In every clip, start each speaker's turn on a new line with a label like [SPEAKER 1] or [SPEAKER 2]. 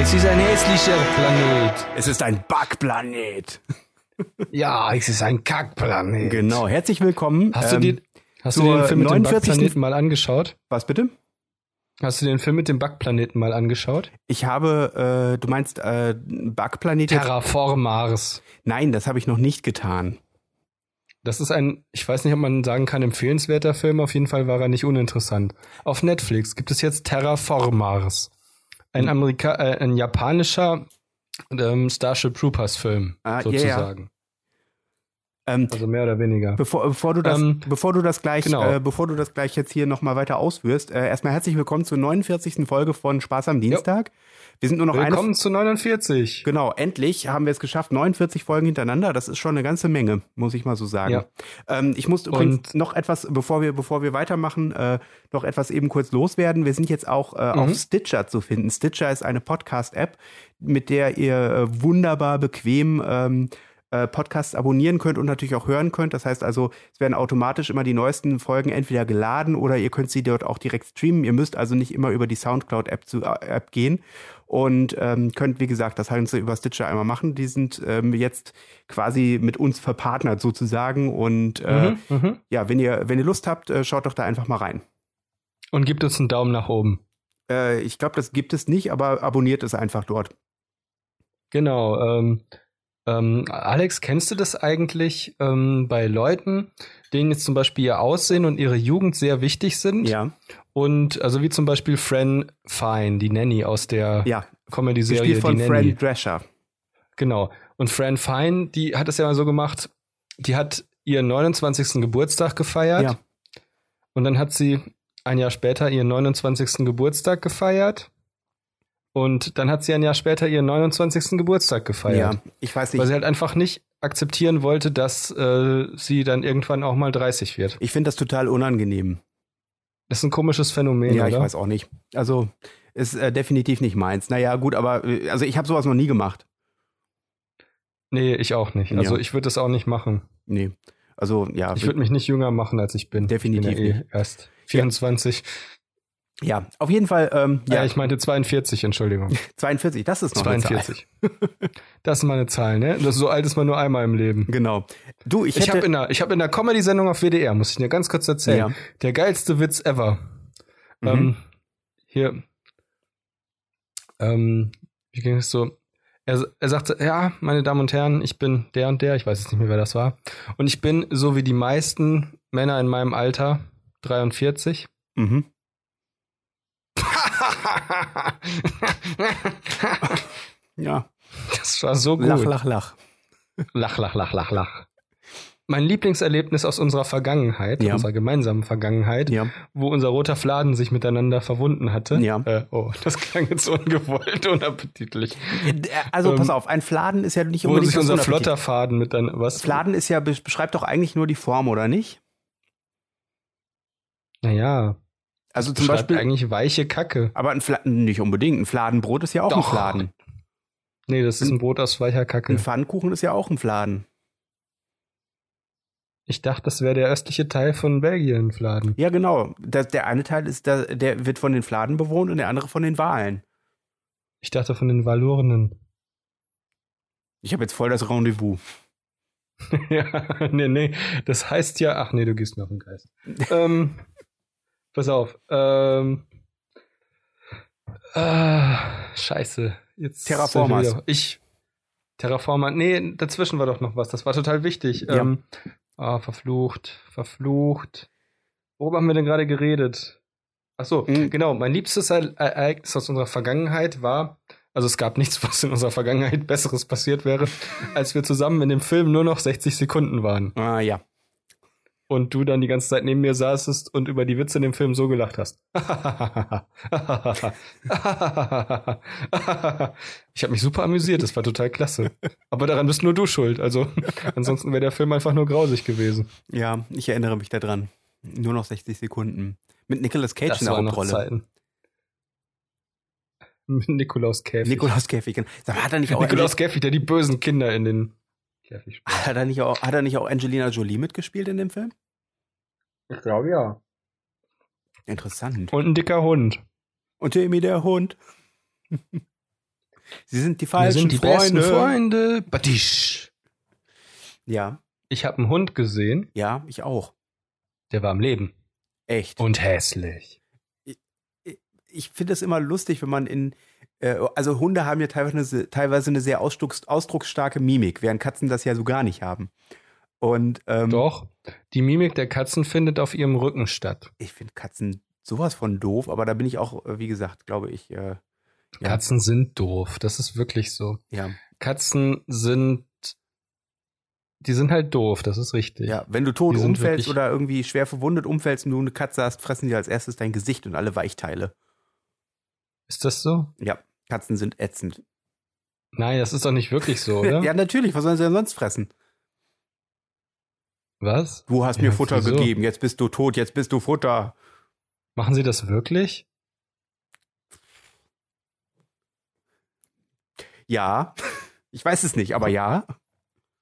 [SPEAKER 1] Es ist ein hässlicher Planet.
[SPEAKER 2] Es ist ein Backplanet.
[SPEAKER 1] Ja, es ist ein Kackplanet.
[SPEAKER 2] Genau. Herzlich willkommen.
[SPEAKER 1] Hast du
[SPEAKER 2] ähm,
[SPEAKER 1] dir, hast du
[SPEAKER 2] zur
[SPEAKER 1] dir den Film mit dem
[SPEAKER 2] 49.
[SPEAKER 1] Backplaneten mal angeschaut?
[SPEAKER 2] was bitte?
[SPEAKER 1] Hast du den Film mit dem Backplaneten mal angeschaut?
[SPEAKER 2] Ich habe, äh, du meinst äh, Backplanet? jetzt-
[SPEAKER 1] Terraformars.
[SPEAKER 2] Nein, das habe ich noch nicht getan.
[SPEAKER 1] Das ist ein, ich weiß nicht, ob man sagen kann, empfehlenswerter Film. Auf jeden Fall war er nicht uninteressant. Auf Netflix gibt es jetzt Terraformars. Ein, Amerika äh, ein japanischer ähm, Starship Troopers Film,
[SPEAKER 2] Ah, ja, ja.
[SPEAKER 1] sozusagen.
[SPEAKER 2] Ähm,
[SPEAKER 1] Also mehr oder weniger.
[SPEAKER 2] Bevor, bevor du das,
[SPEAKER 1] Ähm,
[SPEAKER 2] bevor du das gleich,
[SPEAKER 1] genau.
[SPEAKER 2] äh, bevor du das gleich jetzt hier nochmal weiter ausführst, äh, erstmal herzlich willkommen zur 49. Folge von Spaß am Dienstag. Wir sind nur noch eine.
[SPEAKER 1] Willkommen zu 49.
[SPEAKER 2] Genau, endlich haben wir es geschafft. 49 Folgen hintereinander. Das ist schon eine ganze Menge, muss ich mal so sagen.
[SPEAKER 1] Ja.
[SPEAKER 2] Ähm, ich muss übrigens
[SPEAKER 1] Und-
[SPEAKER 2] noch etwas, bevor wir, bevor wir weitermachen, äh, noch etwas eben kurz loswerden. Wir sind jetzt auch äh,
[SPEAKER 1] Mhm.
[SPEAKER 2] auf Stitcher zu finden. Stitcher ist eine Podcast-App, mit der ihr äh, wunderbar bequem ähm, äh, Podcasts abonnieren könnt und natürlich auch hören könnt. Das heißt also, es werden automatisch immer die neuesten Folgen entweder geladen oder ihr könnt sie dort auch direkt streamen. Ihr müsst also nicht immer über die Soundcloud-App zu, äh, App gehen und ähm, könnt, wie gesagt, das Ganze über Stitcher einmal machen. Die sind ähm, jetzt quasi mit uns verpartnert sozusagen und äh,
[SPEAKER 1] Mhm, mhm.
[SPEAKER 2] ja, wenn ihr, wenn ihr Lust habt, äh, schaut doch da einfach mal rein.
[SPEAKER 1] Und gibt uns einen Daumen nach oben.
[SPEAKER 2] Äh, ich glaube, das gibt es nicht, aber abonniert es einfach dort.
[SPEAKER 1] Genau. Ähm, ähm, Alex, kennst du das eigentlich ähm, bei Leuten, denen jetzt zum Beispiel ihr Aussehen und ihre Jugend sehr wichtig sind?
[SPEAKER 2] Ja,
[SPEAKER 1] Und also wie zum Beispiel Fran Fine, die Nanny aus der
[SPEAKER 2] ja.
[SPEAKER 1] Comedy-Serie
[SPEAKER 2] Gespielt
[SPEAKER 1] Die
[SPEAKER 2] von
[SPEAKER 1] Nanny.
[SPEAKER 2] Fran Drescher.
[SPEAKER 1] Genau. Und Fran Fine, die hat das ja mal so gemacht, die hat ihren 29. Geburtstag gefeiert.
[SPEAKER 2] Ja.
[SPEAKER 1] Und dann hat sie ein Jahr später ihren 29. Geburtstag gefeiert. Und dann hat sie ein Jahr später ihren 29. Geburtstag gefeiert.
[SPEAKER 2] Ja, ich weiß
[SPEAKER 1] Weil
[SPEAKER 2] nicht.
[SPEAKER 1] sie halt einfach nicht akzeptieren wollte, dass äh, sie dann irgendwann auch mal 30 wird.
[SPEAKER 2] Ich finde das total unangenehm.
[SPEAKER 1] Das ist ein komisches Phänomen,
[SPEAKER 2] ja,
[SPEAKER 1] oder?
[SPEAKER 2] ich weiß auch nicht. Also ist äh, definitiv nicht meins. Naja, gut, aber äh, also ich habe sowas noch nie gemacht.
[SPEAKER 1] Nee, ich auch nicht. Also
[SPEAKER 2] Ja.
[SPEAKER 1] ich würde das auch nicht machen.
[SPEAKER 2] Nee. Also ja,
[SPEAKER 1] Ich würde mich nicht jünger machen, als ich bin.
[SPEAKER 2] Definitiv
[SPEAKER 1] Ich bin ja eh
[SPEAKER 2] nicht.
[SPEAKER 1] erst 24.
[SPEAKER 2] ja, auf jeden Fall, ähm,
[SPEAKER 1] Ja,
[SPEAKER 2] ja,
[SPEAKER 1] Äh, ich meinte 42, Entschuldigung.
[SPEAKER 2] 42, das ist noch eine Zahl.
[SPEAKER 1] 42. das ist meine Zahl, ne? Das, so alt ist man nur einmal im Leben.
[SPEAKER 2] Genau. Du, ich,
[SPEAKER 1] Ich habe
[SPEAKER 2] hätte,
[SPEAKER 1] in einer, ich hab in einer Comedy-Sendung auf WDR, muss ich dir ganz kurz erzählen.
[SPEAKER 2] Ja.
[SPEAKER 1] Der geilste Witz ever.
[SPEAKER 2] Mhm.
[SPEAKER 1] Ähm, hier. Ähm, wie ging es so? Er, er sagte, ja, meine Damen und Herren, ich bin der und der, ich weiß jetzt nicht mehr, wer das war. Und ich bin so wie die meisten Männer in meinem Alter, 43.
[SPEAKER 2] mhm. Ja,
[SPEAKER 1] Das war so gut.
[SPEAKER 2] lach, lach, lach.
[SPEAKER 1] Lach, lach, lach, lach, lach. Mein Lieblingserlebnis aus unserer Vergangenheit,
[SPEAKER 2] Ja.
[SPEAKER 1] unserer gemeinsamen Vergangenheit,
[SPEAKER 2] Ja.
[SPEAKER 1] wo unser roter Fladen sich miteinander verwunden hatte.
[SPEAKER 2] Ja.
[SPEAKER 1] Äh, oh, das klang jetzt ungewollt, unappetitlich.
[SPEAKER 2] Also
[SPEAKER 1] Ähm,
[SPEAKER 2] pass auf, ein Fladen ist ja nicht
[SPEAKER 1] Wo
[SPEAKER 2] unbedingt
[SPEAKER 1] sich unser
[SPEAKER 2] was Unappetitliches.
[SPEAKER 1] flotter Faden miteinander. Was?
[SPEAKER 2] Fladen ist ja, besch- beschreibt doch eigentlich nur die Form, oder nicht?
[SPEAKER 1] Naja,
[SPEAKER 2] Also zum
[SPEAKER 1] zum
[SPEAKER 2] Beispiel,
[SPEAKER 1] eigentlich weiche Kacke.
[SPEAKER 2] aber ein Fladen, nicht unbedingt, ein Fladenbrot ist ja auch
[SPEAKER 1] Doch.
[SPEAKER 2] ein Fladen.
[SPEAKER 1] Nee, das ist ein Brot aus weicher Kacke.
[SPEAKER 2] Ein Pfannkuchen ist ja auch ein Fladen.
[SPEAKER 1] Ich dachte, das wäre der östliche Teil von Belgien, Fladen.
[SPEAKER 2] Ja, genau. Das, der eine Teil ist, der, der wird von den Fladen bewohnt und der andere von den Walen.
[SPEAKER 1] Ich dachte von den Valurnen.
[SPEAKER 2] Ich habe jetzt voll das Rendezvous.
[SPEAKER 1] ja, nee, nee. Das heißt ja, ach nee, du gehst mir auf den Geist. ähm, pass auf. Ähm, ah, scheiße. Jetzt sind wir
[SPEAKER 2] Terraformers.
[SPEAKER 1] wieder- Ich. Terraformer. Nee, dazwischen war doch noch was. Das war total wichtig.
[SPEAKER 2] Ja.
[SPEAKER 1] Ähm, ah, verflucht. Verflucht. Worüber haben wir denn gerade geredet? Ach so,
[SPEAKER 2] Mhm.
[SPEAKER 1] genau. Mein liebstes E- Ereignis aus unserer Vergangenheit war, also es gab nichts, was in unserer Vergangenheit Besseres passiert wäre, als wir zusammen in dem Film nur noch 60 Sekunden waren
[SPEAKER 2] Ah, ja.
[SPEAKER 1] und du dann die ganze Zeit neben mir saßest und über die Witze in dem Film so gelacht hast. ich habe mich super amüsiert, das war total klasse. Aber daran bist nur du schuld, also ansonsten wäre der Film einfach nur grausig gewesen.
[SPEAKER 2] Ja, ich erinnere mich daran. Nur noch 60 Sekunden. Mit Nicolas Cage
[SPEAKER 1] Das
[SPEAKER 2] in der
[SPEAKER 1] waren noch
[SPEAKER 2] Hauptrolle.
[SPEAKER 1] Zeiten. Mit Nikolaus Käfig.
[SPEAKER 2] Nikolaus Käfig. genau. Sag mal, Hat er nicht auch,
[SPEAKER 1] Nikolaus Käfig, der die bösen Kinder in den Käfig spielt.
[SPEAKER 2] hat er nicht auch, hat er nicht auch Angelina Jolie mitgespielt in dem Film?
[SPEAKER 1] Ich glaube ja.
[SPEAKER 2] Interessant.
[SPEAKER 1] Und ein dicker Hund.
[SPEAKER 2] Und Jamie der Hund. Sie sind die
[SPEAKER 1] Wir
[SPEAKER 2] falschen
[SPEAKER 1] sind die
[SPEAKER 2] Freunde.
[SPEAKER 1] besten Freunde. Badisch.
[SPEAKER 2] Ja,
[SPEAKER 1] Ich habe einen Hund gesehen,
[SPEAKER 2] ja, ich auch.
[SPEAKER 1] der war am Leben.
[SPEAKER 2] Echt.
[SPEAKER 1] Und hässlich.
[SPEAKER 2] ich finde es immer lustig, wenn man in äh, also Hunde haben ja teilweise eine, se- teilweise eine sehr ausdrucks, ausdrucksstarke Mimik, während Katzen das ja so gar nicht haben. Und ähm,
[SPEAKER 1] Doch, die Mimik der Katzen findet auf ihrem Rücken statt.
[SPEAKER 2] ich finde Katzen sowas von doof, aber da bin ich auch, äh, wie gesagt, glaube ich, äh, Ja.
[SPEAKER 1] Katzen sind doof, das ist wirklich so.
[SPEAKER 2] ja,
[SPEAKER 1] Katzen sind, die sind halt doof, das ist richtig.
[SPEAKER 2] ja, wenn du tot
[SPEAKER 1] Die sind
[SPEAKER 2] umfällst
[SPEAKER 1] wirklich-
[SPEAKER 2] oder irgendwie schwer verwundet umfällst und du eine Katze hast, fressen die als erstes dein Gesicht und alle Weichteile.
[SPEAKER 1] Ist das so?
[SPEAKER 2] Ja, Katzen sind ätzend.
[SPEAKER 1] Nein, das ist doch nicht wirklich so, oder?
[SPEAKER 2] Ja, natürlich, was sollen sie denn sonst fressen?
[SPEAKER 1] Was?
[SPEAKER 2] Du hast
[SPEAKER 1] Ja,
[SPEAKER 2] mir Futter
[SPEAKER 1] wieso?
[SPEAKER 2] gegeben, jetzt bist du tot, jetzt bist du Futter.
[SPEAKER 1] Machen sie das wirklich?
[SPEAKER 2] Ja, ich weiß es nicht, aber ja.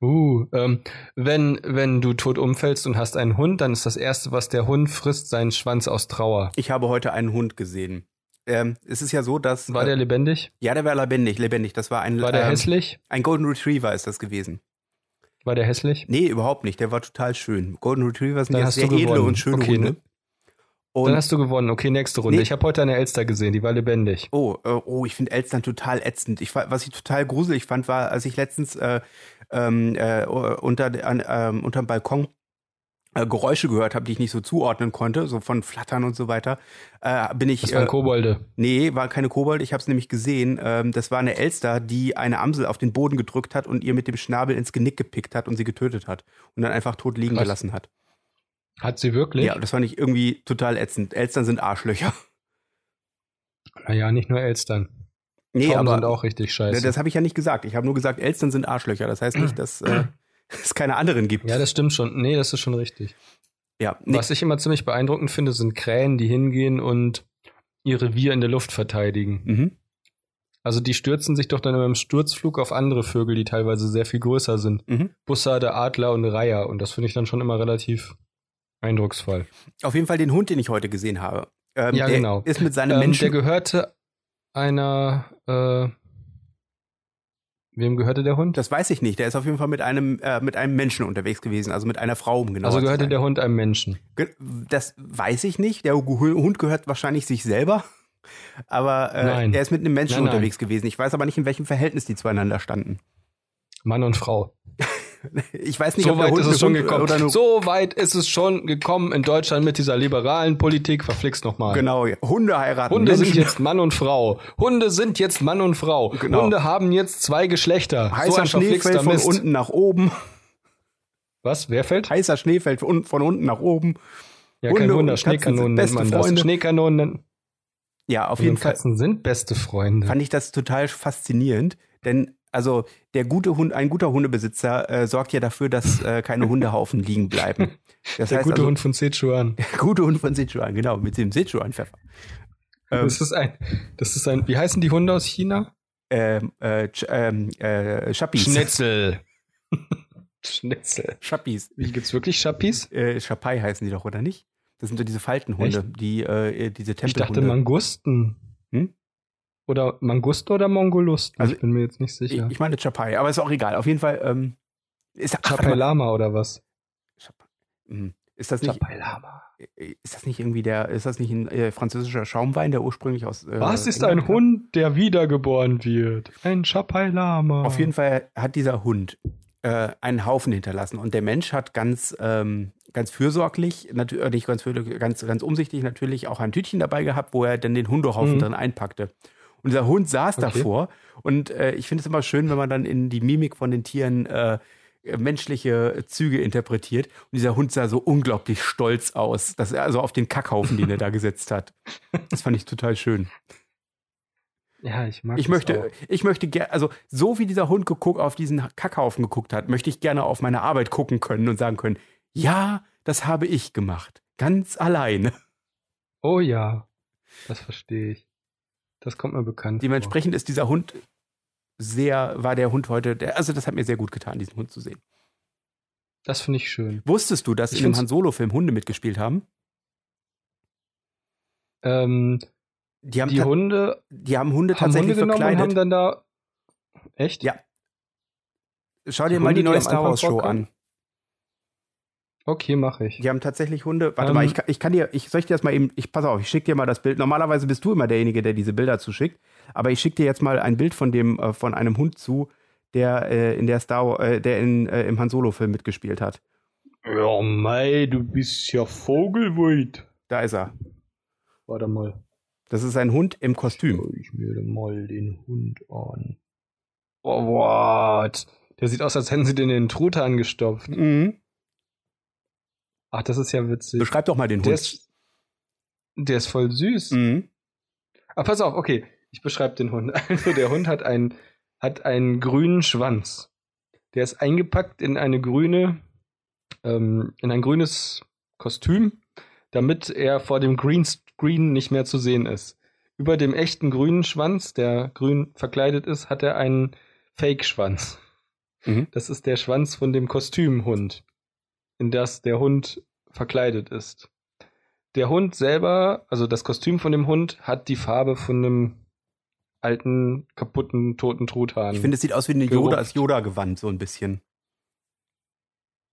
[SPEAKER 1] Uh, ähm, wenn, wenn du tot umfällst und hast einen Hund, dann ist das Erste, was der Hund frisst, seinen Schwanz aus Trauer.
[SPEAKER 2] Ich habe heute einen Hund gesehen. Ähm, es ist ja so, dass.
[SPEAKER 1] War der
[SPEAKER 2] äh,
[SPEAKER 1] lebendig?
[SPEAKER 2] ja, der war lebendig, lebendig. Das war ein,
[SPEAKER 1] War der
[SPEAKER 2] ähm,
[SPEAKER 1] hässlich?
[SPEAKER 2] ein Golden Retriever ist das gewesen.
[SPEAKER 1] War der hässlich?
[SPEAKER 2] Nee, überhaupt nicht. Der war total schön. Golden Retriever sind
[SPEAKER 1] Dann
[SPEAKER 2] ja
[SPEAKER 1] hast
[SPEAKER 2] sehr
[SPEAKER 1] du
[SPEAKER 2] edle
[SPEAKER 1] gewonnen.
[SPEAKER 2] und schöne
[SPEAKER 1] Okay,
[SPEAKER 2] Hunde.
[SPEAKER 1] ne?
[SPEAKER 2] Und,
[SPEAKER 1] Dann hast du gewonnen. Okay, nächste Runde.
[SPEAKER 2] Nee.
[SPEAKER 1] Ich habe heute eine Elster gesehen, die war lebendig.
[SPEAKER 2] oh, äh, oh, ich finde Elstern total ätzend. Ich, fa- was ich total gruselig fand, war, als ich letztens äh, ähm, äh, unter, de- an, ähm, unterm Balkon äh, Geräusche gehört habe, die ich nicht so zuordnen konnte, so von Flattern und so weiter, äh, bin ich.
[SPEAKER 1] Das waren
[SPEAKER 2] äh,
[SPEAKER 1] Kobolde.
[SPEAKER 2] Nee, war keine Kobold, ich habe es nämlich gesehen. Ähm, das war eine Elster, die eine Amsel auf den Boden gedrückt hat und ihr mit dem Schnabel ins Genick gepickt hat und sie getötet hat und dann einfach tot liegen
[SPEAKER 1] Krass.
[SPEAKER 2] gelassen hat.
[SPEAKER 1] Hat sie wirklich?
[SPEAKER 2] Ja, das fand ich irgendwie total ätzend. Elstern sind Arschlöcher.
[SPEAKER 1] Naja, Ah nicht nur Elstern.
[SPEAKER 2] Nee,
[SPEAKER 1] Tauben sind
[SPEAKER 2] aber
[SPEAKER 1] auch richtig scheiße.
[SPEAKER 2] das, Ne, das habe ich ja nicht gesagt. Ich habe nur gesagt, Elstern sind Arschlöcher. Das heißt nicht, dass äh, es keine anderen gibt.
[SPEAKER 1] ja, das stimmt schon. Nee, das ist schon richtig.
[SPEAKER 2] ja nee,
[SPEAKER 1] Was ich immer ziemlich beeindruckend finde, sind Krähen, die hingehen und ihr Revier in der Luft verteidigen.
[SPEAKER 2] Mhm.
[SPEAKER 1] Also die stürzen sich doch dann beim Sturzflug auf andere Vögel, die teilweise sehr viel größer sind.
[SPEAKER 2] Mhm.
[SPEAKER 1] Bussarde, Adler und Reiher. Und das finde ich dann schon immer relativ eindrucksvoll.
[SPEAKER 2] Auf jeden Fall den Hund, den ich heute gesehen habe. Ähm,
[SPEAKER 1] Ja,
[SPEAKER 2] der
[SPEAKER 1] genau.
[SPEAKER 2] Ist mit seinem
[SPEAKER 1] Ähm, der
[SPEAKER 2] Menschen.
[SPEAKER 1] gehörte einer, äh, wem gehörte der Hund?
[SPEAKER 2] Das weiß ich nicht. Der ist auf jeden Fall mit einem, äh, mit einem Menschen unterwegs gewesen, also mit einer Frau, um genau
[SPEAKER 1] also
[SPEAKER 2] zu
[SPEAKER 1] gehörte
[SPEAKER 2] sein.
[SPEAKER 1] der Hund einem Menschen.
[SPEAKER 2] Ge- Das weiß ich nicht. Der Hu- Hund gehört wahrscheinlich sich selber. Aber äh,
[SPEAKER 1] Nein.
[SPEAKER 2] er ist mit einem Menschen
[SPEAKER 1] Nein, nein.
[SPEAKER 2] unterwegs gewesen. Ich weiß aber nicht, in welchem Verhältnis die zueinander standen.
[SPEAKER 1] Mann und Frau.
[SPEAKER 2] Ich weiß nicht,
[SPEAKER 1] So
[SPEAKER 2] ob der
[SPEAKER 1] weit
[SPEAKER 2] Hund
[SPEAKER 1] ist
[SPEAKER 2] eine
[SPEAKER 1] es schon
[SPEAKER 2] Hund
[SPEAKER 1] gekommen.
[SPEAKER 2] Oder eine,
[SPEAKER 1] So weit ist es schon gekommen in Deutschland mit dieser liberalen Politik. Verflixt nochmal.
[SPEAKER 2] Genau, ja. Hunde heiraten.
[SPEAKER 1] Hunde
[SPEAKER 2] Menschen.
[SPEAKER 1] sind jetzt Mann und Frau. Hunde sind jetzt Mann und Frau.
[SPEAKER 2] Genau.
[SPEAKER 1] Hunde haben jetzt zwei Geschlechter. so
[SPEAKER 2] heißer
[SPEAKER 1] ein
[SPEAKER 2] Schnee fällt
[SPEAKER 1] verflixter
[SPEAKER 2] von
[SPEAKER 1] Mist.
[SPEAKER 2] unten nach oben.
[SPEAKER 1] Was? Wer fällt?
[SPEAKER 2] Heißer Schnee fällt von, von unten nach oben.
[SPEAKER 1] Ja,
[SPEAKER 2] Hunde
[SPEAKER 1] kein
[SPEAKER 2] und
[SPEAKER 1] Wunder.
[SPEAKER 2] Katzen sind
[SPEAKER 1] Schneekanonen nennt
[SPEAKER 2] beste
[SPEAKER 1] man das.
[SPEAKER 2] Freunde.
[SPEAKER 1] Schneekanonen nennt
[SPEAKER 2] Ja, auf
[SPEAKER 1] Hunde
[SPEAKER 2] jeden
[SPEAKER 1] und
[SPEAKER 2] Fall.
[SPEAKER 1] Katzen sind beste Freunde.
[SPEAKER 2] fand ich das total faszinierend, denn also der gute Hund, ein guter Hundebesitzer äh, sorgt ja dafür, dass äh, keine Hundehaufen liegen bleiben. Das
[SPEAKER 1] Der
[SPEAKER 2] heißt
[SPEAKER 1] gute
[SPEAKER 2] also,
[SPEAKER 1] Hund von Sichuan.
[SPEAKER 2] Der gute Hund von Sichuan, genau, mit dem Sichuan-Pfeffer. Ähm,
[SPEAKER 1] Das ist ein, das ist ein, wie heißen die Hunde aus China?
[SPEAKER 2] ähm, äh, Ch ähm, äh, Schappis.
[SPEAKER 1] Schnitzel. Schnitzel.
[SPEAKER 2] Schappis.
[SPEAKER 1] Wie gibt's wirklich Schappis?
[SPEAKER 2] Äh, Schapai heißen die doch, oder nicht? Das sind so diese Faltenhunde, die äh, diese
[SPEAKER 1] Ich dachte
[SPEAKER 2] Tempelhunde.
[SPEAKER 1] Mangusten.
[SPEAKER 2] Hm?
[SPEAKER 1] Oder Manguste oder Mongolusten?
[SPEAKER 2] Also-
[SPEAKER 1] ich bin mir jetzt nicht
[SPEAKER 2] ich,
[SPEAKER 1] sicher.
[SPEAKER 2] ich meine Chapai, aber ist auch egal. Auf jeden Fall ähm, ist, ach,
[SPEAKER 1] Chapai
[SPEAKER 2] warte mal.
[SPEAKER 1] Lama oder was?
[SPEAKER 2] Chap- Hm. ist das nicht äh,
[SPEAKER 1] Chapai Lama.
[SPEAKER 2] ist das nicht irgendwie der ist das nicht ein äh, französischer Schaumwein, der ursprünglich aus äh,
[SPEAKER 1] Was ist
[SPEAKER 2] England
[SPEAKER 1] ein
[SPEAKER 2] kam?
[SPEAKER 1] Hund, der wiedergeboren wird? Ein Chapai Lama.
[SPEAKER 2] Auf jeden Fall hat dieser Hund äh, einen Haufen hinterlassen und der Mensch hat ganz, ähm, ganz fürsorglich, natu- äh, nicht ganz fürsorglich, ganz, ganz umsichtig natürlich auch ein Tütchen dabei gehabt, wo er dann den Hundehaufen
[SPEAKER 1] Mhm.
[SPEAKER 2] drin einpackte. Und dieser Hund saß
[SPEAKER 1] Okay.
[SPEAKER 2] davor und äh, ich finde es immer schön, wenn man dann in die Mimik von den Tieren äh, menschliche Züge interpretiert. Und dieser Hund sah so unglaublich stolz aus, dass er also auf den Kackhaufen, den er da gesetzt hat. Das fand ich total schön.
[SPEAKER 1] Ja, ich mag
[SPEAKER 2] Ich
[SPEAKER 1] das
[SPEAKER 2] möchte, ich möchte gerne, also so wie dieser Hund geguckt, auf diesen Kackhaufen geguckt hat, möchte ich gerne auf meine Arbeit gucken können und sagen können, ja, das habe ich gemacht. Ganz alleine.
[SPEAKER 1] Auch. Oh ja, das verstehe ich. Das kommt mir bekannt. vor.
[SPEAKER 2] Dementsprechend ist dieser Hund sehr, war der Hund heute, der, also das hat mir sehr gut getan, diesen Hund zu sehen.
[SPEAKER 1] Das finde ich schön.
[SPEAKER 2] Wusstest du, dass
[SPEAKER 1] Ich
[SPEAKER 2] in dem
[SPEAKER 1] find's-
[SPEAKER 2] Han Solo-Film Hunde mitgespielt haben?
[SPEAKER 1] Ähm,
[SPEAKER 2] Die haben,
[SPEAKER 1] die
[SPEAKER 2] ta-
[SPEAKER 1] Hunde
[SPEAKER 2] die
[SPEAKER 1] haben
[SPEAKER 2] haben Hunde
[SPEAKER 1] Ähm, Hunde
[SPEAKER 2] tatsächlich
[SPEAKER 1] genommen und
[SPEAKER 2] verkleidet.
[SPEAKER 1] haben dann da Echt?
[SPEAKER 2] Ja. Schau dir
[SPEAKER 1] Die
[SPEAKER 2] mal
[SPEAKER 1] Hunde,
[SPEAKER 2] die
[SPEAKER 1] die
[SPEAKER 2] neue
[SPEAKER 1] am
[SPEAKER 2] Star Wars
[SPEAKER 1] Anfang
[SPEAKER 2] Show an.
[SPEAKER 1] vorkommen? Okay, mache ich.
[SPEAKER 2] Die haben tatsächlich Hunde. Warte
[SPEAKER 1] Ähm,
[SPEAKER 2] mal, ich, kann- ich kann dir, ich soll ich dir das mal eben, ich pass auf, ich schicke dir mal das Bild. Normalerweise bist du immer derjenige, der diese Bilder zuschickt, aber ich schicke dir jetzt mal ein Bild von dem, äh, von einem Hund zu, der äh, in der Star, Wa- äh, der in, äh, im Han Solo Film mitgespielt hat.
[SPEAKER 1] Ja, mei, du bist ja Vogelwild.
[SPEAKER 2] Da ist er.
[SPEAKER 1] Warte mal.
[SPEAKER 2] Das ist ein Hund im Kostüm.
[SPEAKER 1] Schau ich mir denn mal den Hund an. Oh, what? Der sieht aus, als hätten sie den in den Trute angestopft.
[SPEAKER 2] Mhm.
[SPEAKER 1] Ach, das ist ja witzig.
[SPEAKER 2] Beschreib doch mal den
[SPEAKER 1] Der
[SPEAKER 2] Hund.
[SPEAKER 1] ist, der ist voll süß.
[SPEAKER 2] Mhm.
[SPEAKER 1] Ah, pass auf, okay. Ich beschreibe den Hund. Also, der Hund hat einen, hat einen grünen Schwanz. Der ist eingepackt in eine grüne, ähm, in ein grünes Kostüm, damit er vor dem Greenscreen nicht mehr zu sehen ist. Über dem echten grünen Schwanz, der grün verkleidet ist, hat er einen Fake-Schwanz.
[SPEAKER 2] Mhm.
[SPEAKER 1] Das ist der Schwanz von dem Kostümhund, in das der Hund verkleidet ist der Hund selber, also das Kostüm von dem Hund, hat die Farbe von einem alten, kaputten, toten Truthahn.
[SPEAKER 2] Ich finde, es sieht aus wie eine
[SPEAKER 1] Gerupft.
[SPEAKER 2] Yoda, das Yoda-Gewand, so ein bisschen.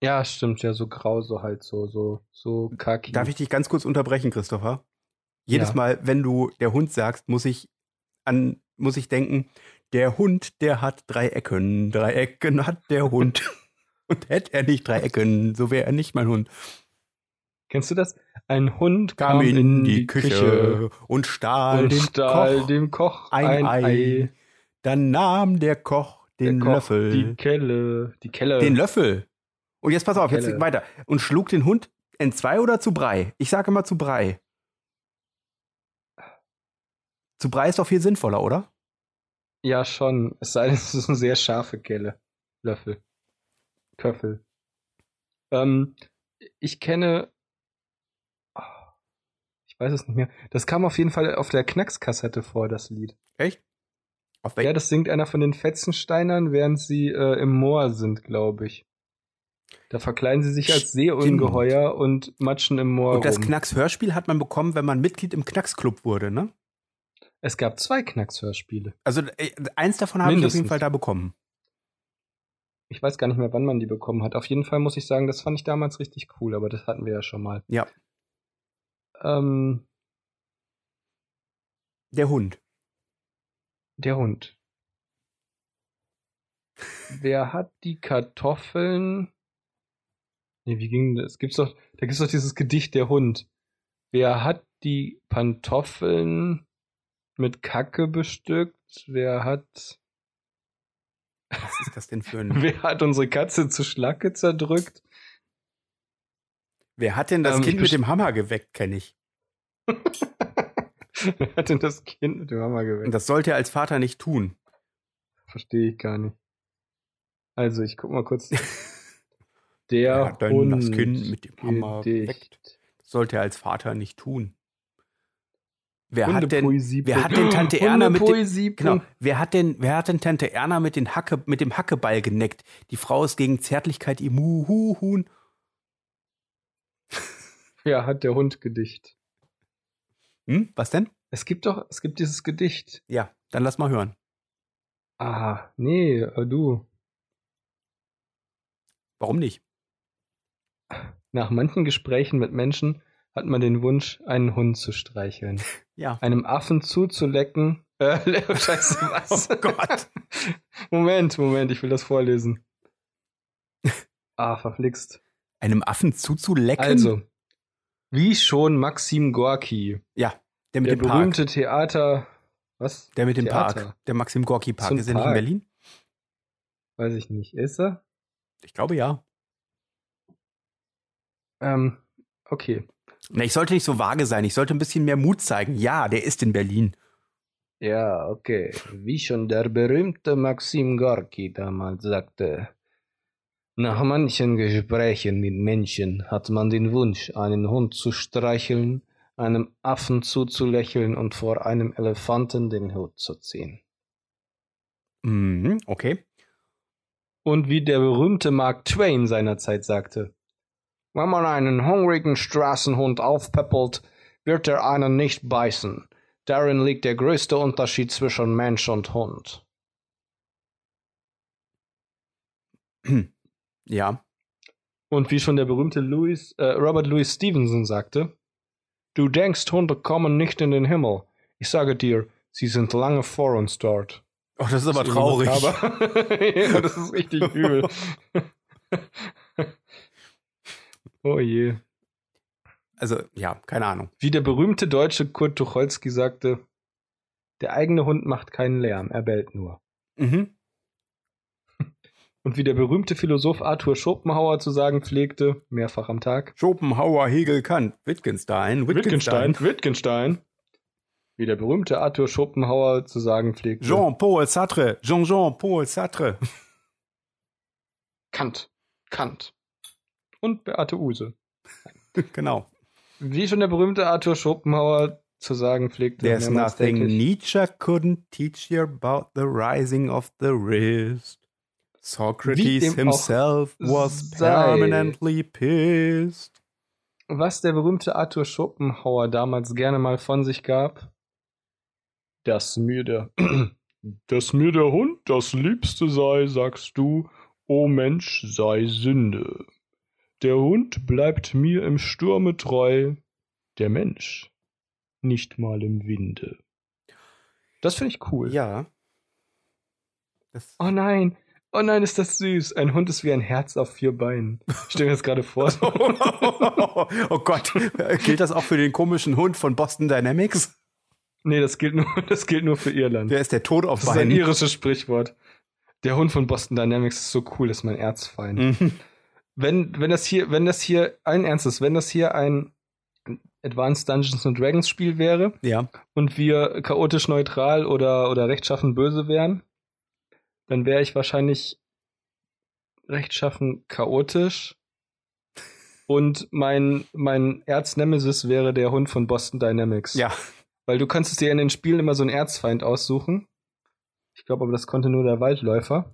[SPEAKER 1] ja, stimmt, ja, so grau, so halt, so, so, so kaki.
[SPEAKER 2] Darf ich dich ganz kurz unterbrechen, Christopher? Jedes
[SPEAKER 1] Mhm. Ja.
[SPEAKER 2] Mal, wenn du der Hund sagst, muss ich an, muss ich denken, der Hund, der hat drei Ecken, drei Ecken hat der Hund. Und hätte er nicht drei Ecken, so wäre er nicht mein Hund.
[SPEAKER 1] Kennst du das? Ein Hund
[SPEAKER 2] Kam in, die, Küche, und stahl
[SPEAKER 1] und
[SPEAKER 2] den
[SPEAKER 1] stahl
[SPEAKER 2] Koch
[SPEAKER 1] dem Koch
[SPEAKER 2] ein, Ei. Dann nahm der Koch
[SPEAKER 1] Der
[SPEAKER 2] den
[SPEAKER 1] Koch Die
[SPEAKER 2] Löffel.
[SPEAKER 1] Kelle. Die Kelle.
[SPEAKER 2] Den Löffel. Und jetzt pass auf, jetzt
[SPEAKER 1] Kelle.
[SPEAKER 2] weiter. Und schlug den Hund entzwei oder zu Brei? Ich sage immer zu Brei. Zu Brei ist doch viel sinnvoller, oder?
[SPEAKER 1] ja, schon. Es sei denn, es ist eine sehr scharfe Kelle. Löffel. Köffel. Ähm, ich kenne. Ich weiß es nicht mehr. Das kam auf jeden Fall auf der Knackskassette vor, das Lied.
[SPEAKER 2] Echt? Auf
[SPEAKER 1] Ja,
[SPEAKER 2] welcher?
[SPEAKER 1] das singt einer von den Fetzensteinern, während sie äh, im Moor sind, glaube ich. Da verkleiden sie sich als Seeungeheuer und matschen im Moor
[SPEAKER 2] Und das
[SPEAKER 1] rum.
[SPEAKER 2] Knacks-Hörspiel hat man bekommen, wenn man Mitglied im Knacks-Club wurde, ne?
[SPEAKER 1] es gab zwei Knackshörspiele.
[SPEAKER 2] Also äh, eins davon habe ich auf jeden
[SPEAKER 1] Mindestens.
[SPEAKER 2] Fall da bekommen.
[SPEAKER 1] Ich weiß gar nicht mehr, wann man die bekommen hat. Auf jeden Fall muss ich sagen, das fand ich damals richtig cool, aber das hatten wir ja schon mal.
[SPEAKER 2] Ja.
[SPEAKER 1] Ähm,
[SPEAKER 2] Der Hund.
[SPEAKER 1] der Hund. Wer hat die Kartoffeln? Nee, wie ging das? Gibt's doch, da gibt's doch dieses Gedicht Der Hund. Wer hat die Pantoffeln mit Kacke bestückt? Wer hat,
[SPEAKER 2] Was ist das denn für ein.
[SPEAKER 1] wer hat unsere Katze zu Schlacke zerdrückt?
[SPEAKER 2] Wer hat denn das
[SPEAKER 1] Ähm,
[SPEAKER 2] Kind
[SPEAKER 1] ich
[SPEAKER 2] mit
[SPEAKER 1] best-
[SPEAKER 2] dem Hammer geweckt, kenne ich.
[SPEAKER 1] Wer hat denn das Kind mit dem Hammer geweckt?
[SPEAKER 2] Und das sollte er als Vater nicht tun.
[SPEAKER 1] Verstehe ich gar nicht. Also, ich guck mal kurz. Der
[SPEAKER 2] Wer hat denn
[SPEAKER 1] Hund
[SPEAKER 2] das Kind mit dem Hammer
[SPEAKER 1] Gedicht.
[SPEAKER 2] Sollte er als Vater nicht tun. Wer hat denn.
[SPEAKER 1] Hundepoesie.
[SPEAKER 2] wer hat denn Tante Erna mit dem-
[SPEAKER 1] Hundepoesie.
[SPEAKER 2] Genau. Wer hat denn, wer hat denn Tante Erna mit, den Hacke, mit dem Hackeball geneckt? Die Frau ist gegen Zärtlichkeit immun.
[SPEAKER 1] Ja, hat der Hund Gedicht.
[SPEAKER 2] Hm? Was denn?
[SPEAKER 1] Es gibt doch, es gibt dieses Gedicht.
[SPEAKER 2] Ja, dann lass mal hören.
[SPEAKER 1] Ah, nee, äh, du.
[SPEAKER 2] Warum nicht?
[SPEAKER 1] Nach manchen Gesprächen mit Menschen hat man den Wunsch, einen Hund zu streicheln,
[SPEAKER 2] Ja.
[SPEAKER 1] einem Affen zuzulecken. Äh, scheiße, was?
[SPEAKER 2] Oh Gott.
[SPEAKER 1] Moment, Moment, ich will das vorlesen. Ah, verflixt.
[SPEAKER 2] Einem Affen zuzulecken?
[SPEAKER 1] Also, wie schon Maxim Gorki,
[SPEAKER 2] Ja, der mit
[SPEAKER 1] der
[SPEAKER 2] dem Park.
[SPEAKER 1] berühmte Theater. Was?
[SPEAKER 2] Der mit dem
[SPEAKER 1] Theater.
[SPEAKER 2] Park. Der Maxim Gorki Park.
[SPEAKER 1] So ein
[SPEAKER 2] Ist er nicht in
[SPEAKER 1] Park.
[SPEAKER 2] Berlin?
[SPEAKER 1] Weiß ich nicht. Ist er?
[SPEAKER 2] Ich glaube ja.
[SPEAKER 1] Ähm, okay.
[SPEAKER 2] Na, ich sollte nicht so vage sein. Ich sollte ein bisschen mehr Mut zeigen. Ja, der ist in Berlin.
[SPEAKER 1] Ja, okay. Wie schon der berühmte Maxim Gorki damals sagte. Nach manchen Gesprächen mit Menschen hat man den Wunsch, einen Hund zu streicheln, einem Affen zuzulächeln und vor einem Elefanten den Hut zu ziehen.
[SPEAKER 2] Mhm, okay.
[SPEAKER 1] Und wie der berühmte Mark Twain seinerzeit sagte, wenn man einen hungrigen Straßenhund aufpäppelt, wird er einen nicht beißen. Darin liegt der größte Unterschied zwischen Mensch und Hund.
[SPEAKER 2] Ja.
[SPEAKER 1] Und wie schon der berühmte Louis, äh, Robert Louis Stevenson sagte, Du denkst, Hunde kommen nicht in den Himmel. Ich sage dir, sie sind lange vor uns dort.
[SPEAKER 2] Oh, das ist aber traurig.
[SPEAKER 1] ja, das ist richtig übel. oh je.
[SPEAKER 2] Also, ja, keine Ahnung.
[SPEAKER 1] Wie der berühmte deutsche Kurt Tucholsky sagte, der eigene Hund macht keinen Lärm, er bellt nur.
[SPEAKER 2] Mhm.
[SPEAKER 1] Und wie der berühmte Philosoph Arthur Schopenhauer zu sagen pflegte, mehrfach am Tag.
[SPEAKER 2] Schopenhauer, Hegel, Kant, Wittgenstein, Wittgenstein,
[SPEAKER 1] Wittgenstein, Wittgenstein. Wie der berühmte Arthur Schopenhauer zu sagen pflegte.
[SPEAKER 2] Jean-Paul Sartre, Jean-Jean-Paul Sartre.
[SPEAKER 1] Kant. Kant. Und Beate Use.
[SPEAKER 2] genau.
[SPEAKER 1] Wie schon der berühmte Arthur Schopenhauer zu sagen pflegte.
[SPEAKER 2] There's
[SPEAKER 1] mehrmals
[SPEAKER 2] nothing
[SPEAKER 1] täglich.
[SPEAKER 2] Nietzsche couldn't teach you about the rising of the wrist.
[SPEAKER 1] Wie
[SPEAKER 2] Socrates
[SPEAKER 1] dem auch
[SPEAKER 2] himself was
[SPEAKER 1] sei.
[SPEAKER 2] permanently pissed.
[SPEAKER 1] Was der berühmte Arthur Schopenhauer damals gerne mal von sich gab. Dass mir der, dass mir der Hund das Liebste sei, sagst du, o Mensch, sei Sünde. Der Hund bleibt mir im Sturme treu, der Mensch nicht mal im Winde. Das finde ich cool.
[SPEAKER 2] Ja. Das,
[SPEAKER 1] Oh nein, oh nein, ist das süß. Ein Hund ist wie ein Herz auf vier Beinen. Ich stelle mir das gerade vor. So.
[SPEAKER 2] oh Gott, gilt das auch für den komischen Hund von Boston Dynamics?
[SPEAKER 1] Nee, das gilt nur, das gilt nur für Irland.
[SPEAKER 2] Der ist der Tod auf
[SPEAKER 1] das ist ein
[SPEAKER 2] Beinen.
[SPEAKER 1] irisches Sprichwort. Der Hund von Boston Dynamics ist so cool, ist mein Erzfeind.
[SPEAKER 2] Mhm.
[SPEAKER 1] Wenn, wenn das hier, wenn das hier, allen Ernstes, wenn das hier ein Advanced Dungeons and Dragons Spiel wäre
[SPEAKER 2] Ja.
[SPEAKER 1] und wir chaotisch neutral oder, oder rechtschaffen böse wären, dann wäre ich wahrscheinlich rechtschaffen chaotisch. Und mein, mein Erznemesis wäre der Hund von Boston Dynamics.
[SPEAKER 2] Ja.
[SPEAKER 1] Weil du kannst es dir in den Spielen immer so einen Erzfeind aussuchen. Ich glaube aber, das konnte nur der Waldläufer.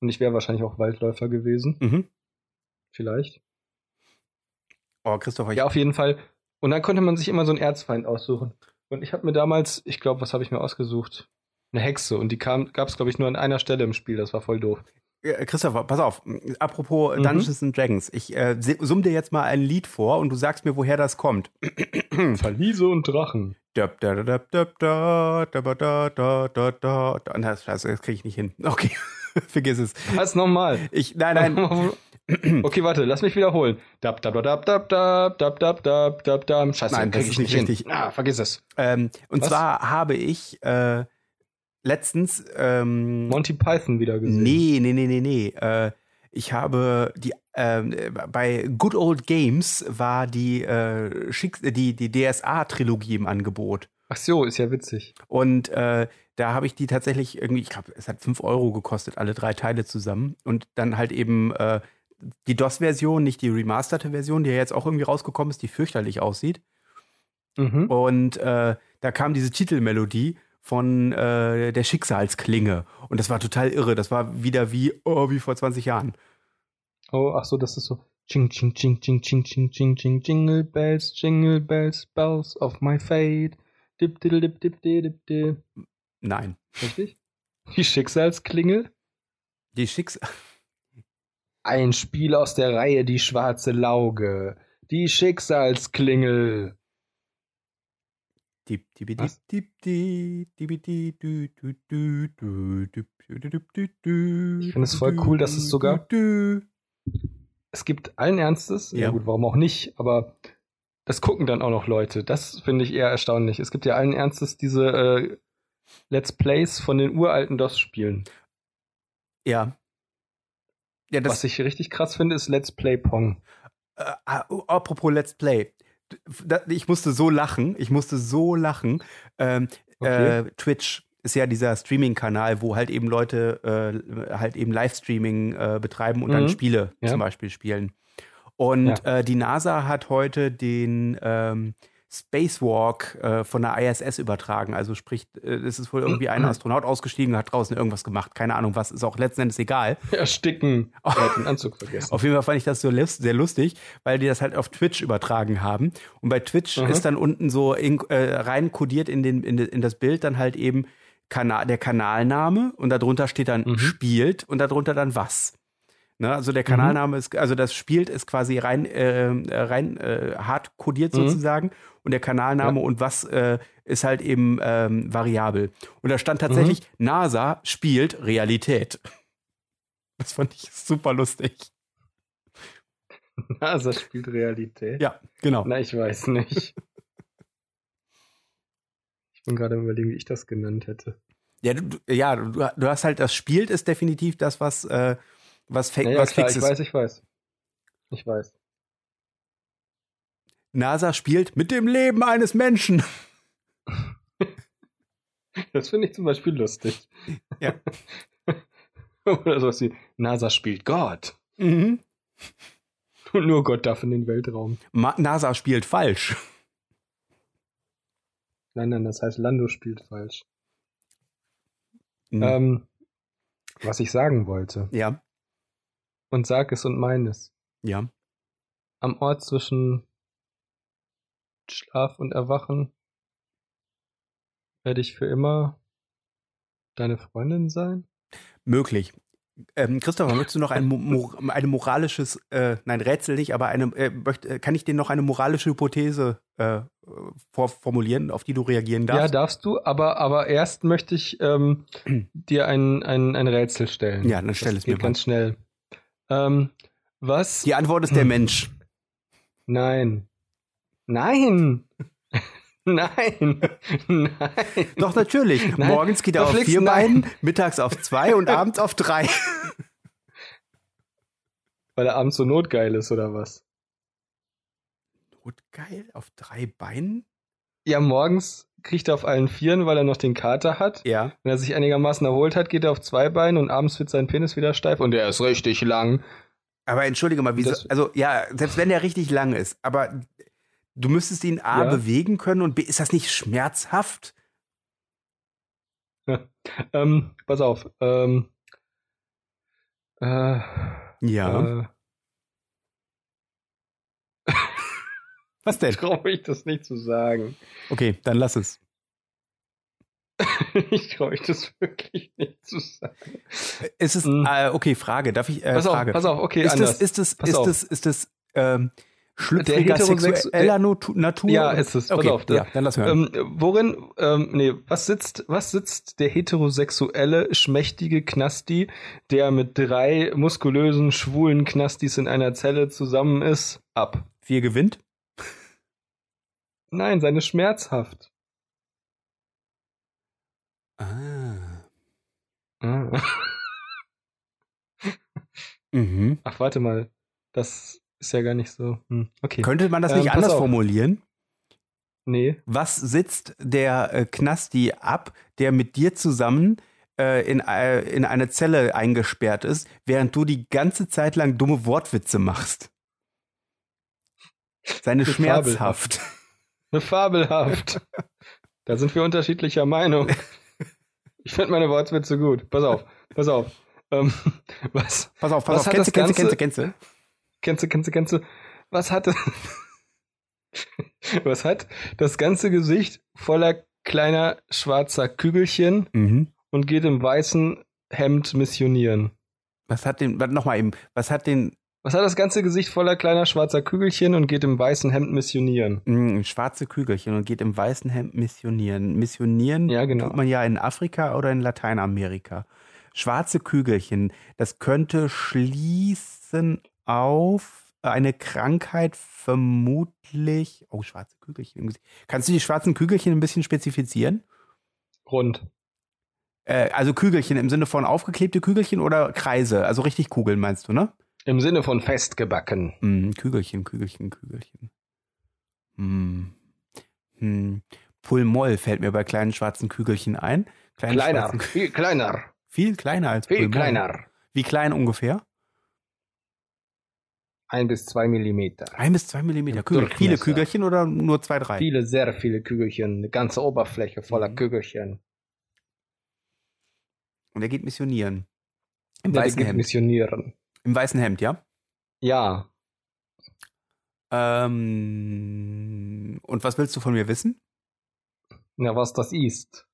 [SPEAKER 1] Und ich wäre wahrscheinlich auch Waldläufer gewesen,
[SPEAKER 2] Mhm.
[SPEAKER 1] vielleicht.
[SPEAKER 2] Oh, Christopher, ich
[SPEAKER 1] Ja, auf jeden Fall. Und dann konnte man sich immer so einen Erzfeind aussuchen. Und ich habe mir damals, ich glaube, was habe ich mir ausgesucht? Eine Hexe. Und die kam, gab es, glaube ich, nur an einer Stelle im Spiel. Das war voll doof.
[SPEAKER 2] Äh, Christopher, pass auf. Apropos
[SPEAKER 1] Mhm.
[SPEAKER 2] Dungeons and Dragons. Ich äh, se- summ dir jetzt mal ein Lied vor und du sagst mir, woher das kommt.
[SPEAKER 1] Verliese und Drachen.
[SPEAKER 2] Döp, da, da, döp, döp, da, da, ba, da, da, da, da, da. Das, das, das kriege ich nicht hin. Okay, vergiss es.
[SPEAKER 1] Was nochmal?
[SPEAKER 2] Ich, nein, nein.
[SPEAKER 1] okay, warte, lass mich wiederholen. Dab, dab, dab, dab, dab, dab, dab, dab, dab, dab. Scheiße,
[SPEAKER 2] Nein, das
[SPEAKER 1] krieg
[SPEAKER 2] ist
[SPEAKER 1] ich
[SPEAKER 2] nicht
[SPEAKER 1] hin.
[SPEAKER 2] richtig.
[SPEAKER 1] Ah, vergiss es.
[SPEAKER 2] Ähm, und
[SPEAKER 1] Was?
[SPEAKER 2] zwar habe ich äh, letztens. Ähm,
[SPEAKER 1] Monty Python wieder gesehen.
[SPEAKER 2] nee, nee, nee, nee, nee. Äh, ich habe die. ähm, äh, bei Good Old Games war die, äh, Schicks die, die DSA-Trilogie im Angebot.
[SPEAKER 1] Ach so, ist ja witzig.
[SPEAKER 2] Und äh, da habe ich die tatsächlich irgendwie, ich glaube, es hat 5 Euro gekostet, alle drei Teile zusammen. Und dann halt eben äh, die DOS-Version, nicht die remasterte Version, die ja jetzt auch irgendwie rausgekommen ist, die fürchterlich aussieht.
[SPEAKER 1] Mhm.
[SPEAKER 2] Und äh, da kam diese Titelmelodie von äh, der Schicksalsklinge. Und das war total irre. Das war wieder wie, oh, wie vor 20 Jahren.
[SPEAKER 1] Oh, ach so, das ist so. Ching, ching, ching, ching, ching, ching, ching, ching, jingle bells, jingle bells, bells of my fate. Dip, diddle, dip, dip, di, dip, di.
[SPEAKER 2] Nein.
[SPEAKER 1] Richtig? Die Schicksalsklingel?
[SPEAKER 2] Die Schicksal.
[SPEAKER 1] Ein Spiel aus der Reihe Die schwarze Lauge. Die Schicksalsklingel.
[SPEAKER 2] Dip, dip, dip,
[SPEAKER 1] Was?
[SPEAKER 2] dip, dip, dip, dip, dü, dü, dü, dü, dip, dü, dü, dü, dü,
[SPEAKER 1] Ich finde es
[SPEAKER 2] dü,
[SPEAKER 1] voll
[SPEAKER 2] dü,
[SPEAKER 1] cool, dass es
[SPEAKER 2] dü,
[SPEAKER 1] sogar-
[SPEAKER 2] dü, dü.
[SPEAKER 1] Es gibt allen Ernstes, ja
[SPEAKER 2] Ja.
[SPEAKER 1] gut, warum auch nicht, aber das gucken dann auch noch Leute. Das finde ich eher erstaunlich. Es gibt ja allen Ernstes diese äh, Let's Plays von den uralten DOS-Spielen.
[SPEAKER 2] Ja. Ja, das,
[SPEAKER 1] Was ich richtig krass finde, ist Let's Play Pong.
[SPEAKER 2] Äh, ah, oh, apropos Let's Play. D- da- Ich musste so lachen, ich musste so lachen. Ähm,
[SPEAKER 1] Okay.
[SPEAKER 2] äh, Twitch ist ja dieser Streaming-Kanal, wo halt eben Leute äh, halt eben Livestreaming äh, betreiben und dann
[SPEAKER 1] Mhm.
[SPEAKER 2] Spiele
[SPEAKER 1] Ja.
[SPEAKER 2] zum Beispiel spielen. Und äh, die NASA hat heute den ähm, Spacewalk äh, von der ISS übertragen. Also sprich, äh, es ist wohl irgendwie ein Astronaut ausgestiegen, hat draußen irgendwas gemacht. Keine Ahnung was, ist auch letzten Endes egal.
[SPEAKER 1] Äh, Ersticken. Er hat den Anzug vergessen.
[SPEAKER 2] Auf jeden Fall fand ich das so lust, sehr lustig, weil die das halt auf Twitch übertragen haben. Und bei Twitch
[SPEAKER 1] Mhm.
[SPEAKER 2] ist dann unten so in, äh, rein kodiert in, den, in, de- in das Bild dann halt eben Kana der Kanalname und darunter steht dann
[SPEAKER 1] Mhm.
[SPEAKER 2] spielt und darunter dann was. Ne? Also der Kanalname ist, also das spielt ist quasi rein, äh, rein äh, hart kodiert
[SPEAKER 1] Mhm.
[SPEAKER 2] sozusagen und der Kanalname und was äh, ist halt eben ähm, variabel. Und da stand tatsächlich,
[SPEAKER 1] Mhm.
[SPEAKER 2] NASA spielt Realität. Das fand ich super lustig.
[SPEAKER 1] NASA spielt Realität.
[SPEAKER 2] Ja, genau.
[SPEAKER 1] Na, ich weiß nicht. ich bin gerade am überlegen, wie ich das genannt hätte.
[SPEAKER 2] Ja, du, ja, du, du hast halt, das spielt ist definitiv das, was, äh, was, fake,
[SPEAKER 1] Naja,
[SPEAKER 2] was
[SPEAKER 1] klar,
[SPEAKER 2] fix
[SPEAKER 1] ich
[SPEAKER 2] ist.
[SPEAKER 1] weiß, ich weiß. Ich weiß.
[SPEAKER 2] NASA spielt mit dem Leben eines Menschen.
[SPEAKER 1] Das finde ich zum Beispiel lustig.
[SPEAKER 2] Ja.
[SPEAKER 1] Oder sowas wie NASA spielt Gott.
[SPEAKER 2] Mhm.
[SPEAKER 1] Und nur Gott darf in den Weltraum.
[SPEAKER 2] Ma NASA spielt falsch.
[SPEAKER 1] Nein, nein, das heißt, Lando spielt falsch.
[SPEAKER 2] Mhm.
[SPEAKER 1] Ähm, was ich sagen wollte.
[SPEAKER 2] ja,
[SPEAKER 1] Und sag es und meines.
[SPEAKER 2] ja.
[SPEAKER 1] Am Ort zwischen Schlaf und Erwachen werde ich für immer deine Freundin sein?
[SPEAKER 2] Möglich. Ähm, Christopher, möchtest du noch ein, Mo Mo- eine moralisches, äh, nein, Rätsel nicht, aber eine, äh, möcht, äh, kann ich dir noch eine moralische Hypothese äh, äh, vorformulieren, auf die du reagieren
[SPEAKER 1] Ja,
[SPEAKER 2] darfst?
[SPEAKER 1] darfst du, aber, aber erst möchte ich ähm, dir ein, ein, ein Rätsel stellen.
[SPEAKER 2] Ja, dann stell
[SPEAKER 1] Das
[SPEAKER 2] es mir
[SPEAKER 1] geht
[SPEAKER 2] mal.
[SPEAKER 1] ganz schnell. Ähm, was?
[SPEAKER 2] Die Antwort ist der
[SPEAKER 1] Hm.
[SPEAKER 2] Mensch.
[SPEAKER 1] Nein. Nein. Nein. Nein.
[SPEAKER 2] Doch, natürlich.
[SPEAKER 1] Nein,
[SPEAKER 2] Morgens geht er auf
[SPEAKER 1] verflixt,
[SPEAKER 2] vier
[SPEAKER 1] nein.
[SPEAKER 2] Beinen, mittags auf zwei und abends auf drei.
[SPEAKER 1] Weil er abends so notgeil ist, oder was?
[SPEAKER 2] Gut, geil, auf drei Beinen?
[SPEAKER 1] Ja, morgens kriegt er auf allen Vieren, weil er noch den Kater hat.
[SPEAKER 2] Ja.
[SPEAKER 1] Wenn er sich einigermaßen erholt hat, geht er auf zwei Beinen und abends wird sein Penis wieder steif und er ist richtig lang.
[SPEAKER 2] Aber entschuldige mal, wieso?
[SPEAKER 1] Das-
[SPEAKER 2] also ja, selbst wenn der richtig lang ist, aber du müsstest ihn A
[SPEAKER 1] Ja.
[SPEAKER 2] bewegen können und B, ist das nicht schmerzhaft?
[SPEAKER 1] Ähm, pass auf. Ähm, äh, äh,
[SPEAKER 2] Was denn?
[SPEAKER 1] traue ich das nicht zu sagen.
[SPEAKER 2] Okay, dann lass es.
[SPEAKER 1] Ich traue ich das wirklich nicht zu sagen.
[SPEAKER 2] Es ist,
[SPEAKER 1] Mm.
[SPEAKER 2] äh, okay, Frage, darf ich, äh,
[SPEAKER 1] pass auf,
[SPEAKER 2] Frage.
[SPEAKER 1] pass auf, okay,
[SPEAKER 2] ist,
[SPEAKER 1] anders.
[SPEAKER 2] das, ist das,
[SPEAKER 1] Pass
[SPEAKER 2] ist
[SPEAKER 1] auf.
[SPEAKER 2] das, ist das, ähm,
[SPEAKER 1] Der
[SPEAKER 2] schlüpfriger
[SPEAKER 1] heterosexu-
[SPEAKER 2] sexueller Notu- Natur?
[SPEAKER 1] ja,
[SPEAKER 2] oder?
[SPEAKER 1] ist es. Pass
[SPEAKER 2] Okay,
[SPEAKER 1] auf, das-
[SPEAKER 2] ja, dann lass hören.
[SPEAKER 1] Ähm, worin, ähm, nee, was sitzt, was sitzt der heterosexuelle, schmächtige Knasti, der mit drei muskulösen, schwulen Knastis in einer Zelle zusammen ist, ab?
[SPEAKER 2] Wer gewinnt?
[SPEAKER 1] Nein, seine Schmerzhaft.
[SPEAKER 2] Ah.
[SPEAKER 1] Ach,
[SPEAKER 2] Mhm.
[SPEAKER 1] warte mal. Das ist ja gar nicht so. Hm. Okay.
[SPEAKER 2] Könnte man das
[SPEAKER 1] Ähm,
[SPEAKER 2] nicht
[SPEAKER 1] pass
[SPEAKER 2] anders
[SPEAKER 1] auf.
[SPEAKER 2] formulieren?
[SPEAKER 1] Nee.
[SPEAKER 2] Was sitzt der äh, Knasti ab, der mit dir zusammen äh, in, äh, in eine Zelle eingesperrt ist, während du die ganze Zeit lang dumme Wortwitze machst? Seine
[SPEAKER 1] Fabelhaft.
[SPEAKER 2] Schmerzhaft.
[SPEAKER 1] Fabelhaft. da sind wir unterschiedlicher Meinung. Ich finde meine Wortwitze gut. Pass auf, pass auf. Ähm, was,
[SPEAKER 2] Pass auf, pass
[SPEAKER 1] Was
[SPEAKER 2] auf.
[SPEAKER 1] hat
[SPEAKER 2] Kennst du,
[SPEAKER 1] das
[SPEAKER 2] kennst
[SPEAKER 1] Ganze-
[SPEAKER 2] du, kennst du, kennst du?
[SPEAKER 1] Kennst du, kennst du, kennst du. Was hat, was hat das ganze Gesicht voller kleiner schwarzer Kügelchen
[SPEAKER 2] Mhm.
[SPEAKER 1] und geht im weißen Hemd missionieren?
[SPEAKER 2] Was hat den, warte, nochmal eben, was hat den
[SPEAKER 1] Was hat das ganze Gesicht voller kleiner schwarzer Kügelchen und geht im weißen Hemd missionieren?
[SPEAKER 2] mh, Hm, schwarze Kügelchen und geht im weißen Hemd missionieren? Missionieren
[SPEAKER 1] Ja, genau.
[SPEAKER 2] tut man ja in Afrika oder in Lateinamerika. Schwarze Kügelchen, das könnte schließen auf eine Krankheit vermutlich. Oh, schwarze Kügelchen. im Gesicht. Kannst du die schwarzen Kügelchen ein bisschen spezifizieren?
[SPEAKER 1] Rund.
[SPEAKER 2] Äh, also Kügelchen im Sinne von aufgeklebte Kügelchen oder Kreise, also richtig Kugeln meinst du, ne?
[SPEAKER 1] Im Sinne von festgebacken.
[SPEAKER 2] Mm, Kügelchen, Kügelchen, Kügelchen. Mm. Hm. Pulmoll fällt mir bei kleinen schwarzen Kügelchen ein. Kleinen
[SPEAKER 1] Kleiner.
[SPEAKER 2] schwarzen-
[SPEAKER 1] Viel kleiner.
[SPEAKER 2] Viel kleiner als
[SPEAKER 1] Viel
[SPEAKER 2] Pulmoll.
[SPEAKER 1] kleiner.
[SPEAKER 2] Wie klein ungefähr?
[SPEAKER 1] Ein bis zwei Millimeter.
[SPEAKER 2] Ein bis zwei Millimeter.
[SPEAKER 1] Im
[SPEAKER 2] Kügel, viele
[SPEAKER 1] Durchmesser.
[SPEAKER 2] Kügelchen oder nur zwei, drei?
[SPEAKER 1] Viele, sehr viele Kügelchen. Eine ganze Oberfläche voller
[SPEAKER 2] Mhm.
[SPEAKER 1] Kügelchen.
[SPEAKER 2] Und er geht missionieren. Im
[SPEAKER 1] Der
[SPEAKER 2] weißen
[SPEAKER 1] geht
[SPEAKER 2] Hemd.
[SPEAKER 1] missionieren.
[SPEAKER 2] Im weißen Hemd, ja?
[SPEAKER 1] Ja.
[SPEAKER 2] Ähm, und was willst du von mir wissen?
[SPEAKER 1] Na, was das ist.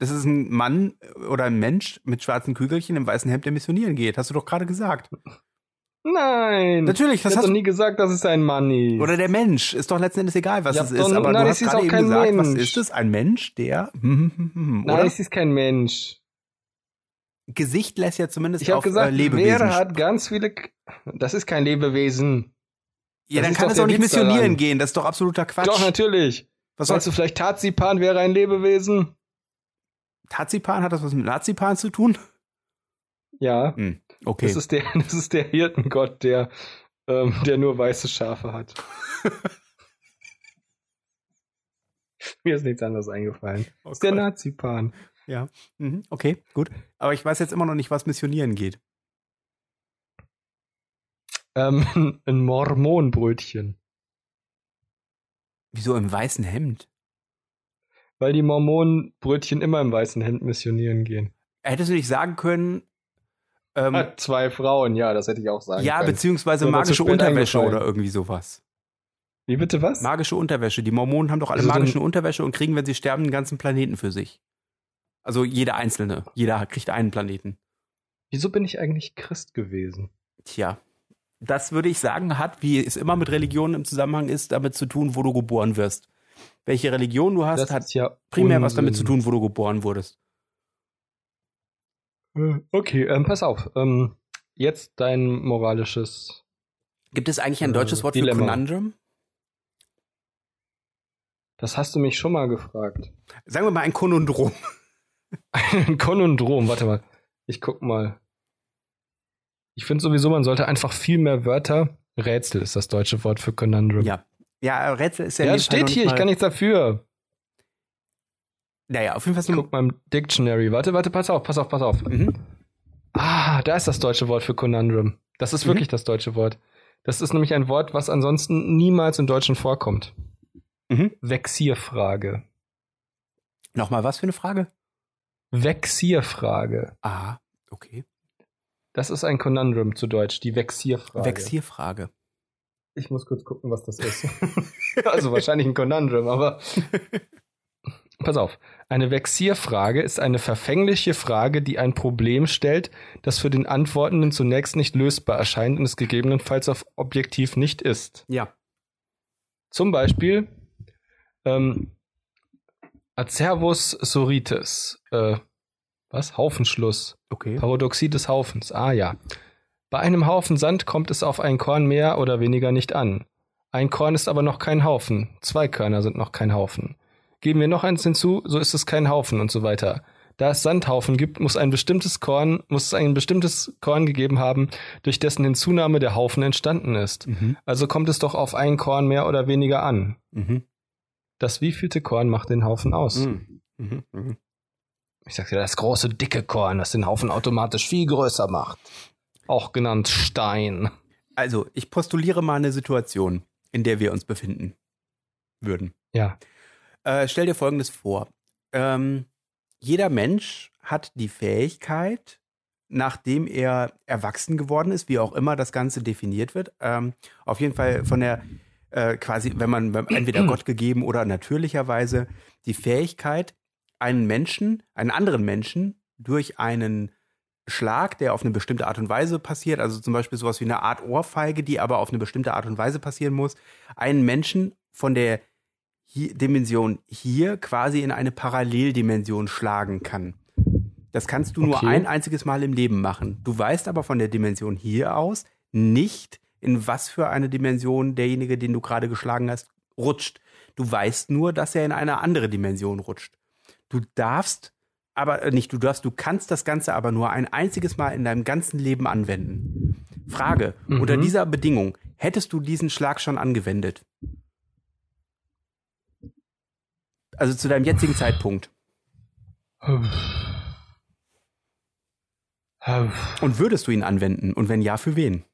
[SPEAKER 2] Das ist
[SPEAKER 1] Hm.
[SPEAKER 2] ein Mann oder ein Mensch mit schwarzen Kügelchen im weißen Hemd, der missionieren geht. Hast du doch gerade gesagt.
[SPEAKER 1] Nein.
[SPEAKER 2] Natürlich, das
[SPEAKER 1] ich hab
[SPEAKER 2] hast
[SPEAKER 1] doch
[SPEAKER 2] du-
[SPEAKER 1] nie gesagt, dass es ein Mann ist.
[SPEAKER 2] Oder der Mensch. Ist doch letzten Endes egal, was
[SPEAKER 1] Ja,
[SPEAKER 2] es
[SPEAKER 1] doch,
[SPEAKER 2] ist. Aber
[SPEAKER 1] nein,
[SPEAKER 2] du
[SPEAKER 1] es
[SPEAKER 2] hast
[SPEAKER 1] ist
[SPEAKER 2] gerade
[SPEAKER 1] auch
[SPEAKER 2] eben
[SPEAKER 1] kein
[SPEAKER 2] gesagt, was
[SPEAKER 1] Mensch.
[SPEAKER 2] ist es? Ein Mensch, der... Oder?
[SPEAKER 1] Nein, es ist kein Mensch.
[SPEAKER 2] Gesicht lässt ja zumindest
[SPEAKER 1] Ich habe
[SPEAKER 2] auf äh,
[SPEAKER 1] gesagt,
[SPEAKER 2] Lebewesen.
[SPEAKER 1] Wer hat ganz viele. K das ist kein Lebewesen.
[SPEAKER 2] ja,
[SPEAKER 1] das
[SPEAKER 2] dann
[SPEAKER 1] ist
[SPEAKER 2] kann
[SPEAKER 1] doch
[SPEAKER 2] es
[SPEAKER 1] der
[SPEAKER 2] auch nicht
[SPEAKER 1] Witz daran.
[SPEAKER 2] missionieren gehen. Das ist doch absoluter Quatsch.
[SPEAKER 1] Doch, natürlich. Also-
[SPEAKER 2] was soll
[SPEAKER 1] Meinst du vielleicht Tarzipan wäre ein Lebewesen?
[SPEAKER 2] Tazipan? Hat das was mit Nazipan zu tun?
[SPEAKER 1] Ja.
[SPEAKER 2] Okay.
[SPEAKER 1] Das ist der, das ist der Hirtengott, der, ähm, der nur weiße Schafe hat. Mir ist nichts anderes eingefallen.
[SPEAKER 2] oh
[SPEAKER 1] Das ist der
[SPEAKER 2] Gott.
[SPEAKER 1] Nazipan.
[SPEAKER 2] mhm, okay, gut. Aber ich weiß jetzt immer noch nicht, was missionieren geht.
[SPEAKER 1] Ähm, ein Mormonbrötchen.
[SPEAKER 2] Wieso im weißen Hemd?
[SPEAKER 1] Weil die Mormonenbrötchen immer im weißen Hemd missionieren gehen.
[SPEAKER 2] Hättest du nicht sagen können, ähm,
[SPEAKER 1] Hat zwei Frauen, ja, das hätte ich auch sagen
[SPEAKER 2] ja,
[SPEAKER 1] können.
[SPEAKER 2] beziehungsweise
[SPEAKER 1] Mir war zu
[SPEAKER 2] magische
[SPEAKER 1] spät
[SPEAKER 2] Unterwäsche
[SPEAKER 1] eingefallen.
[SPEAKER 2] oder irgendwie sowas.
[SPEAKER 1] Wie bitte was?
[SPEAKER 2] Magische Unterwäsche. Die Mormonen haben doch alle
[SPEAKER 1] Also dann-
[SPEAKER 2] magische Unterwäsche und kriegen, wenn sie sterben, den ganzen Planeten für sich. Also jeder einzelne. Jeder kriegt einen Planeten.
[SPEAKER 1] Wieso bin ich eigentlich Christ gewesen?
[SPEAKER 2] Tja, das würde ich sagen, hat, wie es immer mit Religionen im Zusammenhang ist, damit zu tun, wo du geboren wirst. Welche Religion du hast, hat
[SPEAKER 1] ist ja
[SPEAKER 2] primär was damit zu
[SPEAKER 1] Unsinn.
[SPEAKER 2] tun, wo du geboren wurdest.
[SPEAKER 1] Äh, Okay, ähm, pass auf. Ähm, jetzt dein moralisches.
[SPEAKER 2] Gibt es eigentlich ein
[SPEAKER 1] Äh,
[SPEAKER 2] deutsches Wort
[SPEAKER 1] Dilemma.
[SPEAKER 2] für Conundrum?
[SPEAKER 1] Das hast du mich schon mal gefragt.
[SPEAKER 2] Sagen wir mal ein Konundrum.
[SPEAKER 1] Ein Konundrom, warte mal. Ich guck mal. Ich finde sowieso, man sollte einfach viel mehr Wörter. Rätsel ist das deutsche Wort für Konundrum.
[SPEAKER 2] Ja. Ja, Rätsel ist ja,
[SPEAKER 1] ja
[SPEAKER 2] in
[SPEAKER 1] es
[SPEAKER 2] dem Fall
[SPEAKER 1] steht
[SPEAKER 2] noch
[SPEAKER 1] hier,
[SPEAKER 2] nicht
[SPEAKER 1] ich kann
[SPEAKER 2] mal-
[SPEAKER 1] nichts dafür.
[SPEAKER 2] Naja, auf jeden Fall
[SPEAKER 1] Ich
[SPEAKER 2] so
[SPEAKER 1] guck mal im Dictionary. Warte, warte, pass auf, pass auf, pass auf.
[SPEAKER 2] Mhm.
[SPEAKER 1] Ah, da ist das deutsche Wort für Konundrum. Das ist
[SPEAKER 2] Mhm.
[SPEAKER 1] wirklich das deutsche Wort. Das ist nämlich ein Wort, was ansonsten niemals im Deutschen vorkommt.
[SPEAKER 2] Mhm.
[SPEAKER 1] Vexierfrage.
[SPEAKER 2] Nochmal was für eine Frage?
[SPEAKER 1] Vexierfrage.
[SPEAKER 2] Ah, okay.
[SPEAKER 1] Das ist ein Konundrum zu Deutsch, die Vexierfrage.
[SPEAKER 2] Vexierfrage.
[SPEAKER 1] Ich muss kurz gucken, was das ist. also wahrscheinlich ein Konundrum, aber. Pass auf. Eine Vexierfrage ist eine verfängliche Frage, die ein Problem stellt, das für den Antwortenden zunächst nicht lösbar erscheint und es gegebenenfalls auf objektiv nicht ist.
[SPEAKER 2] Ja.
[SPEAKER 1] Zum Beispiel ähm, Acervus sorites. Äh, was? Haufenschluss.
[SPEAKER 2] Okay.
[SPEAKER 1] Paradoxie des Haufens. Ah ja. Bei einem Haufen Sand kommt es auf ein Korn mehr oder weniger nicht an. Ein Korn ist aber noch kein Haufen. Zwei Körner sind noch kein Haufen. Geben wir noch eins hinzu, so ist es kein Haufen und so weiter. Da es Sandhaufen gibt, muss ein bestimmtes Korn, muss es ein bestimmtes Korn gegeben haben, durch dessen Hinzunahme der Haufen entstanden ist.
[SPEAKER 2] Mhm.
[SPEAKER 1] Also kommt es doch auf ein Korn mehr oder weniger an.
[SPEAKER 2] Mhm.
[SPEAKER 1] Das wievielte Korn macht den Haufen aus?
[SPEAKER 2] Mhm. Mhm. Mhm.
[SPEAKER 1] Ich sag dir, das große dicke Korn, das den Haufen automatisch viel größer macht. Auch genannt Stein.
[SPEAKER 2] Also, ich postuliere mal eine Situation, in der wir uns befinden würden.
[SPEAKER 1] Ja.
[SPEAKER 2] Äh, stell dir Folgendes vor. Ähm, jeder Mensch hat die Fähigkeit, nachdem er erwachsen geworden ist, wie auch immer das Ganze definiert wird, ähm, auf jeden Fall von der äh, quasi, wenn man wenn- entweder Gott gegeben oder natürlicherweise die Fähigkeit, einen Menschen, einen anderen Menschen durch einen Schlag, der auf eine bestimmte Art und Weise passiert, also zum Beispiel sowas wie eine Art Ohrfeige, die aber auf eine bestimmte Art und Weise passieren muss, einen Menschen von der hi- Dimension hier quasi in eine Paralleldimension schlagen kann. Das kannst du nur
[SPEAKER 1] Okay.
[SPEAKER 2] ein einziges Mal im Leben machen. Du weißt aber von der Dimension hier aus nicht, in was für eine Dimension derjenige, den du gerade geschlagen hast, rutscht. Du weißt nur, dass er in eine andere Dimension rutscht. Du darfst aber äh, nicht, du darfst, du kannst das Ganze aber nur ein einziges Mal in deinem ganzen Leben anwenden. Frage,
[SPEAKER 1] Mhm.
[SPEAKER 2] unter dieser Bedingung, hättest du diesen Schlag schon angewendet? Also zu deinem jetzigen Zeitpunkt. Und würdest du ihn anwenden? Und wenn ja, für wen?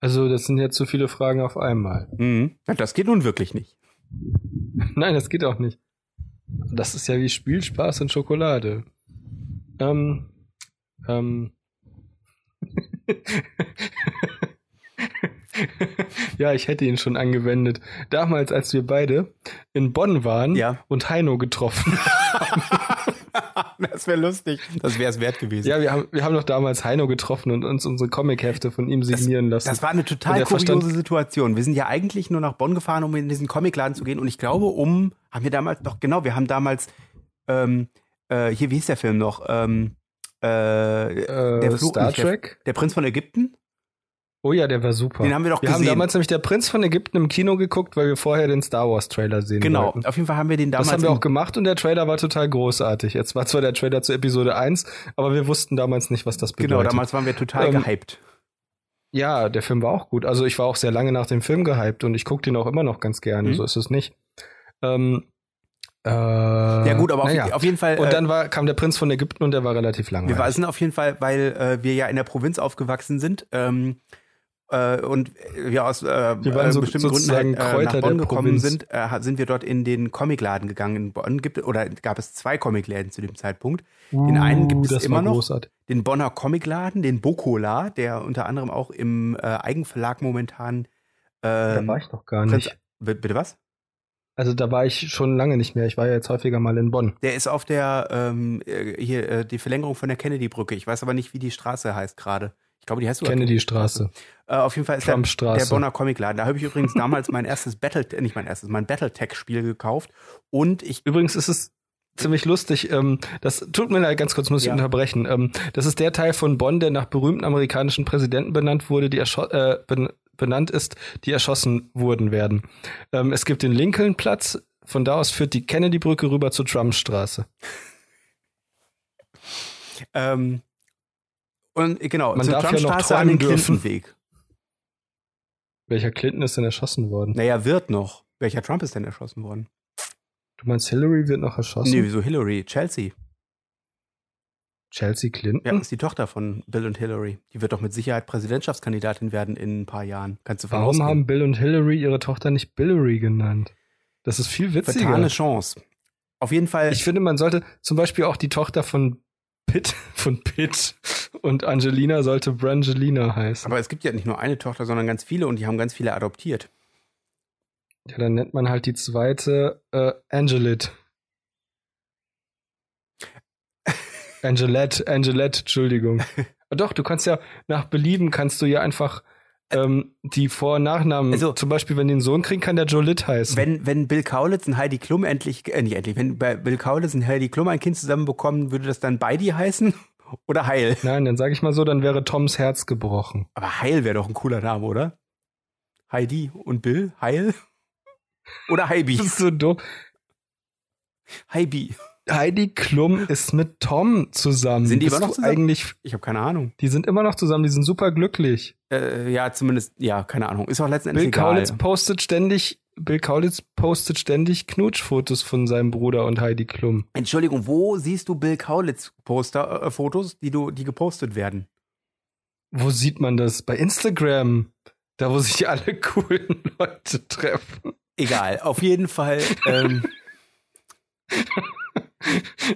[SPEAKER 1] Also, das sind jetzt zu viele Fragen auf einmal.
[SPEAKER 2] Mhm. Ja, Das geht nun wirklich nicht.
[SPEAKER 1] Nein, das geht auch nicht. Das ist ja wie Spielspaß und Schokolade. Ähm, ähm. ja, ich hätte ihn schon angewendet. Damals, als wir beide in Bonn waren
[SPEAKER 2] Ja.
[SPEAKER 1] und Heino getroffen
[SPEAKER 2] Das wäre lustig. Das wäre es wert gewesen.
[SPEAKER 1] Ja, wir haben, wir haben doch damals Heino getroffen und uns unsere Comichefte von ihm signieren lassen.
[SPEAKER 2] Das war eine
[SPEAKER 1] Und
[SPEAKER 2] total
[SPEAKER 1] er
[SPEAKER 2] kuriose
[SPEAKER 1] verstand-
[SPEAKER 2] Situation. Wir sind ja eigentlich nur nach Bonn gefahren, um in diesen Comicladen zu gehen. Und ich glaube, um, haben wir damals, doch genau, wir haben damals, ähm, äh, hier, wie hieß der Film noch? Ähm, äh, der
[SPEAKER 1] äh,
[SPEAKER 2] Fluch
[SPEAKER 1] Star
[SPEAKER 2] nicht,
[SPEAKER 1] Trek?
[SPEAKER 2] Der Prinz von Ägypten?
[SPEAKER 1] Oh ja, der war super.
[SPEAKER 2] Den haben wir doch
[SPEAKER 1] wir haben
[SPEAKER 2] gesehen.
[SPEAKER 1] damals nämlich der Prinz von Ägypten im Kino geguckt, weil wir vorher den Star Wars Trailer sehen
[SPEAKER 2] Genau,
[SPEAKER 1] wollten.
[SPEAKER 2] auf jeden Fall haben wir den damals.
[SPEAKER 1] Das haben wir auch
[SPEAKER 2] im-
[SPEAKER 1] gemacht und der Trailer war total großartig. Jetzt war zwar der Trailer zu Episode 1, aber wir wussten damals nicht, was das bedeutet.
[SPEAKER 2] genau, damals waren wir total
[SPEAKER 1] Ähm,
[SPEAKER 2] gehypt.
[SPEAKER 1] Ja, der Film war auch gut. Also ich war auch sehr lange nach dem Film gehypt und ich gucke den auch immer noch ganz gerne,
[SPEAKER 2] Mhm.
[SPEAKER 1] so ist es nicht. Ähm, äh, ja
[SPEAKER 2] Ja, gut, aber auf, auf jeden Fall. äh,
[SPEAKER 1] Und dann war, kam der Prinz von Ägypten und der war relativ
[SPEAKER 2] Wir
[SPEAKER 1] langweilig.
[SPEAKER 2] waren- sind auf jeden Fall, weil äh, wir ja in der Provinz aufgewachsen sind ähm, äh, und wir aus äh,
[SPEAKER 1] Wir waren
[SPEAKER 2] äh,
[SPEAKER 1] so-
[SPEAKER 2] bestimmten Gründen halt,
[SPEAKER 1] sozusagen
[SPEAKER 2] äh,
[SPEAKER 1] Kräuter
[SPEAKER 2] nach
[SPEAKER 1] der
[SPEAKER 2] Bonn gekommen
[SPEAKER 1] Provinz.
[SPEAKER 2] sind, äh, ha- sind wir dort in den Comicladen gegangen in Bonn. Gibt, oder gab es zwei Comicläden zu dem Zeitpunkt. den einen gibt es
[SPEAKER 1] Uh, das
[SPEAKER 2] immer
[SPEAKER 1] war
[SPEAKER 2] noch.
[SPEAKER 1] Großartig.
[SPEAKER 2] Den Bonner Comicladen, den Bokola, der unter anderem auch im äh, Eigenverlag momentan
[SPEAKER 1] Da
[SPEAKER 2] ähm,
[SPEAKER 1] war ich noch gar
[SPEAKER 2] Prinz-
[SPEAKER 1] nicht.
[SPEAKER 2] B- Bitte was?
[SPEAKER 1] Also da war ich schon lange nicht mehr. Ich war ja jetzt häufiger mal in Bonn.
[SPEAKER 2] Der ist auf der, ähm, äh, hier, äh, die Verlängerung von der Kennedy-Brücke. Ich weiß aber nicht, wie die Straße heißt gerade. Ich glaube, die heißt sogar
[SPEAKER 1] Kennedy-Straße,
[SPEAKER 2] Äh, auf jeden Fall ist der, der
[SPEAKER 1] Trump-Straße.
[SPEAKER 2] Bonner Comicladen. Da habe ich übrigens damals mein erstes Battle, äh, nicht mein erstes, mein Battletech-Spiel gekauft. Und ich,
[SPEAKER 1] Übrigens ist es ziemlich lustig. Ähm, das tut mir leid, ganz kurz muss ich
[SPEAKER 2] Ja.
[SPEAKER 1] unterbrechen. Ähm, das ist der Teil von Bonn, der nach berühmten amerikanischen Präsidenten benannt wurde, die erscho äh, ben benannt ist, die erschossen wurden werden. Ähm, es gibt den Lincoln-Platz. Von da aus führt die Kennedy-Brücke rüber zur Trump-Straße.
[SPEAKER 2] ähm, und äh, genau,
[SPEAKER 1] Man
[SPEAKER 2] zur
[SPEAKER 1] darf ja noch
[SPEAKER 2] Trumpstraße an
[SPEAKER 1] träumen
[SPEAKER 2] den
[SPEAKER 1] dürfen.
[SPEAKER 2] Clinton-Weg.
[SPEAKER 1] Welcher Clinton ist denn erschossen worden?
[SPEAKER 2] Naja, wird noch. Welcher Trump ist denn erschossen worden?
[SPEAKER 1] Du meinst, Hillary wird noch erschossen?
[SPEAKER 2] Nee, wieso Hillary? Chelsea.
[SPEAKER 1] Chelsea Clinton?
[SPEAKER 2] Ja, ist die Tochter von Bill und Hillary. Die wird doch mit Sicherheit Präsidentschaftskandidatin werden in ein paar Jahren. Kannst du von
[SPEAKER 1] Warum
[SPEAKER 2] ausgehen.
[SPEAKER 1] haben Bill und Hillary ihre Tochter nicht Billary genannt? Das ist viel witziger.
[SPEAKER 2] Vertane Chance. Auf jeden Fall.
[SPEAKER 1] Ich finde, man sollte zum Beispiel auch die Tochter von Pitt, von Pitt und Angelina sollte Brangelina heißen.
[SPEAKER 2] aber es gibt ja nicht nur eine Tochter, sondern ganz viele und die haben ganz viele adoptiert.
[SPEAKER 1] ja, dann nennt man halt die zweite äh, Angelit. Angelette, Angelette, Entschuldigung. Ah, Doch, du kannst ja nach Belieben kannst du ja einfach ähm, die Vor- und Nachnamen.
[SPEAKER 2] Also-
[SPEAKER 1] zum Beispiel, wenn die einen Sohn kriegen, kann der Jolette heißen.
[SPEAKER 2] Wenn, wenn Bill Kaulitz und Heidi Klum endlich, äh, nicht endlich, wenn bei Bill Kaulitz und Heidi Klum ein Kind zusammenbekommen, würde das dann Beidi heißen? Oder Heil?
[SPEAKER 1] Nein, dann sage ich mal so, dann wäre Toms Herz gebrochen.
[SPEAKER 2] Aber Heil wäre doch ein cooler Name, oder? Heidi und Bill? Heil? Oder Heibi?
[SPEAKER 1] Das ist so doof.
[SPEAKER 2] Heibi.
[SPEAKER 1] Heidi Klum ist mit Tom zusammen.
[SPEAKER 2] Sind die
[SPEAKER 1] Bist
[SPEAKER 2] immer noch
[SPEAKER 1] du
[SPEAKER 2] zusammen?
[SPEAKER 1] Eigentlich,
[SPEAKER 2] Ich habe keine Ahnung.
[SPEAKER 1] die sind immer noch zusammen, die sind super glücklich.
[SPEAKER 2] Äh, ja, zumindest, ja, keine Ahnung. Ist auch letzten Endes
[SPEAKER 1] Bill
[SPEAKER 2] egal.
[SPEAKER 1] Kaulitz postet ständig, Bill Kaulitz postet ständig Knutschfotos von seinem Bruder und Heidi Klum.
[SPEAKER 2] Entschuldigung, wo siehst du Bill Kaulitz Poster, äh, Fotos, die du, die gepostet werden?
[SPEAKER 1] Wo sieht man das? Bei Instagram. Da, wo sich alle coolen Leute treffen.
[SPEAKER 2] Egal, auf jeden Fall. Ähm,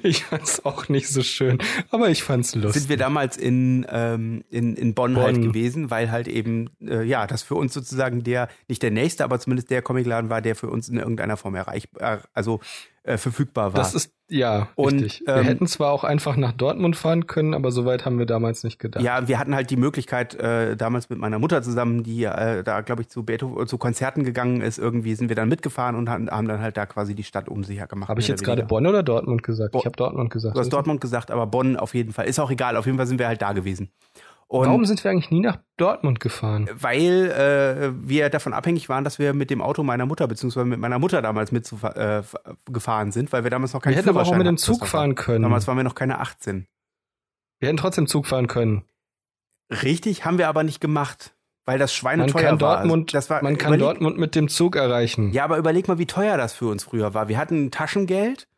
[SPEAKER 1] Ich fand's auch nicht so schön, aber ich fand's lustig.
[SPEAKER 2] sind wir damals in, ähm, in, in Bonn,
[SPEAKER 1] Bonn.
[SPEAKER 2] halt gewesen, weil halt eben, äh, ja, das für uns sozusagen der, nicht der nächste, aber zumindest der Comicladen war, der für uns in irgendeiner Form erreichbar, also äh, verfügbar war.
[SPEAKER 1] Das ist, ja,
[SPEAKER 2] Und,
[SPEAKER 1] richtig. wir
[SPEAKER 2] ähm,
[SPEAKER 1] hätten zwar auch einfach nach Dortmund fahren können, aber so weit haben wir damals nicht gedacht.
[SPEAKER 2] ja, wir hatten halt die Möglichkeit, äh, damals mit meiner Mutter zusammen, die äh, da, glaube ich, zu Beethoven, zu Konzerten gegangen ist, irgendwie sind wir dann mitgefahren und haben, haben dann halt da quasi die Stadt unsicher gemacht.
[SPEAKER 1] Habe ich
[SPEAKER 2] mehr
[SPEAKER 1] jetzt
[SPEAKER 2] oder
[SPEAKER 1] gerade
[SPEAKER 2] weniger.
[SPEAKER 1] Bonn oder Dortmund gesagt?
[SPEAKER 2] Bo-
[SPEAKER 1] ich habe Dortmund gesagt. Also,
[SPEAKER 2] Du hast Dortmund gesagt, aber Bonn auf jeden Fall. Ist auch egal, auf jeden Fall sind wir halt da gewesen. Und
[SPEAKER 1] Warum sind wir eigentlich nie nach Dortmund gefahren?
[SPEAKER 2] weil äh, wir davon abhängig waren, dass wir mit dem Auto meiner Mutter beziehungsweise mit meiner Mutter damals mitgefahren sind, weil wir damals noch keinen
[SPEAKER 1] Wir hätten aber auch
[SPEAKER 2] Führerschein
[SPEAKER 1] mit dem
[SPEAKER 2] hatten.
[SPEAKER 1] Zug
[SPEAKER 2] Das war-
[SPEAKER 1] fahren können.
[SPEAKER 2] Damals waren wir noch keine 18.
[SPEAKER 1] Wir hätten trotzdem Zug fahren können.
[SPEAKER 2] Richtig, haben wir aber nicht gemacht, weil das
[SPEAKER 1] Man
[SPEAKER 2] schweineteuer
[SPEAKER 1] kann,
[SPEAKER 2] war. Also,
[SPEAKER 1] Dortmund,
[SPEAKER 2] das war
[SPEAKER 1] man kann
[SPEAKER 2] überleg-
[SPEAKER 1] Dortmund mit dem Zug erreichen.
[SPEAKER 2] Ja, aber überleg mal, wie teuer das für uns früher war. Wir hatten Taschengeld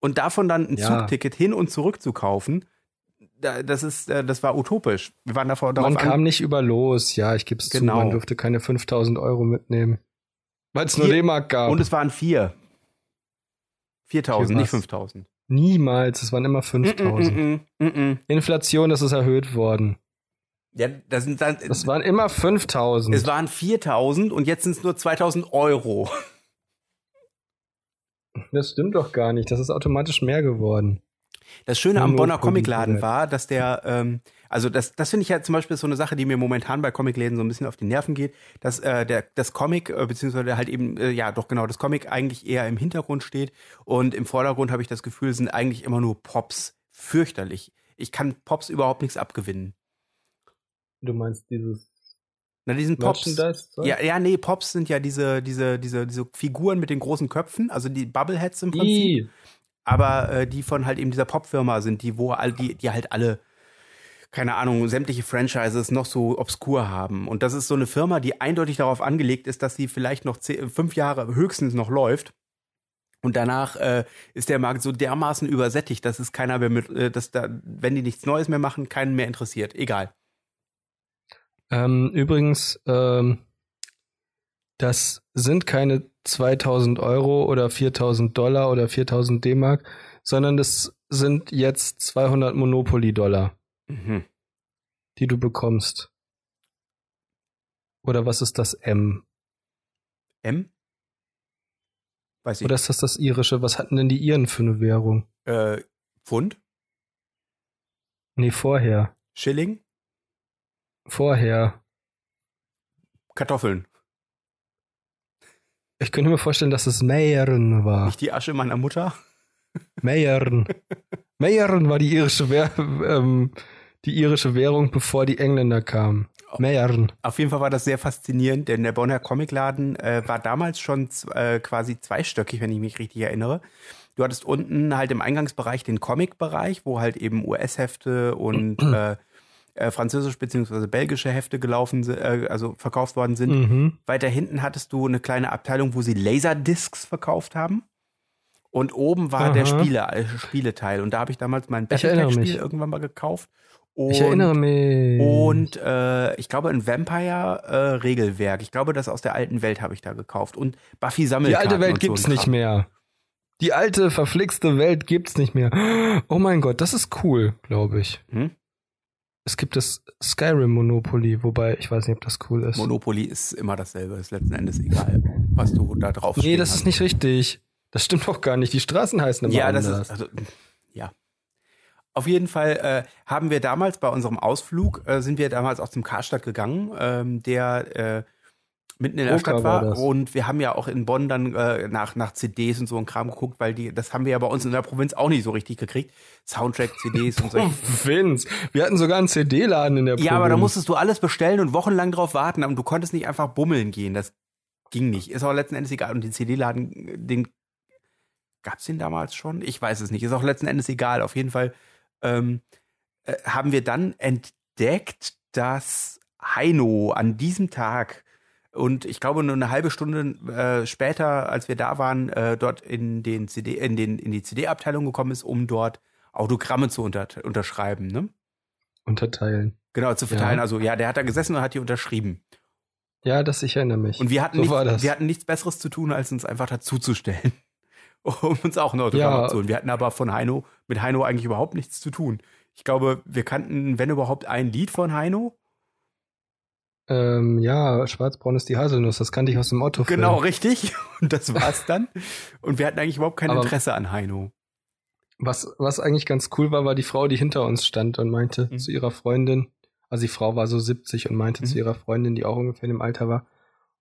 [SPEAKER 2] und davon dann ein
[SPEAKER 1] Ja.
[SPEAKER 2] Zugticket hin und zurück zu kaufen. da- Das ist, äh, das war utopisch. Wir waren davor darauf
[SPEAKER 1] man
[SPEAKER 2] an-
[SPEAKER 1] kam nicht über los. Ja, ich gebe es
[SPEAKER 2] Genau.
[SPEAKER 1] zu, man durfte keine 5000 Euro mitnehmen. Weil es nur
[SPEAKER 2] Hier-
[SPEAKER 1] D-Mark gab.
[SPEAKER 2] und es waren vier. 4.000,
[SPEAKER 1] Hier war's.
[SPEAKER 2] nicht 5.000.
[SPEAKER 1] Niemals, es waren immer 5000.
[SPEAKER 2] Mm, mm, mm, mm, mm.
[SPEAKER 1] Inflation, das ist erhöht worden.
[SPEAKER 2] Ja, das sind dann,
[SPEAKER 1] Das waren immer 5000.
[SPEAKER 2] Äh, es waren 4000 und jetzt sind es nur 2000 Euro.
[SPEAKER 1] das stimmt doch gar nicht. Das ist automatisch mehr geworden.
[SPEAKER 2] Das Schöne am
[SPEAKER 1] Nur
[SPEAKER 2] Bonner
[SPEAKER 1] Comedy
[SPEAKER 2] Comicladen
[SPEAKER 1] Billett.
[SPEAKER 2] war, dass der, ähm, also das, das finde ich ja zum Beispiel so eine Sache, die mir momentan bei Comicläden so ein bisschen auf die Nerven geht, dass äh, der, das Comic, äh, beziehungsweise halt eben, äh, ja doch genau, das Comic eigentlich eher im Hintergrund steht und im Vordergrund habe ich das Gefühl, sind eigentlich immer nur Pops. Fürchterlich. Ich kann Pops überhaupt nichts abgewinnen.
[SPEAKER 1] Du meinst dieses
[SPEAKER 2] Na, diesen Pops.
[SPEAKER 1] Merchandise-Zeug?
[SPEAKER 2] Ja, ja, nee, Pops sind ja diese, diese, diese, diese Figuren mit den großen Köpfen, also die Bubbleheads im Prinzip.
[SPEAKER 1] I.
[SPEAKER 2] aber äh, die von halt eben dieser Popfirma sind, die wo all die die halt alle keine Ahnung, sämtliche Franchises noch so obskur haben. Und das ist so eine Firma, die eindeutig darauf angelegt ist, dass sie vielleicht noch zehn, fünf Jahre höchstens noch läuft. Und danach äh, ist der Markt so dermaßen übersättigt, dass es keiner mehr mit, äh, dass da, wenn die nichts Neues mehr machen, keinen mehr interessiert. Egal.
[SPEAKER 1] Ähm, übrigens, ähm, das sind keine 2000 Euro oder 4000 Dollar oder 4000 D-Mark, sondern das sind jetzt 200 Monopoly-Dollar,
[SPEAKER 2] Mhm.
[SPEAKER 1] die du bekommst. Oder was ist das M?
[SPEAKER 2] M? Weiß ich.
[SPEAKER 1] Oder ist das das irische? Was hatten denn die Iren für eine Währung?
[SPEAKER 2] äh, Pfund?
[SPEAKER 1] Nee, vorher.
[SPEAKER 2] Schilling?
[SPEAKER 1] Vorher.
[SPEAKER 2] Kartoffeln.
[SPEAKER 1] Ich könnte mir vorstellen, dass es Meiren war.
[SPEAKER 2] Nicht die Asche meiner Mutter?
[SPEAKER 1] Meiren. Meiren war die irische, Währ ähm, die irische Währung, bevor die Engländer kamen. Meiren.
[SPEAKER 2] Auf jeden Fall war das sehr faszinierend, denn der Bonner Comicladen äh, war damals schon z- äh, quasi zweistöckig, wenn ich mich richtig erinnere. Du hattest unten halt im Eingangsbereich den Comic-Bereich, wo halt eben US-Hefte und äh, äh, französisch bzw. belgische Hefte gelaufen, si- äh, also verkauft worden sind.
[SPEAKER 1] Mhm.
[SPEAKER 2] Weiter hinten hattest du eine kleine Abteilung, wo sie Laserdiscs verkauft haben. Und oben war
[SPEAKER 1] Aha.
[SPEAKER 2] der Spiele, äh, Spieleteil. Und da habe ich damals mein
[SPEAKER 1] Ich erinnere
[SPEAKER 2] Battletech-Spiel
[SPEAKER 1] mich.
[SPEAKER 2] irgendwann mal gekauft. Und
[SPEAKER 1] Ich erinnere mich.
[SPEAKER 2] und äh, ich glaube, ein Vampire-Regelwerk. ich glaube, das aus der alten Welt habe ich da gekauft. Und Buffy sammelt.
[SPEAKER 1] die alte Welt gibt's nicht mehr. Die alte, verflixte Welt gibt's nicht mehr. Oh mein Gott, das ist cool, glaube ich.
[SPEAKER 2] Hm?
[SPEAKER 1] Es gibt das Skyrim Monopoly, wobei ich weiß nicht, ob das cool ist.
[SPEAKER 2] Monopoly ist immer dasselbe. Ist letzten Endes egal, was du da drauf
[SPEAKER 1] nee,
[SPEAKER 2] stehen
[SPEAKER 1] das
[SPEAKER 2] hast.
[SPEAKER 1] ist nicht richtig. Das stimmt doch gar nicht. Die Straßen heißen immer
[SPEAKER 2] halt Ja, das
[SPEAKER 1] anders.
[SPEAKER 2] ist. Also, ja. Auf jeden Fall äh, haben wir damals bei unserem Ausflug, äh, sind wir damals auch zum Karstadt gegangen, ähm, der äh, mitten in der
[SPEAKER 1] Oka
[SPEAKER 2] Stadt
[SPEAKER 1] war
[SPEAKER 2] war.
[SPEAKER 1] das.
[SPEAKER 2] und wir haben ja auch in Bonn dann äh, nach, nach CDs und so ein Kram geguckt, weil die, das haben wir ja bei uns in der Provinz auch nicht so richtig gekriegt. Soundtrack-CDs und solche
[SPEAKER 1] Provinz. Wir hatten sogar einen CD-Laden in der Provinz.
[SPEAKER 2] Ja, aber da musstest du alles bestellen und wochenlang drauf warten und du konntest nicht einfach bummeln gehen. Das ging nicht. Ist auch letzten Endes egal. Und den CD-Laden, den gab's den damals schon? Ich weiß es nicht. Ist auch letzten Endes egal. Auf jeden Fall ähm, äh, haben wir dann entdeckt, dass Heino an diesem Tag und ich glaube nur eine halbe Stunde äh, später, als wir da waren, äh, dort in den CD, in den in die CD-Abteilung gekommen ist, um dort Autogramme zu unter unterschreiben. Ne?
[SPEAKER 1] unterteilen.
[SPEAKER 2] Genau, zu verteilen.
[SPEAKER 1] Ja.
[SPEAKER 2] Also ja, der hat da gesessen und hat die unterschrieben.
[SPEAKER 1] Ja, das ich erinnere mich.
[SPEAKER 2] Und wir hatten,
[SPEAKER 1] So
[SPEAKER 2] nichts,
[SPEAKER 1] war das.
[SPEAKER 2] wir hatten nichts Besseres zu tun, als uns einfach dazuzustellen. Um uns auch ein Autogramm
[SPEAKER 1] Ja.
[SPEAKER 2] abzuholen. Wir hatten aber von Heino, mit Heino eigentlich überhaupt nichts zu tun. Ich glaube, wir kannten, wenn überhaupt, ein Lied von Heino.
[SPEAKER 1] ähm, ja, schwarzbraun ist die Haselnuss. Das kannte ich aus dem Otto.
[SPEAKER 2] Genau, richtig. Und das war's dann. Und wir hatten eigentlich überhaupt kein
[SPEAKER 1] Aber-
[SPEAKER 2] Interesse an Heino.
[SPEAKER 1] Was, was eigentlich ganz cool war, war die Frau, die hinter uns stand und meinte
[SPEAKER 2] Mhm.
[SPEAKER 1] zu ihrer Freundin, also die Frau war so 70 und meinte
[SPEAKER 2] Mhm.
[SPEAKER 1] zu ihrer Freundin, die auch ungefähr in dem Alter war,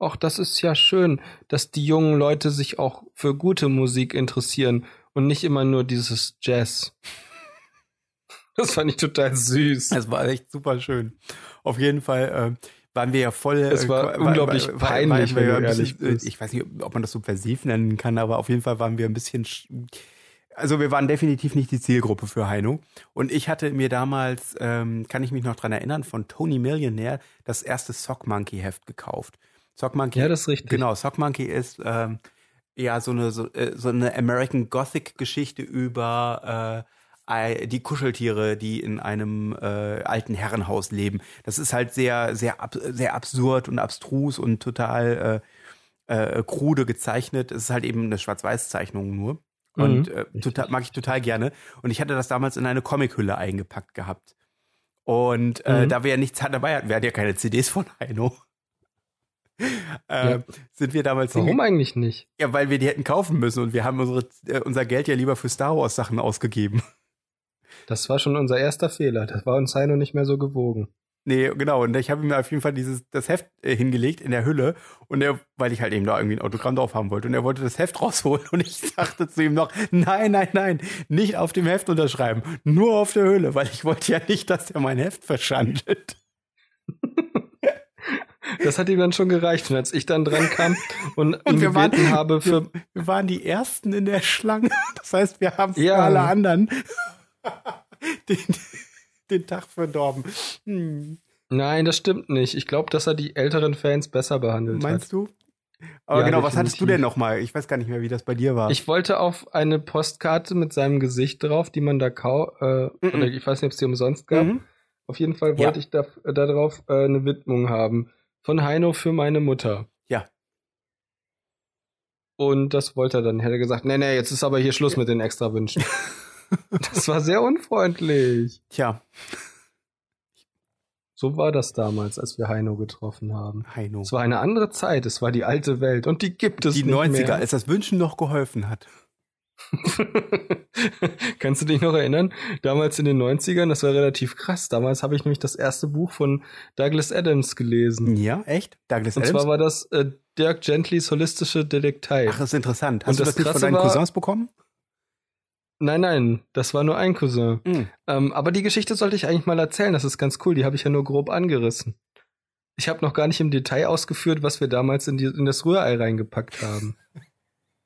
[SPEAKER 1] ach, das ist ja schön, dass die jungen Leute sich auch für gute Musik interessieren und nicht immer nur dieses Jazz. Das fand ich total süß.
[SPEAKER 2] Das war echt super schön. Auf jeden Fall äh, waren wir ja voll. äh,
[SPEAKER 1] Es war unglaublich peinlich, wenn
[SPEAKER 2] wir
[SPEAKER 1] du
[SPEAKER 2] ein
[SPEAKER 1] ehrlich
[SPEAKER 2] bisschen, äh,
[SPEAKER 1] bist.
[SPEAKER 2] Ich weiß nicht, ob man das subversiv nennen kann, aber auf jeden Fall waren wir ein bisschen. sch- Also wir waren definitiv nicht die Zielgruppe für Heino. Und ich hatte mir damals, ähm, kann ich mich noch dran erinnern, von Tony Millionaire das erste Sock Monkey Heft gekauft. Sock Monkey
[SPEAKER 1] ja, das ist richtig.
[SPEAKER 2] Genau, Sock Monkey ist ähm, ja so eine, so, äh, so eine American Gothic Geschichte über äh, ei- die Kuscheltiere, die in einem äh, alten Herrenhaus leben. Das ist halt sehr, sehr, ab, sehr absurd und abstrus und total äh, äh, krude gezeichnet. Es ist halt eben eine Schwarz-Weiß-Zeichnung nur. Und
[SPEAKER 1] Mhm.
[SPEAKER 2] äh, total, mag ich total gerne. Und ich hatte das damals in eine Comichülle eingepackt gehabt. Und äh,
[SPEAKER 1] Mhm.
[SPEAKER 2] da wir ja nichts dabei hatten, wir hatten ja keine CDs von Heino, äh,
[SPEAKER 1] Ja.
[SPEAKER 2] sind wir damals
[SPEAKER 1] Warum
[SPEAKER 2] hinge-
[SPEAKER 1] eigentlich nicht?
[SPEAKER 2] Ja, weil wir die hätten kaufen müssen und wir haben unsere, äh, unser Geld ja lieber für Star Wars Sachen ausgegeben.
[SPEAKER 1] Das war schon unser erster Fehler. Das war uns Heino nicht mehr so gewogen.
[SPEAKER 2] Nee, genau. Und ich habe ihm auf jeden Fall dieses, das Heft äh, hingelegt in der Hülle. Und er, weil ich halt eben da irgendwie ein Autogramm drauf haben wollte. Und er wollte das Heft rausholen. Und ich sagte zu ihm noch, nein, nein, nein, nicht auf dem Heft unterschreiben. Nur auf der Hülle, weil ich wollte ja nicht, dass er mein Heft verschandelt.
[SPEAKER 1] Das hat ihm dann schon gereicht. Und als ich dann dran kam und, ihn
[SPEAKER 2] wir waren-
[SPEAKER 1] gebeten habe für.
[SPEAKER 2] Wir, wir waren die Ersten in der Schlange. Das heißt, wir haben für
[SPEAKER 1] Ja.
[SPEAKER 2] alle anderen den, den Tag verdorben. Hm.
[SPEAKER 1] Nein, das stimmt nicht. Ich glaube, dass er die älteren Fans besser behandelt hat.
[SPEAKER 2] Meinst du? Aber
[SPEAKER 1] Ja,
[SPEAKER 2] genau, was hattest du
[SPEAKER 1] definitiv.
[SPEAKER 2] denn nochmal? Ich weiß gar nicht mehr, wie das bei dir war.
[SPEAKER 1] Ich wollte auf eine Postkarte mit seinem Gesicht drauf, die man da kau, äh, oder ich weiß nicht, ob es die umsonst gab.
[SPEAKER 2] Mhm.
[SPEAKER 1] Auf jeden Fall
[SPEAKER 2] Ja.
[SPEAKER 1] wollte ich da, äh, darauf äh, eine Widmung haben. Von Heino für meine Mutter.
[SPEAKER 2] Ja.
[SPEAKER 1] Und das wollte er dann. Hätte er gesagt, nee, nee, jetzt ist aber hier Schluss mit den extra Wünschen. das war sehr unfreundlich.
[SPEAKER 2] Tja,
[SPEAKER 1] So war das damals, als wir Heino getroffen haben.
[SPEAKER 2] Heino.
[SPEAKER 1] Es war eine andere Zeit, es war die alte Welt und die gibt es
[SPEAKER 2] die
[SPEAKER 1] nicht
[SPEAKER 2] 90er,
[SPEAKER 1] mehr.
[SPEAKER 2] als das Wünschen noch geholfen hat.
[SPEAKER 1] Kannst du dich noch erinnern? Damals in den 90ern, das war relativ krass. Damals habe ich nämlich das erste Buch von Douglas Adams gelesen.
[SPEAKER 2] Ja, echt? Douglas
[SPEAKER 1] Und
[SPEAKER 2] Adams?
[SPEAKER 1] zwar war das äh, Dirk Gentlys holistische Detektei.
[SPEAKER 2] Ach, das ist interessant.
[SPEAKER 1] Und
[SPEAKER 2] Hast du
[SPEAKER 1] das
[SPEAKER 2] das nicht von
[SPEAKER 1] Krasse
[SPEAKER 2] deinen
[SPEAKER 1] war-
[SPEAKER 2] Cousins bekommen?
[SPEAKER 1] Nein, nein, das war nur ein Cousin. Ähm, aber die Geschichte sollte ich eigentlich mal erzählen, das ist ganz cool. Die habe ich ja nur grob angerissen. Ich habe noch gar nicht im Detail ausgeführt, was wir damals in, die, in das Rührei reingepackt haben.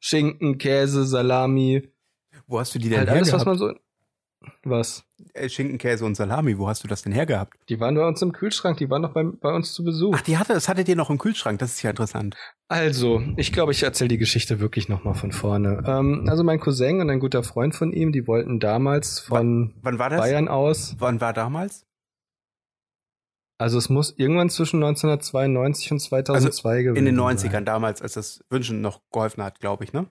[SPEAKER 1] Schinken, Käse, Salami,
[SPEAKER 2] Wo hast du die denn
[SPEAKER 1] halt alles, was
[SPEAKER 2] hergehabt?
[SPEAKER 1] man so. Was?
[SPEAKER 2] äh, Schinken, Käse und Salami, wo hast du das denn hergehabt?
[SPEAKER 1] Die waren bei uns im Kühlschrank, die waren noch bei, bei uns zu Besuch.
[SPEAKER 2] Ach, die hatte, das hattet ihr noch im Kühlschrank, das ist ja interessant.
[SPEAKER 1] Also, ich glaube, ich erzähle die Geschichte wirklich nochmal von vorne. Ähm, also mein Cousin und ein guter Freund von ihm, die wollten damals von
[SPEAKER 2] Wann war das?
[SPEAKER 1] Bayern aus,
[SPEAKER 2] Wann war damals?
[SPEAKER 1] also es muss irgendwann zwischen 1992 und 2002 gewesen
[SPEAKER 2] Also In den
[SPEAKER 1] sein.
[SPEAKER 2] 90ern damals, als das Wünschen noch geholfen hat, glaube ich, ne?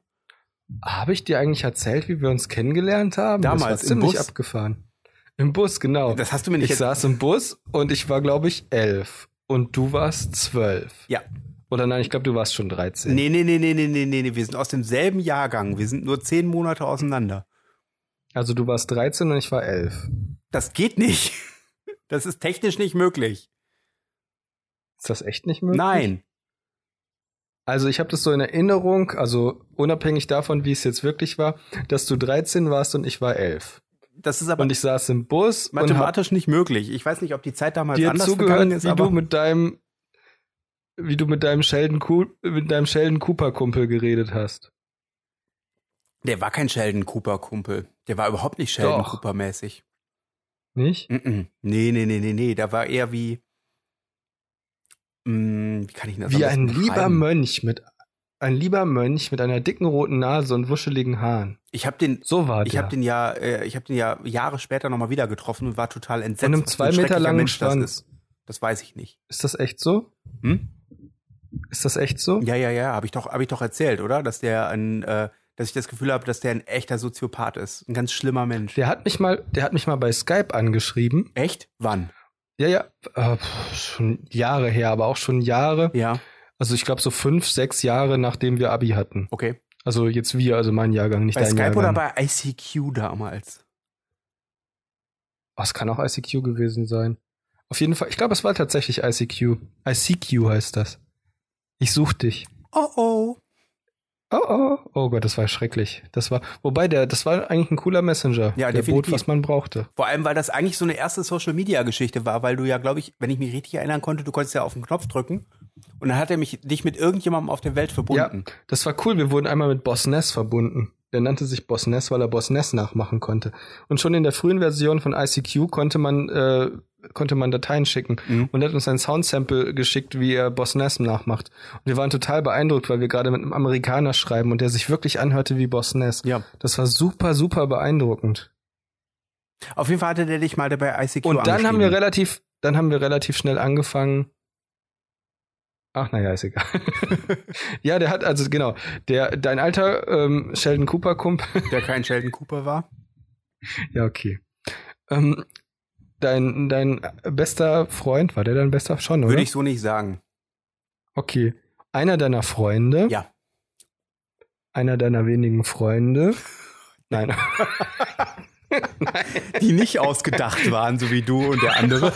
[SPEAKER 1] Habe ich dir eigentlich erzählt, wie wir uns kennengelernt haben?
[SPEAKER 2] Damals,
[SPEAKER 1] das
[SPEAKER 2] im
[SPEAKER 1] war ziemlich
[SPEAKER 2] Bus?
[SPEAKER 1] abgefahren. Im Bus, genau.
[SPEAKER 2] Das hast du mir nicht
[SPEAKER 1] Ich saß im Bus und ich war, glaube ich, elf. Und du warst zwölf.
[SPEAKER 2] Ja.
[SPEAKER 1] Oder nein, ich glaube, du warst schon 13.
[SPEAKER 2] Nee, nee, nee, nee, nee, nee, nee, nee, wir sind aus demselben Jahrgang. Wir sind nur zehn Monate auseinander.
[SPEAKER 1] Also du warst 13 und ich war elf.
[SPEAKER 2] Das geht nicht. Das ist technisch nicht möglich.
[SPEAKER 1] Ist das echt nicht möglich?
[SPEAKER 2] Nein.
[SPEAKER 1] Also ich habe das so in Erinnerung, also unabhängig davon, wie es jetzt wirklich war, dass du 13 warst und ich war 11.
[SPEAKER 2] Das ist aber
[SPEAKER 1] Und ich saß im Bus und hab
[SPEAKER 2] mathematisch nicht möglich. Ich weiß nicht, ob die Zeit damals
[SPEAKER 1] dir
[SPEAKER 2] anders
[SPEAKER 1] zugehört,
[SPEAKER 2] gegangen ist,
[SPEAKER 1] wie du
[SPEAKER 2] aber
[SPEAKER 1] mit deinem wie du mit deinem Sheldon, Coo- mit deinem Sheldon Cooper Kumpel geredet hast.
[SPEAKER 2] der war kein Sheldon Cooper Kumpel. Der war überhaupt nicht Sheldon
[SPEAKER 1] Doch.
[SPEAKER 2] Cooper mäßig.
[SPEAKER 1] Nicht?
[SPEAKER 2] Mm-mm. Nee, nee, nee, nee, nee, da war eher wie mm, wie kann ich denn das
[SPEAKER 1] wie
[SPEAKER 2] am
[SPEAKER 1] ein
[SPEAKER 2] besten
[SPEAKER 1] lieber
[SPEAKER 2] beschreiben?
[SPEAKER 1] Mönch mit ein lieber Mönch mit einer dicken roten Nase und wuscheligen Haaren.
[SPEAKER 2] Ich habe den
[SPEAKER 1] So war
[SPEAKER 2] ich
[SPEAKER 1] der.
[SPEAKER 2] habe den ja äh, ich habe den ja Jahre später noch mal wieder getroffen und war total entsetzt.
[SPEAKER 1] und einem
[SPEAKER 2] was für
[SPEAKER 1] zwei
[SPEAKER 2] ein
[SPEAKER 1] Meter
[SPEAKER 2] schrecklicher
[SPEAKER 1] langen
[SPEAKER 2] Mensch das
[SPEAKER 1] Schwanz.
[SPEAKER 2] ist. Das weiß ich nicht.
[SPEAKER 1] Ist das echt so?
[SPEAKER 2] Hm?
[SPEAKER 1] Ist das echt so?
[SPEAKER 2] Ja, ja, ja, habe ich doch, habe ich doch erzählt, oder? Dass der ein, äh, dass ich das Gefühl habe, dass der ein echter Soziopath ist, ein ganz schlimmer Mensch.
[SPEAKER 1] Der hat mich mal, der hat mich mal bei Skype angeschrieben.
[SPEAKER 2] Echt? Wann?
[SPEAKER 1] Ja, ja, äh, pf, schon Jahre her, aber auch schon Jahre.
[SPEAKER 2] Ja,
[SPEAKER 1] Also ich glaube so fünf, sechs Jahre, nachdem wir Abi hatten.
[SPEAKER 2] okay.
[SPEAKER 1] Also jetzt wir, also mein Jahrgang, nicht
[SPEAKER 2] Bei
[SPEAKER 1] dein
[SPEAKER 2] Skype
[SPEAKER 1] Jahrgang.
[SPEAKER 2] oder bei ICQ damals?
[SPEAKER 1] oh, es kann auch ICQ gewesen sein. Auf jeden Fall, ich glaube, es war tatsächlich ICQ. ICQ heißt das. Ich such dich.
[SPEAKER 2] Oh oh.
[SPEAKER 1] Oh oh. Oh Gott, das war schrecklich. Das war, wobei der, das war eigentlich ein cooler Messenger.
[SPEAKER 2] Ja,
[SPEAKER 1] der
[SPEAKER 2] definitiv.
[SPEAKER 1] bot, was man brauchte.
[SPEAKER 2] Vor allem, weil das eigentlich so eine erste Social Media Geschichte war, weil du ja, glaube ich, wenn ich mich richtig erinnern konnte, du konntest ja auf den Knopf drücken und dann hat er mich dich mit irgendjemandem auf der Welt verbunden.
[SPEAKER 1] Das war cool. Wir wurden einmal mit Boss Ness verbunden. Der nannte sich Boss Ness, weil er Boss Ness nachmachen konnte. Und schon in der frühen Version von ICQ konnte man, äh, konnte man Dateien schicken.
[SPEAKER 2] Mhm.
[SPEAKER 1] Und er hat uns ein Soundsample geschickt, wie er Boss Ness nachmacht. Und wir waren total beeindruckt, weil wir gerade mit einem Amerikaner schreiben und der sich wirklich anhörte wie Boss Ness.
[SPEAKER 2] Ja.
[SPEAKER 1] Das war super, super beeindruckend.
[SPEAKER 2] Auf jeden Fall hatte der dich mal dabei ICQ
[SPEAKER 1] Und dann haben wir
[SPEAKER 2] angeschrieben.
[SPEAKER 1] relativ, dann haben wir relativ schnell angefangen. Ach, naja, ist egal. ja, der hat, also genau, der, dein alter ähm, Sheldon Cooper Kumpel,
[SPEAKER 2] der kein Sheldon Cooper war.
[SPEAKER 1] ja, okay. Ähm, dein, dein bester Freund, war der dein bester schon, oder?
[SPEAKER 2] Würde ich so nicht sagen.
[SPEAKER 1] okay. Einer deiner Freunde,
[SPEAKER 2] Ja.
[SPEAKER 1] einer deiner wenigen Freunde. Nein.
[SPEAKER 2] die nicht ausgedacht waren, so wie du und der andere.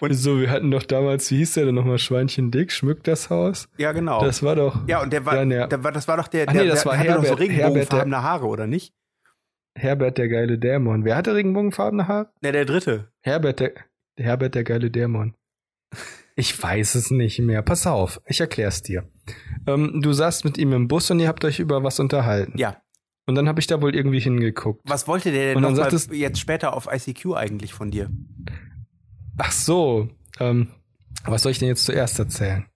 [SPEAKER 1] Und so, wir hatten doch damals, wie hieß der denn nochmal, Schweinchen Dick, schmückt das Haus?
[SPEAKER 2] Ja, genau.
[SPEAKER 1] Das war doch.
[SPEAKER 2] ja, und der war,
[SPEAKER 1] Ja, ne.
[SPEAKER 2] Der war das war doch der,
[SPEAKER 1] Ach
[SPEAKER 2] der,
[SPEAKER 1] nee, das
[SPEAKER 2] der
[SPEAKER 1] war
[SPEAKER 2] hatte doch so
[SPEAKER 1] Herbert- Herbert,
[SPEAKER 2] regenbogenfarbene Haare, oder nicht?
[SPEAKER 1] Herbert der geile Dämon. Wer hatte regenbogenfarbene Haare?
[SPEAKER 2] Ne, der dritte.
[SPEAKER 1] Herbert der, Herbert der geile Dämon. Ich weiß es nicht mehr. Pass auf, ich erklär's dir. Ähm, du saßt mit ihm im Bus und ihr habt euch über was unterhalten.
[SPEAKER 2] Ja.
[SPEAKER 1] Und dann habe ich da wohl irgendwie hingeguckt.
[SPEAKER 2] Was wollte der denn
[SPEAKER 1] Und dann
[SPEAKER 2] noch mal
[SPEAKER 1] sagtest-
[SPEAKER 2] jetzt später auf ICQ eigentlich von dir?
[SPEAKER 1] Ach so, ähm, was soll ich denn jetzt zuerst erzählen?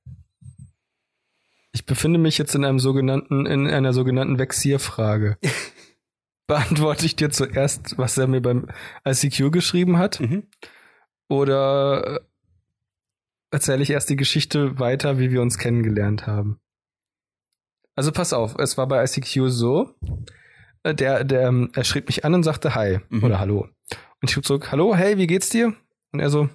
[SPEAKER 1] Ich befinde mich jetzt in einem sogenannten, in einer sogenannten Vexierfrage. Beantworte ich dir zuerst, was er mir beim ICQ geschrieben hat?
[SPEAKER 2] Mhm.
[SPEAKER 1] Oder äh, erzähle ich erst die Geschichte weiter, wie wir uns kennengelernt haben? Also pass auf, es war bei ICQ so, äh, der, der, ähm, er schrieb mich an und sagte Hi
[SPEAKER 2] Mhm.
[SPEAKER 1] oder Hallo. Und ich schrieb zurück, Hallo, hey, wie geht's dir? Und er so,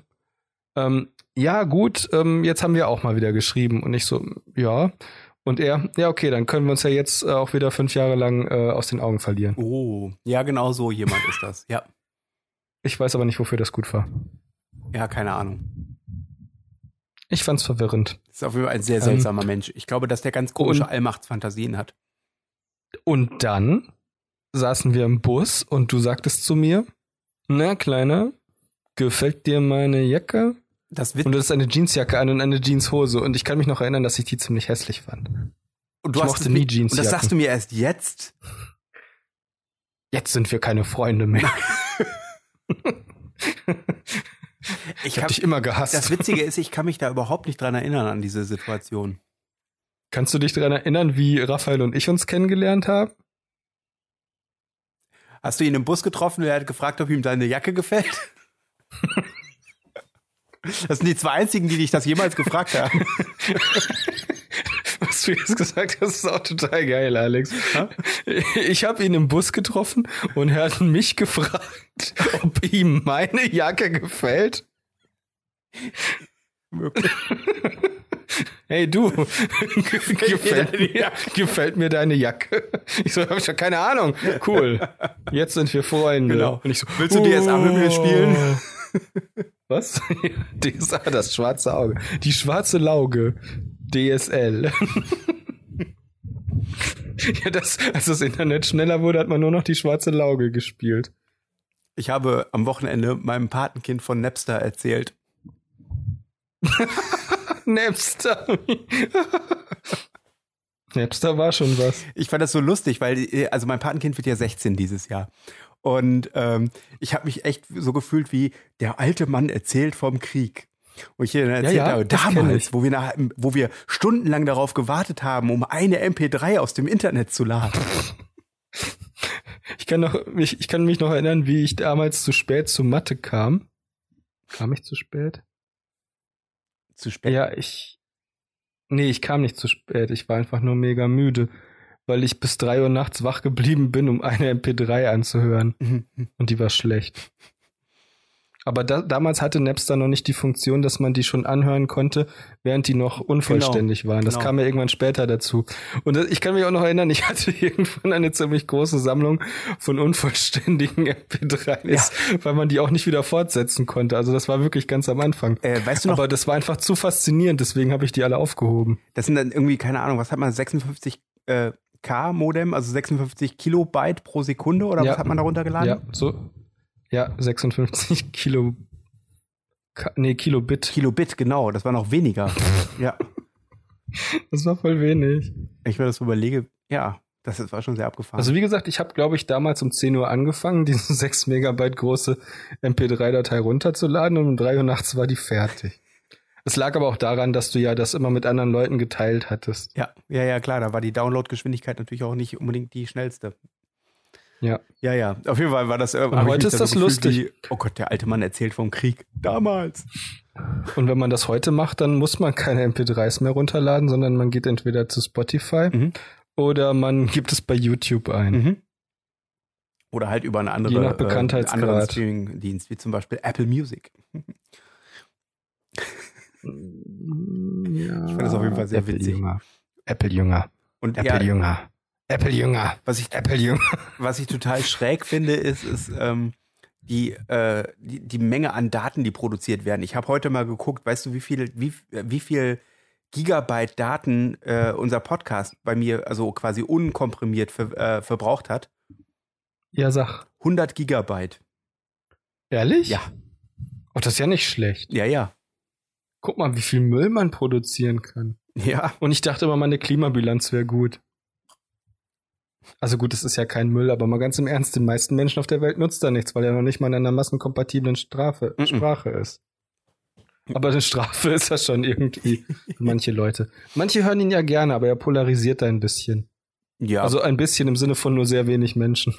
[SPEAKER 1] ähm, ja, gut, ähm, jetzt haben wir auch mal wieder geschrieben. Und ich so, ja. Und er, ja, okay, dann können wir uns ja jetzt äh, auch wieder fünf Jahre lang äh, aus den Augen verlieren.
[SPEAKER 2] Oh, ja, genau so jemand ist das. Ja,
[SPEAKER 1] Ich weiß aber nicht, wofür das gut war.
[SPEAKER 2] ja, keine Ahnung.
[SPEAKER 1] Ich fand's verwirrend.
[SPEAKER 2] Ist auf jeden Fall ein sehr
[SPEAKER 1] Ähm,
[SPEAKER 2] seltsamer Mensch. Ich glaube, dass der ganz komische
[SPEAKER 1] und-
[SPEAKER 2] Allmachtsfantasien hat.
[SPEAKER 1] Und dann saßen wir im Bus und du sagtest zu mir, na Kleiner, gefällt dir meine Jacke?
[SPEAKER 2] Das Witz.
[SPEAKER 1] Und du hattest eine Jeansjacke an und eine Jeanshose. Und ich kann mich noch erinnern, dass ich die ziemlich hässlich fand.
[SPEAKER 2] Und
[SPEAKER 1] ich
[SPEAKER 2] es
[SPEAKER 1] mochte
[SPEAKER 2] mir-
[SPEAKER 1] nie Jeans.
[SPEAKER 2] Und das sagst du mir erst jetzt?
[SPEAKER 1] Jetzt sind wir keine Freunde mehr.
[SPEAKER 2] Ich
[SPEAKER 1] Ich hab
[SPEAKER 2] hab,
[SPEAKER 1] dich immer gehasst.
[SPEAKER 2] das Witzige ist, ich kann mich da überhaupt nicht dran erinnern an diese Situation.
[SPEAKER 1] Kannst du dich daran erinnern, wie Raphael und ich uns kennengelernt haben?
[SPEAKER 2] Hast du ihn im Bus getroffen und er hat gefragt, ob ihm deine Jacke gefällt? Das sind die zwei einzigen, die dich das jemals gefragt haben.
[SPEAKER 1] Was du jetzt gesagt hast, ist auch total geil, Alex. Ich habe ihn im Bus getroffen und er hat mich gefragt, ob ihm meine Jacke gefällt. Hey du, gefällt,
[SPEAKER 2] deine
[SPEAKER 1] mir, gefällt mir deine Jacke? Ich so, hab ich doch keine Ahnung. Cool. Jetzt sind wir Freunde.
[SPEAKER 2] Genau.
[SPEAKER 1] Und ich so, Oh.
[SPEAKER 2] Willst du DSA mit mir spielen?
[SPEAKER 1] Was? DSA, das schwarze Auge. Die schwarze Lauge. DSL. ja, das, als das Internet schneller wurde, hat man nur noch die schwarze Lauge gespielt.
[SPEAKER 2] Ich habe am Wochenende meinem Patenkind von Napster erzählt.
[SPEAKER 1] Napster. Napster war schon was.
[SPEAKER 2] Ich fand das so lustig, weil äh, also mein Patenkind wird ja 16 dieses Jahr. Und ähm, ich habe mich echt so gefühlt wie der alte Mann erzählt vom Krieg. Und ich ihr dann erzählt
[SPEAKER 1] ja,
[SPEAKER 2] habe,
[SPEAKER 1] das kenn
[SPEAKER 2] damals,
[SPEAKER 1] ich.
[SPEAKER 2] wo wir, nach, wo wir stundenlang darauf gewartet haben, um eine MP3 aus dem Internet zu laden.
[SPEAKER 1] Ich kann, noch, ich, ich kann mich noch erinnern, wie ich damals zu spät zu Mathe kam. Kam ich zu spät?
[SPEAKER 2] zu spät.
[SPEAKER 1] Ja, ich. Nee, ich kam nicht zu spät. Ich war einfach nur mega müde, weil ich bis drei Uhr nachts wach geblieben bin, um eine MP3 anzuhören.
[SPEAKER 2] Mhm.
[SPEAKER 1] Und die war schlecht. Aber da, damals hatte Napster noch nicht die Funktion, dass man die schon anhören konnte, während die noch unvollständig waren. Das
[SPEAKER 2] genau.
[SPEAKER 1] kam ja irgendwann später dazu. Und das, ich kann mich auch noch erinnern, ich hatte irgendwann eine ziemlich große Sammlung von unvollständigen MP3s, weil man die auch nicht wieder fortsetzen konnte. Also das war wirklich ganz am Anfang.
[SPEAKER 2] Äh, weißt du noch,
[SPEAKER 1] Aber das war einfach zu faszinierend, deswegen habe ich die alle aufgehoben.
[SPEAKER 2] das sind dann irgendwie, keine Ahnung, was hat man, 56 äh, K Modem, also 56 Kilobyte pro Sekunde oder
[SPEAKER 1] Ja.
[SPEAKER 2] was hat man da runtergeladen?
[SPEAKER 1] Ja, so. Ja, 56 Kilo. Ka- Nee, Kilobit.
[SPEAKER 2] Kilobit, genau, das war noch weniger. ja.
[SPEAKER 1] Das war voll wenig.
[SPEAKER 2] Ich mir das so überlege, ja, das ist- war schon sehr abgefahren.
[SPEAKER 1] Also, wie gesagt, ich habe, glaube ich, damals um 10 Uhr angefangen, diese 6 Megabyte große MP3-Datei runterzuladen und um 3 Uhr nachts war die fertig. Es lag aber auch daran, dass du ja das immer mit anderen Leuten geteilt hattest.
[SPEAKER 2] ja, ja, ja, klar, da war die Download-Geschwindigkeit natürlich auch nicht unbedingt die schnellste.
[SPEAKER 1] Ja.
[SPEAKER 2] Ja, ja, auf jeden Fall war das. Äh, hab ich
[SPEAKER 1] heute
[SPEAKER 2] mich
[SPEAKER 1] ist
[SPEAKER 2] da
[SPEAKER 1] das
[SPEAKER 2] gefühlt
[SPEAKER 1] lustig.
[SPEAKER 2] Wie, oh Gott, der alte Mann erzählt vom Krieg. Damals.
[SPEAKER 1] Und wenn man das heute macht, dann muss man keine MP3s mehr runterladen, sondern man geht entweder zu Spotify
[SPEAKER 2] Mhm.
[SPEAKER 1] oder man gibt es bei YouTube ein.
[SPEAKER 2] Mhm. Oder halt über eine andere,
[SPEAKER 1] Je nach
[SPEAKER 2] äh,
[SPEAKER 1] Bekanntheitsgrad.
[SPEAKER 2] anderen Streaming-Dienst, wie zum Beispiel Apple Music.
[SPEAKER 1] Ja. Ich
[SPEAKER 2] Mhm. fand das auf jeden Fall sehr witzig.
[SPEAKER 1] Jünger. Apple Jünger.
[SPEAKER 2] Und
[SPEAKER 1] Apple
[SPEAKER 2] ja,
[SPEAKER 1] Jünger. Apple-Jünger.
[SPEAKER 2] Was ich,
[SPEAKER 1] Apple-Jünger.
[SPEAKER 2] was ich total schräg finde, ist, ist ähm, die, äh, die, die Menge an Daten, die produziert werden. Ich habe heute mal geguckt, weißt du, wie viel, wie, wie viel Gigabyte Daten äh, unser Podcast bei mir, also quasi unkomprimiert ver, äh, verbraucht hat?
[SPEAKER 1] Ja, sag.
[SPEAKER 2] 100 Gigabyte.
[SPEAKER 1] Ehrlich?
[SPEAKER 2] Ja.
[SPEAKER 1] Oh, das ist ja nicht schlecht.
[SPEAKER 2] Ja, ja.
[SPEAKER 1] Guck mal, wie viel Müll man produzieren kann.
[SPEAKER 2] Ja.
[SPEAKER 1] Und ich dachte immer, meine Klimabilanz wäre gut. Also gut, es ist ja kein Müll, aber mal ganz im Ernst, den meisten Menschen auf der Welt nutzt da nichts, weil er noch nicht mal in einer massenkompatiblen Strafe,
[SPEAKER 2] Mhm.
[SPEAKER 1] Sprache ist. Aber eine Strafe ist das schon irgendwie für manche Leute. Manche hören ihn ja gerne, aber er polarisiert da ein bisschen.
[SPEAKER 2] Ja.
[SPEAKER 1] Also ein bisschen im Sinne von nur sehr wenig Menschen.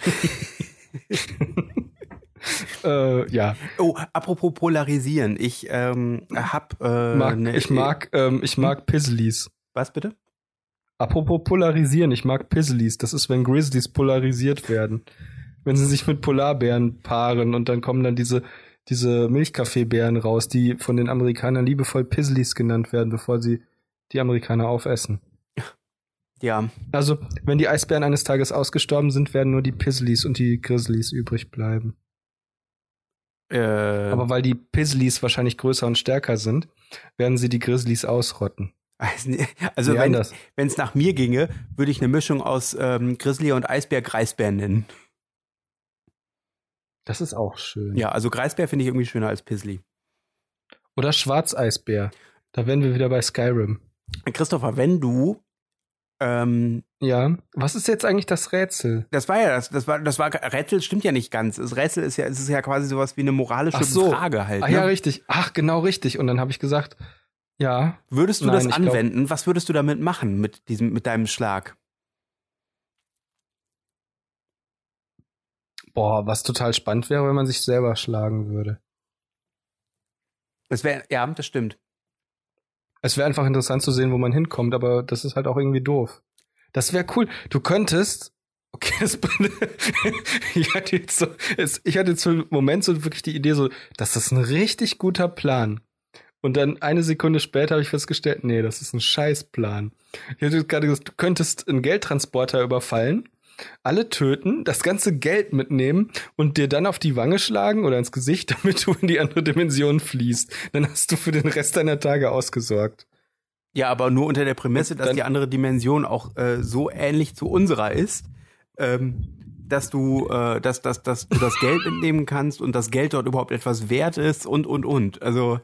[SPEAKER 1] äh, ja,
[SPEAKER 2] oh, apropos polarisieren. Ich ähm, hab. Äh,
[SPEAKER 1] mag,
[SPEAKER 2] ne-
[SPEAKER 1] ich mag, ähm, ich mag Pizzlies.
[SPEAKER 2] Was bitte?
[SPEAKER 1] Apropos polarisieren, ich mag Pizzlies. Das ist, wenn Grizzlies polarisiert werden. Wenn sie sich mit Polarbären paaren und dann kommen dann diese, diese Milchkaffeebären raus, die von den Amerikanern liebevoll Pizzlies genannt werden, bevor sie die Amerikaner aufessen.
[SPEAKER 2] Ja.
[SPEAKER 1] Also, wenn die Eisbären eines Tages ausgestorben sind, werden nur die Pizzlies und die Grizzlies übrig bleiben.
[SPEAKER 2] Äh,
[SPEAKER 1] Aber weil die Pizzlies wahrscheinlich größer und stärker sind, werden sie die Grizzlies ausrotten.
[SPEAKER 2] also, also
[SPEAKER 1] Nee,
[SPEAKER 2] wenn,
[SPEAKER 1] anders.
[SPEAKER 2] Wenn es nach mir ginge, würde ich eine Mischung aus ähm, Grizzly und Eisbär Greisbär nennen.
[SPEAKER 1] Das ist auch schön.
[SPEAKER 2] Ja, also Greisbär finde ich irgendwie schöner als Pizzly.
[SPEAKER 1] Oder Schwarzeisbär. Da wären wir wieder bei Skyrim.
[SPEAKER 2] Christopher, wenn du ähm,
[SPEAKER 1] Ja. Was ist jetzt eigentlich das Rätsel?
[SPEAKER 2] das war ja das, das war das war Rätsel stimmt ja nicht ganz. Das Rätsel ist ja es ist ja quasi sowas wie eine moralische
[SPEAKER 1] Ach so.
[SPEAKER 2] Frage halt.
[SPEAKER 1] Ach
[SPEAKER 2] Ne?
[SPEAKER 1] Ah ja, richtig. Ach, genau richtig. Und dann habe ich gesagt, ja,
[SPEAKER 2] würdest du
[SPEAKER 1] Nein,
[SPEAKER 2] das
[SPEAKER 1] ich glaub-
[SPEAKER 2] anwenden? Was würdest du damit machen mit diesem mit deinem Schlag?
[SPEAKER 1] boah, was total spannend wäre, wenn man sich selber schlagen würde.
[SPEAKER 2] Das wäre ja, das stimmt.
[SPEAKER 1] Es wäre einfach interessant zu sehen, wo man hinkommt, aber das ist halt auch irgendwie doof. Das wäre cool. Du könntest. Okay, das, ich, hatte jetzt so, es, ich hatte jetzt für einen Moment so wirklich die Idee, so, das ist ein richtig guter Plan. Und dann eine Sekunde später habe ich festgestellt, nee, das ist ein Scheißplan. Ich hatte gerade gesagt, du könntest einen Geldtransporter überfallen, alle töten, das ganze Geld mitnehmen und dir dann auf die Wange schlagen oder ins Gesicht, damit du in die andere Dimension fließt. Dann hast du für den Rest deiner Tage ausgesorgt.
[SPEAKER 2] Ja, aber nur unter der Prämisse, dass
[SPEAKER 1] Dann-
[SPEAKER 2] die andere Dimension auch äh, so ähnlich zu unserer ist, ähm, dass du, äh, dass, dass, dass du das Geld entnehmen kannst und das Geld dort überhaupt etwas wert ist und und und. Also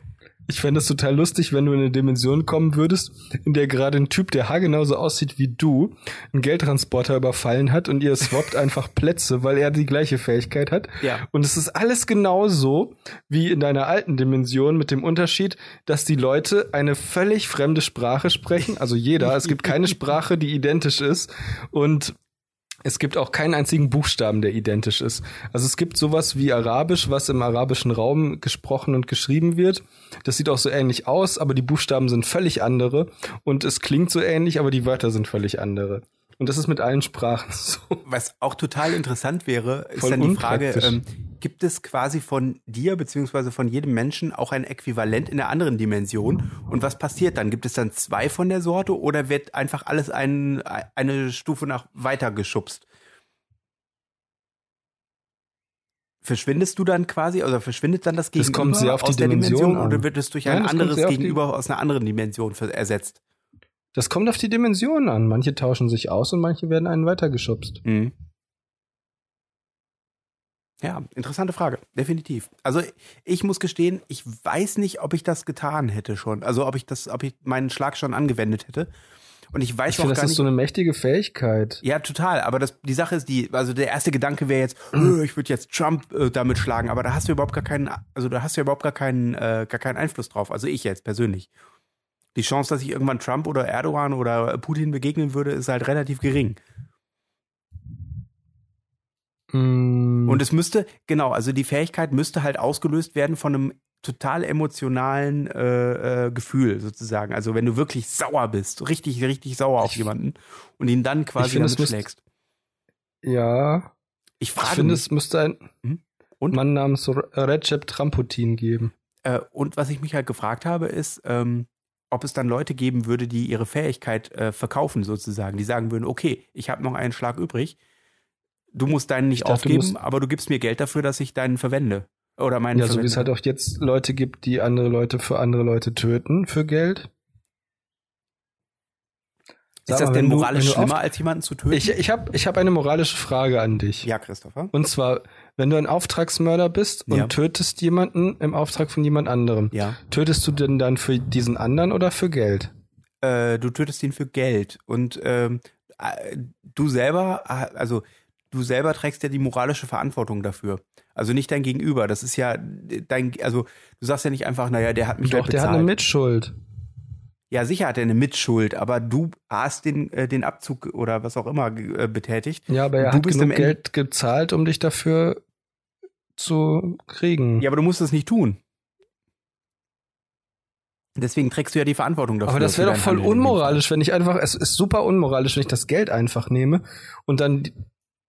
[SPEAKER 1] Ich fände es total lustig, wenn du in eine Dimension kommen würdest, in der gerade ein Typ, der haargenauso aussieht wie du, einen Geldtransporter überfallen hat und ihr swappt einfach Plätze, weil er die gleiche Fähigkeit hat.
[SPEAKER 2] Ja.
[SPEAKER 1] Und es ist alles genauso wie in deiner alten Dimension mit dem Unterschied, dass die Leute eine völlig fremde Sprache sprechen. Also jeder. es gibt keine Sprache, die identisch ist. Und es gibt auch keinen einzigen Buchstaben, der identisch ist. Also es gibt sowas wie Arabisch, was im arabischen Raum gesprochen und geschrieben wird. Das sieht auch so ähnlich aus, aber die Buchstaben sind völlig andere und es klingt so ähnlich, aber die Wörter sind völlig andere. Und das ist mit allen Sprachen so.
[SPEAKER 2] was auch total interessant wäre, ist
[SPEAKER 1] Voll
[SPEAKER 2] dann die Frage,
[SPEAKER 1] unpraktisch.
[SPEAKER 2] ähm, gibt es quasi von dir beziehungsweise von jedem Menschen auch ein Äquivalent in der anderen Dimension? Und was passiert dann? Gibt es dann zwei von der Sorte oder wird einfach alles ein, eine Stufe nach weiter geschubst? Verschwindest du dann quasi, oder verschwindet dann das Gegenüber
[SPEAKER 1] kommt sehr auf die
[SPEAKER 2] aus der
[SPEAKER 1] Dimension
[SPEAKER 2] Dimension
[SPEAKER 1] an.
[SPEAKER 2] oder wird es durch
[SPEAKER 1] Nein,
[SPEAKER 2] ein
[SPEAKER 1] das kommt
[SPEAKER 2] anderes
[SPEAKER 1] sehr auf die-
[SPEAKER 2] Gegenüber aus einer anderen Dimension ver- ersetzt?
[SPEAKER 1] Das kommt auf die Dimensionen an. Manche tauschen sich aus und manche werden einen weitergeschubst.
[SPEAKER 2] Mhm. Ja, interessante Frage, definitiv. Also ich muss gestehen, ich weiß nicht, ob ich das getan hätte schon. Also ob ich das, ob ich meinen Schlag schon angewendet hätte. Und ich weiß
[SPEAKER 1] Ich
[SPEAKER 2] auch
[SPEAKER 1] finde, das
[SPEAKER 2] gar
[SPEAKER 1] ist
[SPEAKER 2] nicht.
[SPEAKER 1] so eine mächtige Fähigkeit.
[SPEAKER 2] ja, total. Aber das, die Sache ist die, also der erste Gedanke wäre jetzt,
[SPEAKER 1] Mhm.
[SPEAKER 2] "Öh, ich würde jetzt Trump äh, damit schlagen, aber da hast du überhaupt gar keinen, also da hast du überhaupt gar keinen, äh, gar keinen Einfluss drauf. Also ich jetzt persönlich. Die Chance, dass ich irgendwann Trump oder Erdogan oder Putin begegnen würde, ist halt relativ gering. Und
[SPEAKER 1] Und
[SPEAKER 2] es müsste, genau, also die Fähigkeit müsste halt ausgelöst werden von einem total emotionalen äh, äh, Gefühl sozusagen. Also wenn du wirklich sauer bist, so richtig, richtig sauer auf
[SPEAKER 1] Ich-
[SPEAKER 2] jemanden und ihn dann
[SPEAKER 1] Ich
[SPEAKER 2] quasi
[SPEAKER 1] finde, es
[SPEAKER 2] damit
[SPEAKER 1] müsste-
[SPEAKER 2] schlägst.
[SPEAKER 1] ja,
[SPEAKER 2] Ich
[SPEAKER 1] ich
[SPEAKER 2] frage
[SPEAKER 1] finde,
[SPEAKER 2] mich,
[SPEAKER 1] es müsste ein
[SPEAKER 2] Hm? Und?
[SPEAKER 1] Mann namens Re- Recep Tramputin geben.
[SPEAKER 2] äh, und was ich mich halt gefragt habe, ist, ähm, ob es dann Leute geben würde, die ihre Fähigkeit äh, verkaufen sozusagen, die sagen würden, okay, ich habe noch einen Schlag übrig, du musst deinen nicht
[SPEAKER 1] Ich dachte, du
[SPEAKER 2] aufgeben,
[SPEAKER 1] musst-
[SPEAKER 2] aber du gibst mir Geld dafür, dass ich deinen verwende oder meinen
[SPEAKER 1] Ja, so wie
[SPEAKER 2] verwende.
[SPEAKER 1] es halt auch jetzt Leute gibt, die andere Leute für andere Leute töten für Geld. Sag
[SPEAKER 2] Ist das
[SPEAKER 1] mal,
[SPEAKER 2] denn
[SPEAKER 1] wenn du-
[SPEAKER 2] moralisch
[SPEAKER 1] wenn du
[SPEAKER 2] schlimmer, als jemanden zu töten?
[SPEAKER 1] Ich, ich habe ich hab eine moralische Frage an dich.
[SPEAKER 2] ja, Christopher.
[SPEAKER 1] Und zwar, wenn du ein Auftragsmörder bist und
[SPEAKER 2] Ja.
[SPEAKER 1] tötest jemanden im Auftrag von jemand anderem,
[SPEAKER 2] Ja.
[SPEAKER 1] tötest du denn dann für diesen anderen oder für Geld?
[SPEAKER 2] äh, du tötest ihn für Geld und ähm, äh, du selber, äh, also du selber trägst ja die moralische Verantwortung dafür. Also nicht dein Gegenüber. Das ist ja dein, also du sagst ja nicht einfach, naja, der hat mich
[SPEAKER 1] Doch,
[SPEAKER 2] halt
[SPEAKER 1] der hat
[SPEAKER 2] bezahlt.
[SPEAKER 1] eine Mitschuld.
[SPEAKER 2] ja, sicher hat er eine Mitschuld, aber du hast den, äh, den Abzug oder was auch immer ge- äh, betätigt.
[SPEAKER 1] Ja, aber er
[SPEAKER 2] Du
[SPEAKER 1] hat
[SPEAKER 2] bist
[SPEAKER 1] genug
[SPEAKER 2] am Ende-
[SPEAKER 1] Geld gezahlt, um dich dafür zu kriegen.
[SPEAKER 2] Ja, aber du musst es nicht tun. Deswegen trägst du ja die Verantwortung dafür.
[SPEAKER 1] Aber das wäre
[SPEAKER 2] für
[SPEAKER 1] doch
[SPEAKER 2] dein
[SPEAKER 1] voll
[SPEAKER 2] Handeln in dem Fall.
[SPEAKER 1] unmoralisch, wenn ich einfach, es ist super unmoralisch, wenn ich das Geld einfach nehme und dann die-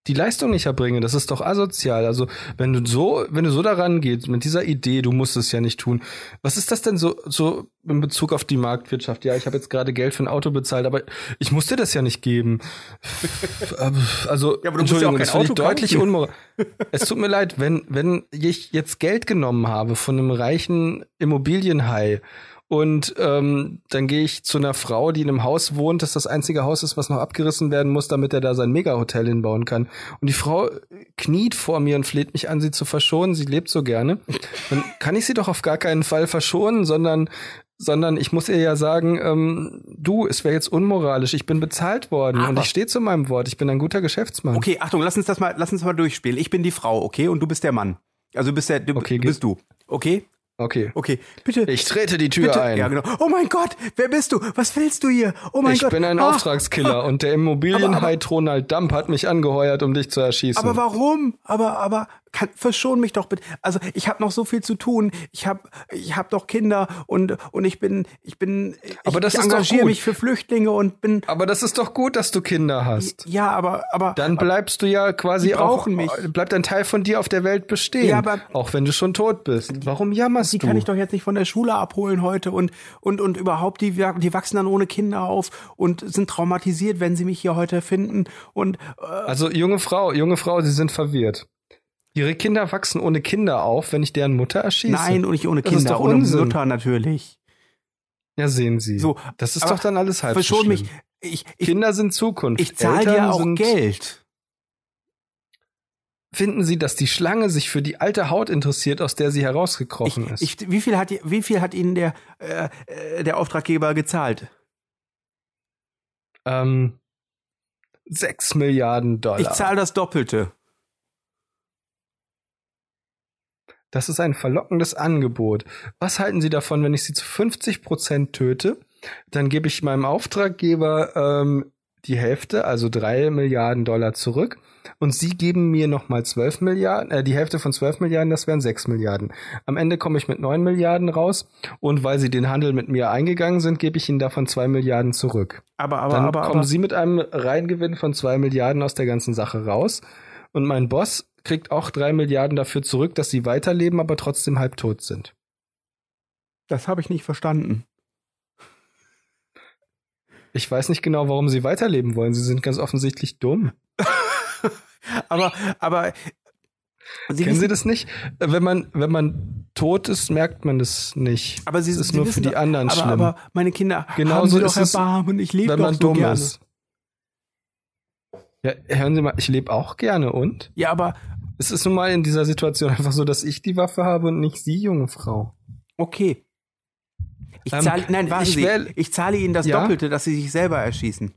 [SPEAKER 1] die Leistung nicht erbringe. Das ist doch asozial. Also, wenn du so, wenn du so daran gehst, mit dieser Idee, du musst es ja nicht tun. Was ist das denn so, so in Bezug auf die Marktwirtschaft? Ja, ich habe jetzt gerade Geld für ein Auto bezahlt, aber ich muss dir das ja nicht geben. also,
[SPEAKER 2] Ja, aber du musst ja
[SPEAKER 1] Entschuldigung,
[SPEAKER 2] auch kein
[SPEAKER 1] das finde ich
[SPEAKER 2] Auto
[SPEAKER 1] deutlich
[SPEAKER 2] kaufen.
[SPEAKER 1] unmoralisch. es tut mir leid, wenn, wenn ich jetzt Geld genommen habe von einem reichen Immobilienhai und ähm, dann gehe ich zu einer Frau, die in einem Haus wohnt, das das einzige Haus ist, was noch abgerissen werden muss, damit er da sein Mega-Hotel hinbauen kann. Und die Frau kniet vor mir und fleht mich an, sie zu verschonen. Sie lebt so gerne. Dann kann ich sie doch auf gar keinen Fall verschonen, sondern sondern ich muss ihr ja sagen, ähm, du, es wäre jetzt unmoralisch. Ich bin bezahlt worden und
[SPEAKER 2] Aber-
[SPEAKER 1] ich stehe zu meinem Wort. Ich bin ein guter Geschäftsmann.
[SPEAKER 2] Ah, Okay, Achtung, lass uns das mal, lass uns mal durchspielen. Ich bin die Frau, okay, und du bist der Mann. Also du bist der, du,
[SPEAKER 1] Okay,
[SPEAKER 2] du bist du. Okay,
[SPEAKER 1] okay.
[SPEAKER 2] okay, bitte.
[SPEAKER 1] Ich trete die Tür
[SPEAKER 2] bitte.
[SPEAKER 1] ein.
[SPEAKER 2] Ja, genau. Oh mein Gott, wer bist du? Was willst du hier? Oh mein
[SPEAKER 1] ich
[SPEAKER 2] Gott.
[SPEAKER 1] bin ein
[SPEAKER 2] Ah,
[SPEAKER 1] Auftragskiller und der Immobilienhai Ronald Dump hat mich angeheuert, um dich zu erschießen.
[SPEAKER 2] Aber warum? Aber aber kann, verschon mich doch bitte. Also ich habe noch so viel zu tun. Ich habe ich habe doch Kinder und und ich bin ich bin ich,
[SPEAKER 1] Aber das
[SPEAKER 2] ich
[SPEAKER 1] ist doch
[SPEAKER 2] engagiere
[SPEAKER 1] gut.
[SPEAKER 2] mich für Flüchtlinge und bin
[SPEAKER 1] Aber das ist doch gut, dass du Kinder hast.
[SPEAKER 2] ja, aber aber
[SPEAKER 1] Dann bleibst du ja quasi
[SPEAKER 2] Die brauchen
[SPEAKER 1] auch,
[SPEAKER 2] mich.
[SPEAKER 1] bleibt ein Teil von dir auf der Welt bestehen,
[SPEAKER 2] Ja, aber-
[SPEAKER 1] auch wenn du schon tot bist. Warum jammerst
[SPEAKER 2] Die
[SPEAKER 1] du?
[SPEAKER 2] kann ich doch jetzt nicht von der Schule abholen heute und und und überhaupt die wa- die wachsen dann ohne Kinder auf und sind traumatisiert, wenn sie mich hier heute finden und äh,
[SPEAKER 1] also junge Frau, junge Frau, sie sind verwirrt. Ihre Kinder wachsen ohne Kinder auf, wenn ich deren Mutter erschieße.
[SPEAKER 2] nein und nicht ohne
[SPEAKER 1] Das ist
[SPEAKER 2] Kinder
[SPEAKER 1] doch
[SPEAKER 2] ohne
[SPEAKER 1] Unsinn.
[SPEAKER 2] Mutter natürlich.
[SPEAKER 1] Ja, sehen Sie.
[SPEAKER 2] So,
[SPEAKER 1] das ist
[SPEAKER 2] aber
[SPEAKER 1] doch dann alles halb so
[SPEAKER 2] Verschon
[SPEAKER 1] schlimm.
[SPEAKER 2] mich. Ich ich,
[SPEAKER 1] Kinder sind Zukunft.
[SPEAKER 2] ich zahle
[SPEAKER 1] Eltern
[SPEAKER 2] dir auch
[SPEAKER 1] sind
[SPEAKER 2] Geld.
[SPEAKER 1] Finden Sie, dass die Schlange sich für die alte Haut interessiert, aus der sie
[SPEAKER 2] Ich,
[SPEAKER 1] herausgekrochen ist?
[SPEAKER 2] ich, wie viel hat die- wie viel hat Ihnen der äh, äh, der Auftraggeber gezahlt?
[SPEAKER 1] ähm, 6 Milliarden Dollar.
[SPEAKER 2] Ich zahle das Doppelte.
[SPEAKER 1] das ist ein verlockendes Angebot. Was halten Sie davon, wenn ich Sie zu 50 Prozent töte? Dann gebe ich meinem Auftraggeber ähm, die Hälfte, also 3 Milliarden Dollar zurück. Und Sie geben mir nochmal 12 Milliarden, äh, die Hälfte von 12 Milliarden, das wären 6 Milliarden. Am Ende komme ich mit 9 Milliarden raus. Und weil Sie den Handel mit mir eingegangen sind, gebe ich Ihnen davon 2 Milliarden zurück.
[SPEAKER 2] Aber aber
[SPEAKER 1] dann
[SPEAKER 2] aber,
[SPEAKER 1] kommen
[SPEAKER 2] aber
[SPEAKER 1] sie mit einem Reingewinn von 2 Milliarden aus der ganzen Sache raus. Und mein Boss kriegt auch 3 Milliarden dafür zurück, dass sie weiterleben, aber trotzdem halbtot sind.
[SPEAKER 2] das habe ich nicht verstanden.
[SPEAKER 1] Ich weiß nicht genau, warum sie weiterleben wollen. Sie sind ganz offensichtlich dumm.
[SPEAKER 2] Aber aber Sie
[SPEAKER 1] Kennen
[SPEAKER 2] wissen-
[SPEAKER 1] Sie das nicht? Äh, Wenn man, wenn man tot ist, merkt man das nicht.
[SPEAKER 2] Aber sie
[SPEAKER 1] es ist
[SPEAKER 2] sie
[SPEAKER 1] nur
[SPEAKER 2] wissen
[SPEAKER 1] für die
[SPEAKER 2] doch-
[SPEAKER 1] anderen
[SPEAKER 2] aber,
[SPEAKER 1] schlimm.
[SPEAKER 2] Aber meine Kinder,
[SPEAKER 1] Genauso
[SPEAKER 2] haben sie doch
[SPEAKER 1] ist es,
[SPEAKER 2] Erbarmen. Ich lebe
[SPEAKER 1] wenn
[SPEAKER 2] doch
[SPEAKER 1] man
[SPEAKER 2] so
[SPEAKER 1] dumm
[SPEAKER 2] gerne.
[SPEAKER 1] ist. Ja, hören Sie mal, ich lebe auch gerne und?
[SPEAKER 2] Ja, aber
[SPEAKER 1] Es ist nun mal in dieser Situation einfach so, dass ich die Waffe habe und nicht Sie, junge Frau.
[SPEAKER 2] okay. Ich
[SPEAKER 1] Ähm,
[SPEAKER 2] zahle, nein, warten
[SPEAKER 1] ich
[SPEAKER 2] Sie.
[SPEAKER 1] wähl-
[SPEAKER 2] ich zahle Ihnen das
[SPEAKER 1] Ja?
[SPEAKER 2] Doppelte, dass Sie sich selber erschießen.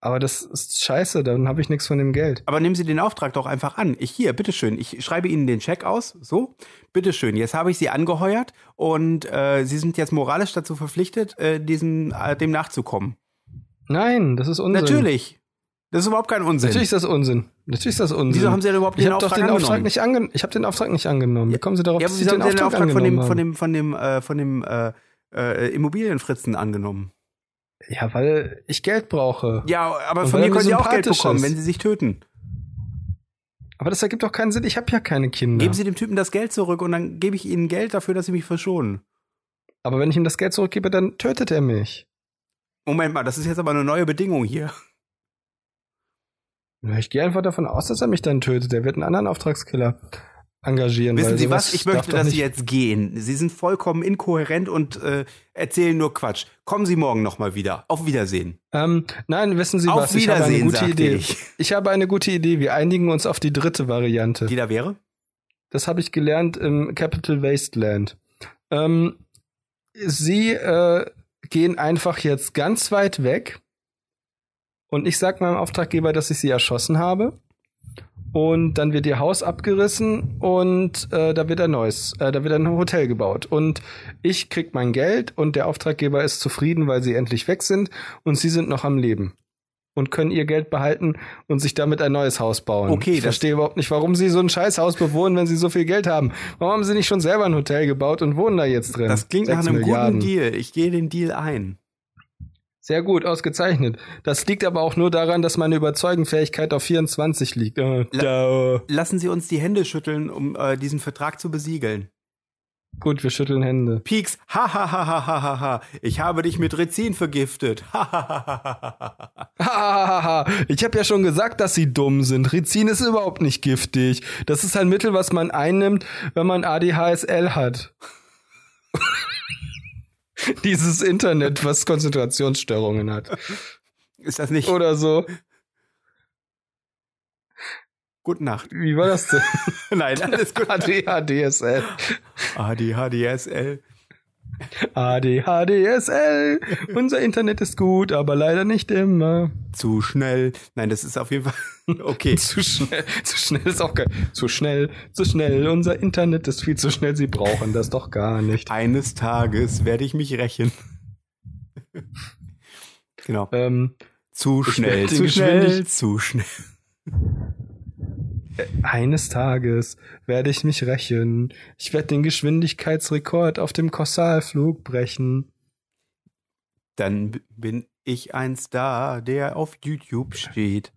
[SPEAKER 1] Aber das ist scheiße, dann habe ich nichts von dem Geld.
[SPEAKER 2] Aber nehmen Sie den Auftrag doch einfach an. Ich hier, bitteschön, ich schreibe Ihnen den Scheck aus. So, bitteschön. Jetzt habe ich Sie angeheuert und äh, Sie sind jetzt moralisch dazu verpflichtet, äh, diesem, äh, dem nachzukommen.
[SPEAKER 1] Nein, das ist Unsinn.
[SPEAKER 2] Natürlich. Das ist überhaupt kein Unsinn.
[SPEAKER 1] Natürlich ist das Unsinn. Natürlich ist das Unsinn.
[SPEAKER 2] Wieso haben Sie denn überhaupt
[SPEAKER 1] ich
[SPEAKER 2] den
[SPEAKER 1] hab
[SPEAKER 2] Auftrag
[SPEAKER 1] doch den
[SPEAKER 2] angenommen?
[SPEAKER 1] Auftrag nicht angenommen? Ich habe den Auftrag nicht angenommen. Wie kommen Sie darauf,
[SPEAKER 2] Ja, aber
[SPEAKER 1] dass
[SPEAKER 2] wieso
[SPEAKER 1] Sie
[SPEAKER 2] haben
[SPEAKER 1] den
[SPEAKER 2] Sie den
[SPEAKER 1] Auftrag,
[SPEAKER 2] Auftrag von dem,
[SPEAKER 1] angenommen
[SPEAKER 2] von dem, von dem, äh, von dem äh, äh, Immobilienfritzen angenommen?
[SPEAKER 1] haben? Ja, weil ich Geld brauche.
[SPEAKER 2] Ja, aber
[SPEAKER 1] Und weil
[SPEAKER 2] von mir
[SPEAKER 1] er
[SPEAKER 2] können sie
[SPEAKER 1] mir
[SPEAKER 2] auch Geld
[SPEAKER 1] sympathisch
[SPEAKER 2] bekommen,
[SPEAKER 1] ist.
[SPEAKER 2] wenn sie sich töten.
[SPEAKER 1] Aber das ergibt doch keinen Sinn. Ich habe ja keine Kinder.
[SPEAKER 2] Geben sie dem Typen das Geld zurück und dann gebe ich ihnen Geld dafür, dass sie mich verschonen.
[SPEAKER 1] Aber wenn ich ihm das Geld zurückgebe, dann tötet er mich.
[SPEAKER 2] Moment mal, das ist jetzt aber eine neue Bedingung hier.
[SPEAKER 1] Na, Ich gehe einfach davon aus, dass er mich dann tötet. Er wird einen anderen Auftragskiller engagieren.
[SPEAKER 2] Wissen
[SPEAKER 1] weil
[SPEAKER 2] Sie
[SPEAKER 1] sowas
[SPEAKER 2] was? Ich
[SPEAKER 1] darf
[SPEAKER 2] möchte,
[SPEAKER 1] doch
[SPEAKER 2] dass
[SPEAKER 1] nicht-
[SPEAKER 2] Sie jetzt gehen. Sie sind vollkommen inkohärent und äh, erzählen nur Quatsch. Kommen Sie morgen nochmal wieder. Auf Wiedersehen.
[SPEAKER 1] Ähm, nein, wissen Sie
[SPEAKER 2] Auf
[SPEAKER 1] was? Ich habe eine
[SPEAKER 2] Wiedersehen,
[SPEAKER 1] gute
[SPEAKER 2] sagte
[SPEAKER 1] Idee.
[SPEAKER 2] ich.
[SPEAKER 1] Ich habe eine gute Idee. Wir einigen uns auf die dritte Variante.
[SPEAKER 2] Die da wäre?
[SPEAKER 1] Das habe ich gelernt im Capital Wasteland. Ähm, sie äh, gehen einfach jetzt ganz weit weg und ich sage meinem Auftraggeber, dass ich sie erschossen habe. Und dann wird ihr Haus abgerissen und äh, da wird ein neues, äh, da wird ein Hotel gebaut. Und ich krieg mein Geld und der Auftraggeber ist zufrieden, weil sie endlich weg sind und sie sind noch am Leben und können ihr Geld behalten und sich damit ein neues Haus bauen.
[SPEAKER 2] Okay,
[SPEAKER 1] ich
[SPEAKER 2] das-
[SPEAKER 1] verstehe überhaupt nicht, warum sie so ein Scheißhaus bewohnen, wenn sie so viel Geld haben. Warum haben sie nicht schon selber ein Hotel gebaut und wohnen da jetzt drin?
[SPEAKER 2] Das klingt nach
[SPEAKER 1] Sechs
[SPEAKER 2] einem
[SPEAKER 1] Milliarden.
[SPEAKER 2] guten Deal. Ich gehe den Deal ein.
[SPEAKER 1] Sehr gut, ausgezeichnet. Das liegt aber auch nur daran, dass meine Überzeugungsfähigkeit auf 24 liegt. Äh, da.
[SPEAKER 2] Lassen Sie uns die Hände schütteln, um äh, diesen Vertrag zu besiegeln.
[SPEAKER 1] Gut, wir schütteln Hände.
[SPEAKER 2] Pieks, ha ha ha ha ha ha ha. Ich habe dich mit Rezin vergiftet. Ha ha ha ha ha ha ha.
[SPEAKER 1] Hahaha, ich habe ja schon gesagt, dass sie dumm sind. Rizin ist überhaupt nicht giftig. Das ist ein Mittel, was man einnimmt, wenn man ADHSL hat. Dieses Internet, was Konzentrationsstörungen hat.
[SPEAKER 2] Ist das nicht?
[SPEAKER 1] Oder so.
[SPEAKER 2] Gute Nacht.
[SPEAKER 1] Wie war das denn?
[SPEAKER 2] Nein, alles gut.
[SPEAKER 1] ADHDSL.
[SPEAKER 2] ADHDSL.
[SPEAKER 1] ADHDSL. Unser Internet ist gut, aber leider nicht immer.
[SPEAKER 2] Zu schnell. Nein, das ist auf jeden Fall. Okay.
[SPEAKER 1] Zu schnell, zu schnell ist auch geil. Zu schnell, zu schnell. Unser Internet ist viel zu schnell. Sie brauchen das doch gar nicht.
[SPEAKER 2] Eines Tages werde ich mich rächen. genau.
[SPEAKER 1] Ähm,
[SPEAKER 2] Zu
[SPEAKER 1] werde
[SPEAKER 2] schnell,
[SPEAKER 1] die
[SPEAKER 2] zu schnell,
[SPEAKER 1] Geschwindig-
[SPEAKER 2] zu schnell.
[SPEAKER 1] eines Tages werde ich mich rächen. Ich werde den Geschwindigkeitsrekord auf dem Kossalflug brechen.
[SPEAKER 2] Dann b- bin ich ein Star, der auf YouTube steht.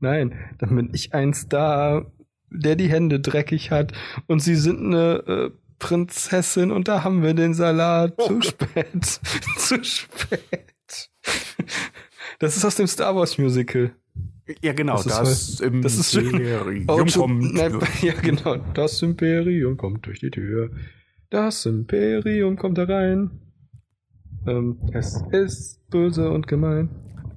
[SPEAKER 1] Nein, dann bin ich ein Star, der die Hände dreckig hat. Und sie sind eine äh, Prinzessin und da haben wir den Salat. zu spät. zu spät. Das ist aus dem Star Wars Musical.
[SPEAKER 2] Ja, genau,
[SPEAKER 1] Das
[SPEAKER 2] das,
[SPEAKER 1] ist halt-
[SPEAKER 2] im
[SPEAKER 1] das ist-
[SPEAKER 2] Imperium
[SPEAKER 1] Oh, Entschuld-
[SPEAKER 2] kommt.
[SPEAKER 1] Nein, ja, genau. Das Imperium kommt durch die Tür. Das Imperium kommt herein. Ähm, es ist böse und gemein.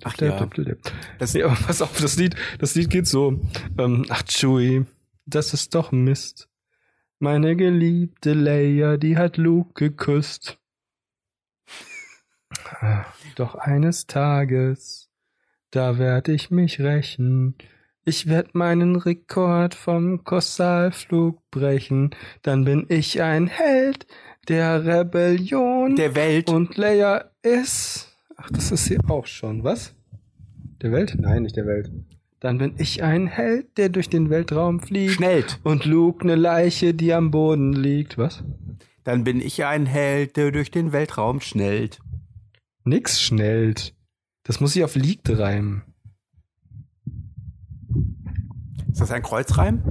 [SPEAKER 2] Ach ja. Das-
[SPEAKER 1] Das nee, aber pass auf, das Lied, das Lied geht so. Ähm, ach, Chewie, das ist doch Mist. Meine geliebte Leia, die hat Luke geküsst. Äh, Doch eines Tages, da werd ich mich rächen. Ich werd meinen Rekord vom Kossalflug brechen. Dann bin ich ein Held der Rebellion.
[SPEAKER 2] Der Welt.
[SPEAKER 1] Und Leia ist. Ach, das ist hier auch schon. Was? Der Welt? Nein, nicht der Welt. Dann bin ich ein Held, der durch den Weltraum fliegt.
[SPEAKER 2] Schnell.
[SPEAKER 1] Und Luke eine Leiche, die am Boden liegt. Was?
[SPEAKER 2] Dann bin ich ein Held, der durch den Weltraum schnellt.
[SPEAKER 1] Nix schnellt. Das muss ich auf liegt reimen.
[SPEAKER 2] Ist das ein Kreuzreim?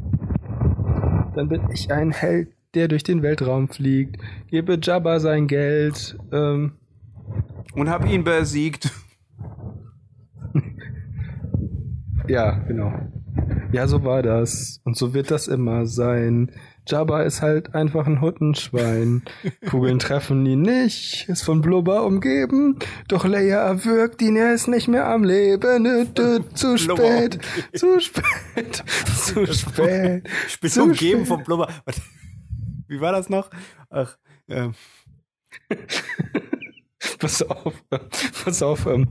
[SPEAKER 1] Dann bin ich ein Held, der durch den Weltraum fliegt. Gebe Jabba sein Geld. Ähm,
[SPEAKER 2] Und hab ihn besiegt.
[SPEAKER 1] Ja, genau. Ja, so war das. Und so wird das immer sein. Jabba ist halt einfach ein Huttenschwein. Kugeln treffen ihn nicht, ist von Blubber umgeben. Doch Leia erwürgt ihn, er ist nicht mehr am Leben. Nö, nö, Zu
[SPEAKER 2] Blubber
[SPEAKER 1] spät, zu spät, zu spät.
[SPEAKER 2] Ich bin
[SPEAKER 1] zu
[SPEAKER 2] umgeben
[SPEAKER 1] spät.
[SPEAKER 2] vom Blubber. Warte. Wie war das noch? Ach, ähm,
[SPEAKER 1] Pass auf, äh, pass auf. Ähm,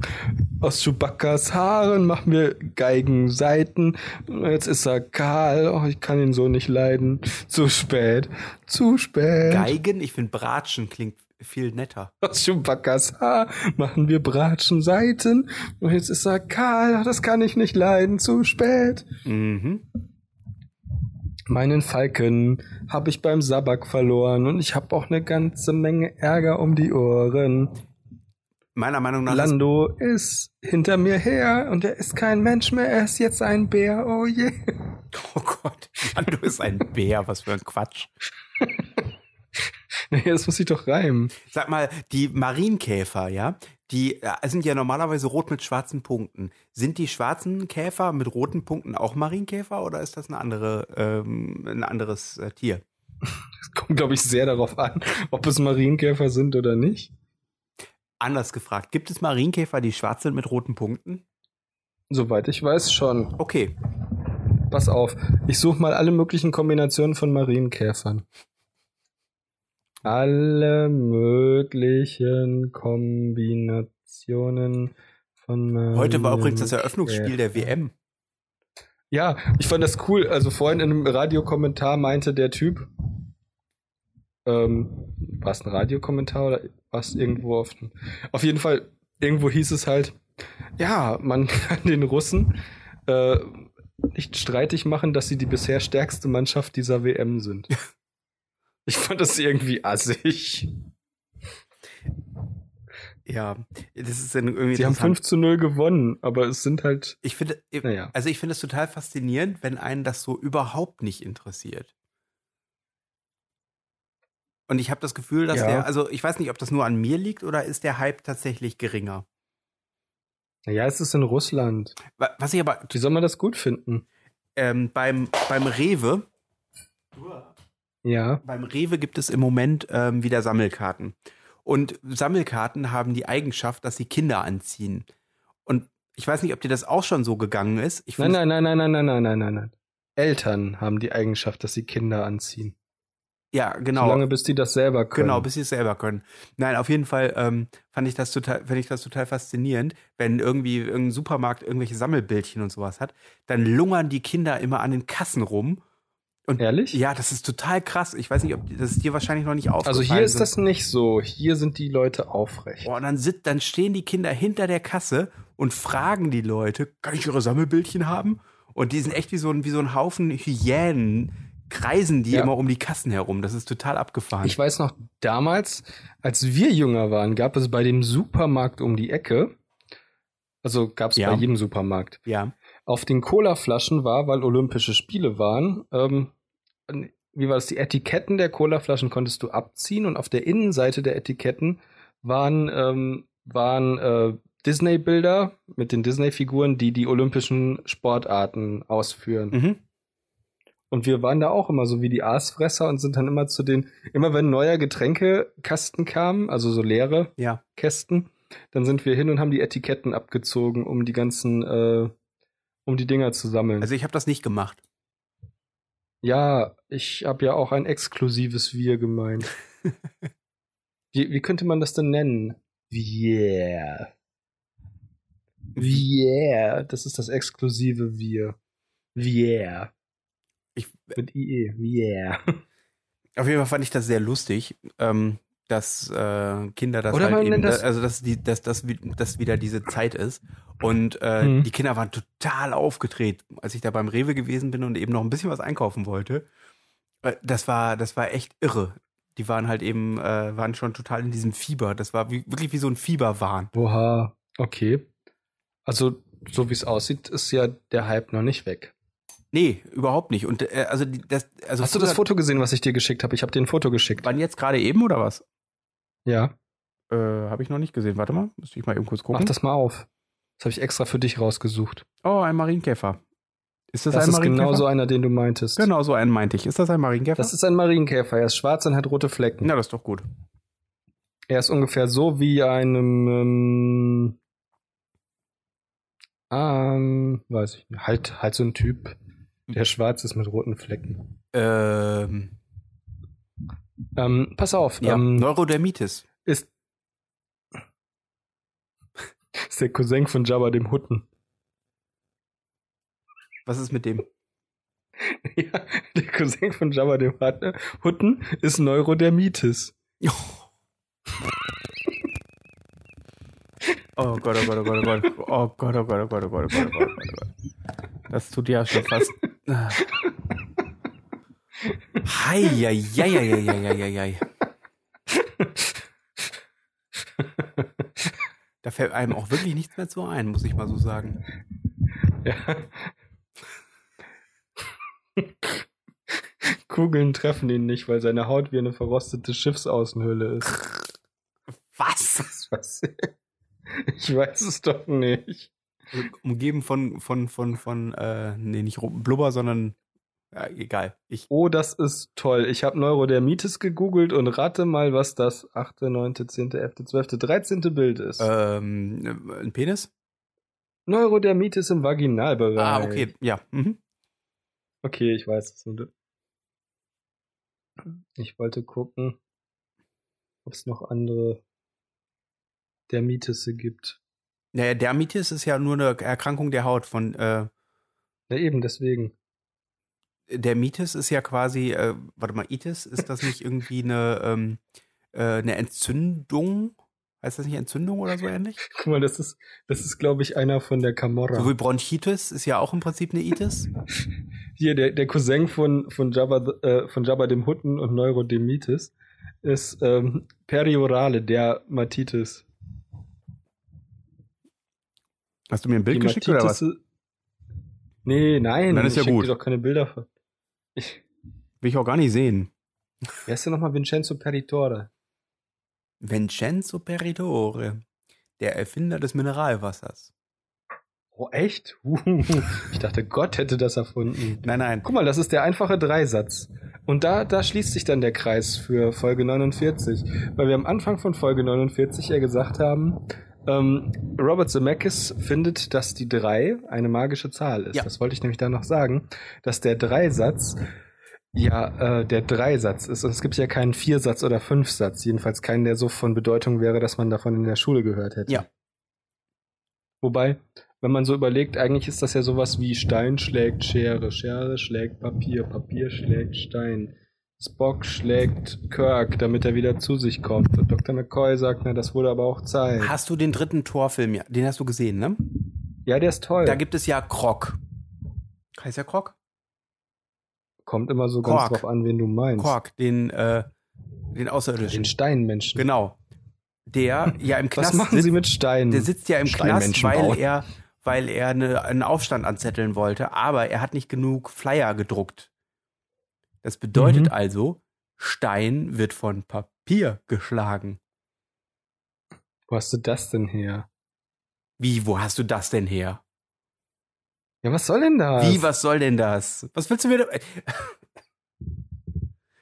[SPEAKER 1] aus Chewbacca's Haaren machen wir Geigenseiten. Jetzt ist er kahl. Oh, ich kann ihn so nicht leiden. Zu spät, zu spät.
[SPEAKER 2] Geigen? Ich finde Bratschen klingt viel netter.
[SPEAKER 1] Aus Chewbacca's Haar machen wir Bratschenseiten. Und jetzt ist er kahl. Ach, das kann ich nicht leiden. Zu spät.
[SPEAKER 2] Mhm.
[SPEAKER 1] Meinen Falken habe ich beim Sabak verloren und ich habe auch eine ganze Menge Ärger um die Ohren.
[SPEAKER 2] Meiner Meinung nach ist
[SPEAKER 1] Lando ist hinter mir her und er ist kein Mensch mehr, er ist jetzt ein Bär, oh je.
[SPEAKER 2] Oh Gott, Mando ist ein Bär, was für ein Quatsch.
[SPEAKER 1] Naja, das muss ich doch reimen.
[SPEAKER 2] Sag mal, die Marienkäfer, ja, die äh, sind ja normalerweise rot mit schwarzen Punkten. Sind die schwarzen Käfer mit roten Punkten auch Marienkäfer oder ist das eine andere, ähm, ein anderes äh, Tier?
[SPEAKER 1] Es kommt, glaube ich, sehr darauf an, ob es Marienkäfer sind oder nicht.
[SPEAKER 2] Anders gefragt, gibt es Marienkäfer, die schwarz sind mit roten Punkten?
[SPEAKER 1] Soweit ich weiß schon.
[SPEAKER 2] Okay,
[SPEAKER 1] Pass auf, ich suche mal alle möglichen Kombinationen von Marienkäfern. Alle möglichen Kombinationen von Marienkäfern.
[SPEAKER 2] heute war übrigens
[SPEAKER 1] Ähm,
[SPEAKER 2] das Eröffnungsspiel der WM.
[SPEAKER 1] Ja, ich fand das cool. Also vorhin in einem Radiokommentar meinte der Typ, ähm, war es ein Radiokommentar oder war es irgendwo auf dem- Auf jeden Fall, irgendwo hieß es halt, ja, man kann den Russen äh, nicht streitig machen, dass sie die bisher stärkste Mannschaft dieser WM sind. Ich fand das irgendwie assig.
[SPEAKER 2] Ja, das ist dann irgendwie
[SPEAKER 1] Sie haben
[SPEAKER 2] interessant.
[SPEAKER 1] 5 zu 0 gewonnen, aber es sind halt.
[SPEAKER 2] Ich finde,
[SPEAKER 1] Naja.
[SPEAKER 2] also ich finde es total faszinierend, wenn einen das so überhaupt nicht interessiert. Und ich habe das Gefühl, dass
[SPEAKER 1] Ja.
[SPEAKER 2] der, also ich weiß nicht, ob das nur an mir liegt oder ist der Hype tatsächlich geringer.
[SPEAKER 1] Naja, es ist in Russland.
[SPEAKER 2] Wa- Was ich aber
[SPEAKER 1] Wie soll man das gut finden?
[SPEAKER 2] ähm, beim, beim Rewe,
[SPEAKER 1] Ja.
[SPEAKER 2] beim Rewe gibt es im Moment ähm, wieder Sammelkarten. Und Sammelkarten haben die Eigenschaft, dass sie Kinder anziehen. Und ich weiß nicht, ob dir das auch schon so gegangen ist. Ich
[SPEAKER 1] Nein,
[SPEAKER 2] find's-
[SPEAKER 1] nein, nein, nein, nein, nein, nein, nein, nein, nein. Eltern haben die Eigenschaft, dass sie Kinder anziehen.
[SPEAKER 2] Ja, genau.
[SPEAKER 1] Solange bis die das selber können.
[SPEAKER 2] Genau, bis sie es selber können. Nein, auf jeden Fall ähm, fand ich das total, fand ich das total faszinierend, wenn irgendwie irgendein Supermarkt irgendwelche Sammelbildchen und sowas hat, dann lungern die Kinder immer an den Kassen rum.
[SPEAKER 1] Ehrlich?
[SPEAKER 2] Ja, das ist total krass. Ich weiß nicht, ob das ist dir wahrscheinlich noch nicht aufgefallen.
[SPEAKER 1] Also hier ist das nicht so. Hier sind die Leute aufrecht.
[SPEAKER 2] Oh, und dann, sit, dann stehen die Kinder hinter der Kasse und fragen die Leute, kann ich ihre Sammelbildchen haben? Und die sind echt wie so ein, wie so ein Haufen Hyänen, kreisen die
[SPEAKER 1] Ja.
[SPEAKER 2] immer um die Kassen herum. Das ist total abgefahren.
[SPEAKER 1] Ich weiß noch, damals, als wir jünger waren, gab es bei dem Supermarkt um die Ecke, also gab es
[SPEAKER 2] Ja.
[SPEAKER 1] bei jedem Supermarkt,
[SPEAKER 2] ja.
[SPEAKER 1] auf den Colaflaschen war, weil Olympische Spiele waren, ähm, wie war das, die Etiketten der Colaflaschen konntest du abziehen und auf der Innenseite der Etiketten waren, ähm, waren äh, Disney-Bilder mit den Disney-Figuren, die die olympischen Sportarten ausführen.
[SPEAKER 2] Mhm.
[SPEAKER 1] Und wir waren da auch immer so wie die Aasfresser und sind dann immer zu den, immer wenn ein neuer Getränkekasten kam, also so leere
[SPEAKER 2] Ja.
[SPEAKER 1] Kästen, dann sind wir hin und haben die Etiketten abgezogen, um die ganzen, äh, um die Dinger zu sammeln.
[SPEAKER 2] Also ich habe das nicht gemacht.
[SPEAKER 1] ja, ich habe ja auch ein exklusives Wir gemeint. wie, wie könnte man das denn nennen? Wir. Wir. Das ist das exklusive Wir. Wir.
[SPEAKER 2] Ich-
[SPEAKER 1] Mit IE. Wir.
[SPEAKER 2] Auf jeden Fall fand ich das sehr lustig, ähm, dass äh, Kinder das
[SPEAKER 1] Oder
[SPEAKER 2] halt
[SPEAKER 1] man
[SPEAKER 2] eben,
[SPEAKER 1] nennt das-
[SPEAKER 2] also dass die, dass das wie- dass wieder diese Zeit ist und äh,
[SPEAKER 1] Mhm.
[SPEAKER 2] die Kinder waren total aufgedreht, als ich da beim Rewe gewesen bin und eben noch ein bisschen was einkaufen wollte. Äh, das war, das war echt irre. Die waren halt eben, äh, waren schon total in diesem Fieber. Das war wie, wirklich wie so ein Fieberwahn.
[SPEAKER 1] Oha, okay. Also, so wie es aussieht, ist ja der Hype noch nicht weg.
[SPEAKER 2] Nee, überhaupt nicht. Und äh, also die, das, also
[SPEAKER 1] Hast du das
[SPEAKER 2] früher-
[SPEAKER 1] Foto gesehen, was ich dir geschickt habe? Ich habe dir ein Foto geschickt.
[SPEAKER 2] Wann jetzt gerade eben oder was?
[SPEAKER 1] Ja,
[SPEAKER 2] Äh, habe ich noch nicht gesehen. Warte mal, müsste ich mal eben kurz
[SPEAKER 1] mach
[SPEAKER 2] gucken.
[SPEAKER 1] das mal auf. Das habe ich extra für dich rausgesucht.
[SPEAKER 2] Oh, ein Marienkäfer. Ist das,
[SPEAKER 1] Das,
[SPEAKER 2] ein
[SPEAKER 1] ist
[SPEAKER 2] Marienkäfer?
[SPEAKER 1] genau so einer, den du meintest.
[SPEAKER 2] Genau so einen meinte ich. Ist das ein Marienkäfer?
[SPEAKER 1] Das ist ein Marienkäfer. Er ist schwarz und hat rote Flecken.
[SPEAKER 2] Na, das ist doch gut.
[SPEAKER 1] Er ist ungefähr so wie einem. Ähm, ähm, weiß ich nicht. Halt, halt so ein Typ, der schwarz ist mit roten Flecken.
[SPEAKER 2] Ähm,
[SPEAKER 1] Ähm, pass auf.
[SPEAKER 2] ja.
[SPEAKER 1] Ähm,
[SPEAKER 2] Neurodermitis.
[SPEAKER 1] ist, ist der Cousin von Jabba dem Hutten.
[SPEAKER 2] Was ist mit dem?
[SPEAKER 1] Ja, der Cousin von Jabba dem Hut- Hutten ist Neurodermitis.
[SPEAKER 2] Oh Gott, oh Gott, oh Gott, oh Gott. Oh Gott, oh Gott, oh Gott, oh Gott, oh Gott, oh Gott, oh Gott, oh Gott. Das tut ja schon fast. Heieieiei. Da fällt einem auch wirklich nichts mehr zu ein, muss ich mal so sagen.
[SPEAKER 1] Ja. Kugeln treffen ihn nicht, weil seine Haut wie eine verrostete Schiffsaußenhülle ist.
[SPEAKER 2] Was?
[SPEAKER 1] Was? Ich weiß es doch nicht.
[SPEAKER 2] Umgeben von, von, von, von, äh, nee, nicht Ru- Blubber, sondern, ja, egal. Ich,
[SPEAKER 1] Oh, das ist toll. Ich habe Neurodermitis gegoogelt und rate mal, was das 8., 9., 10., 11., 12., 13. Bild ist.
[SPEAKER 2] Äh. ähm, ein Penis?
[SPEAKER 1] Neurodermitis im Vaginalbereich.
[SPEAKER 2] Ah, okay, ja. Mhm.
[SPEAKER 1] Okay, ich weiß es nicht. Ich wollte gucken, ob es noch andere Dermitisse gibt.
[SPEAKER 2] Naja, Dermitis ist ja nur eine Erkrankung der Haut von, äh,
[SPEAKER 1] Ja, eben, deswegen.
[SPEAKER 2] Dermitis ist ja quasi, äh, warte mal, Itis, ist das nicht irgendwie eine, ähm, äh, eine Entzündung? Heißt das nicht Entzündung oder so ähnlich?
[SPEAKER 1] Guck mal, das ist, das ist, glaube ich, einer von der Camorra.
[SPEAKER 2] So wie Bronchitis ist ja auch im Prinzip eine Itis.
[SPEAKER 1] Hier, der, der Cousin von, von, Jabba, the- äh, von Jabba dem Hutten und Neurodermitis ist ähm, Periorale, der Matitis.
[SPEAKER 2] Hast du mir ein Bild
[SPEAKER 1] Die
[SPEAKER 2] geschickt oder was?
[SPEAKER 1] Matitisse- Nee, nein.
[SPEAKER 2] Dann ist ja
[SPEAKER 1] ich schick
[SPEAKER 2] gut.
[SPEAKER 1] dir doch keine Bilder von. Ich,
[SPEAKER 2] Will ich auch gar nicht sehen.
[SPEAKER 1] wer ist denn nochmal Vincenzo Peritore?
[SPEAKER 2] Vincenzo Peridore, der Erfinder des Mineralwassers.
[SPEAKER 1] Oh, echt? Huhu. Ich dachte, Gott hätte das erfunden.
[SPEAKER 2] Nein, nein.
[SPEAKER 1] Guck mal, das ist der einfache Dreisatz. Und da, da schließt sich dann der Kreis für Folge 49. Weil wir am Anfang von Folge 49 ja gesagt haben, ähm, Robert Zemeckis findet, dass die 3 eine magische Zahl ist.
[SPEAKER 2] Ja.
[SPEAKER 1] Das wollte ich nämlich da noch sagen, dass der Dreisatz ja äh, der Dreisatz ist. Und es gibt ja keinen Viersatz oder Fünfsatz. Jedenfalls keinen, der so von Bedeutung wäre, dass man davon in der Schule gehört hätte.
[SPEAKER 2] Ja.
[SPEAKER 1] Wobei, wenn man so überlegt, eigentlich ist das ja sowas wie Stein schlägt Schere, Schere schlägt Papier, Papier schlägt Stein. Spock schlägt Kirk, damit er wieder zu sich kommt. Und Dr. McCoy sagt, na, das wurde aber auch Zeit.
[SPEAKER 2] Hast du den dritten Torfilm, ja, den hast du gesehen, ne?
[SPEAKER 1] Ja, der ist toll.
[SPEAKER 2] Da gibt es ja Krog. Heißt ja Krog?
[SPEAKER 1] Kommt immer so
[SPEAKER 2] Kork.
[SPEAKER 1] ganz drauf an, wen du meinst.
[SPEAKER 2] Krog, den, äh, den
[SPEAKER 1] Den
[SPEAKER 2] Außerirdischen.
[SPEAKER 1] Steinmenschen.
[SPEAKER 2] Genau. Der ja im
[SPEAKER 1] Was
[SPEAKER 2] Knast
[SPEAKER 1] machen
[SPEAKER 2] sitzt,
[SPEAKER 1] sie mit Steinen?
[SPEAKER 2] der sitzt ja im Knast,
[SPEAKER 1] Steinmenschen
[SPEAKER 2] weil
[SPEAKER 1] bauen?
[SPEAKER 2] er, weil er eine, einen Aufstand anzetteln wollte, aber er hat nicht genug Flyer gedruckt. Das bedeutet
[SPEAKER 1] Mhm.
[SPEAKER 2] also, Stein wird von Papier geschlagen.
[SPEAKER 1] Wo hast du das denn her?
[SPEAKER 2] Wie, wo hast du das denn her?
[SPEAKER 1] Ja, was soll denn das?
[SPEAKER 2] Wie, was soll denn das? Was willst du mir da?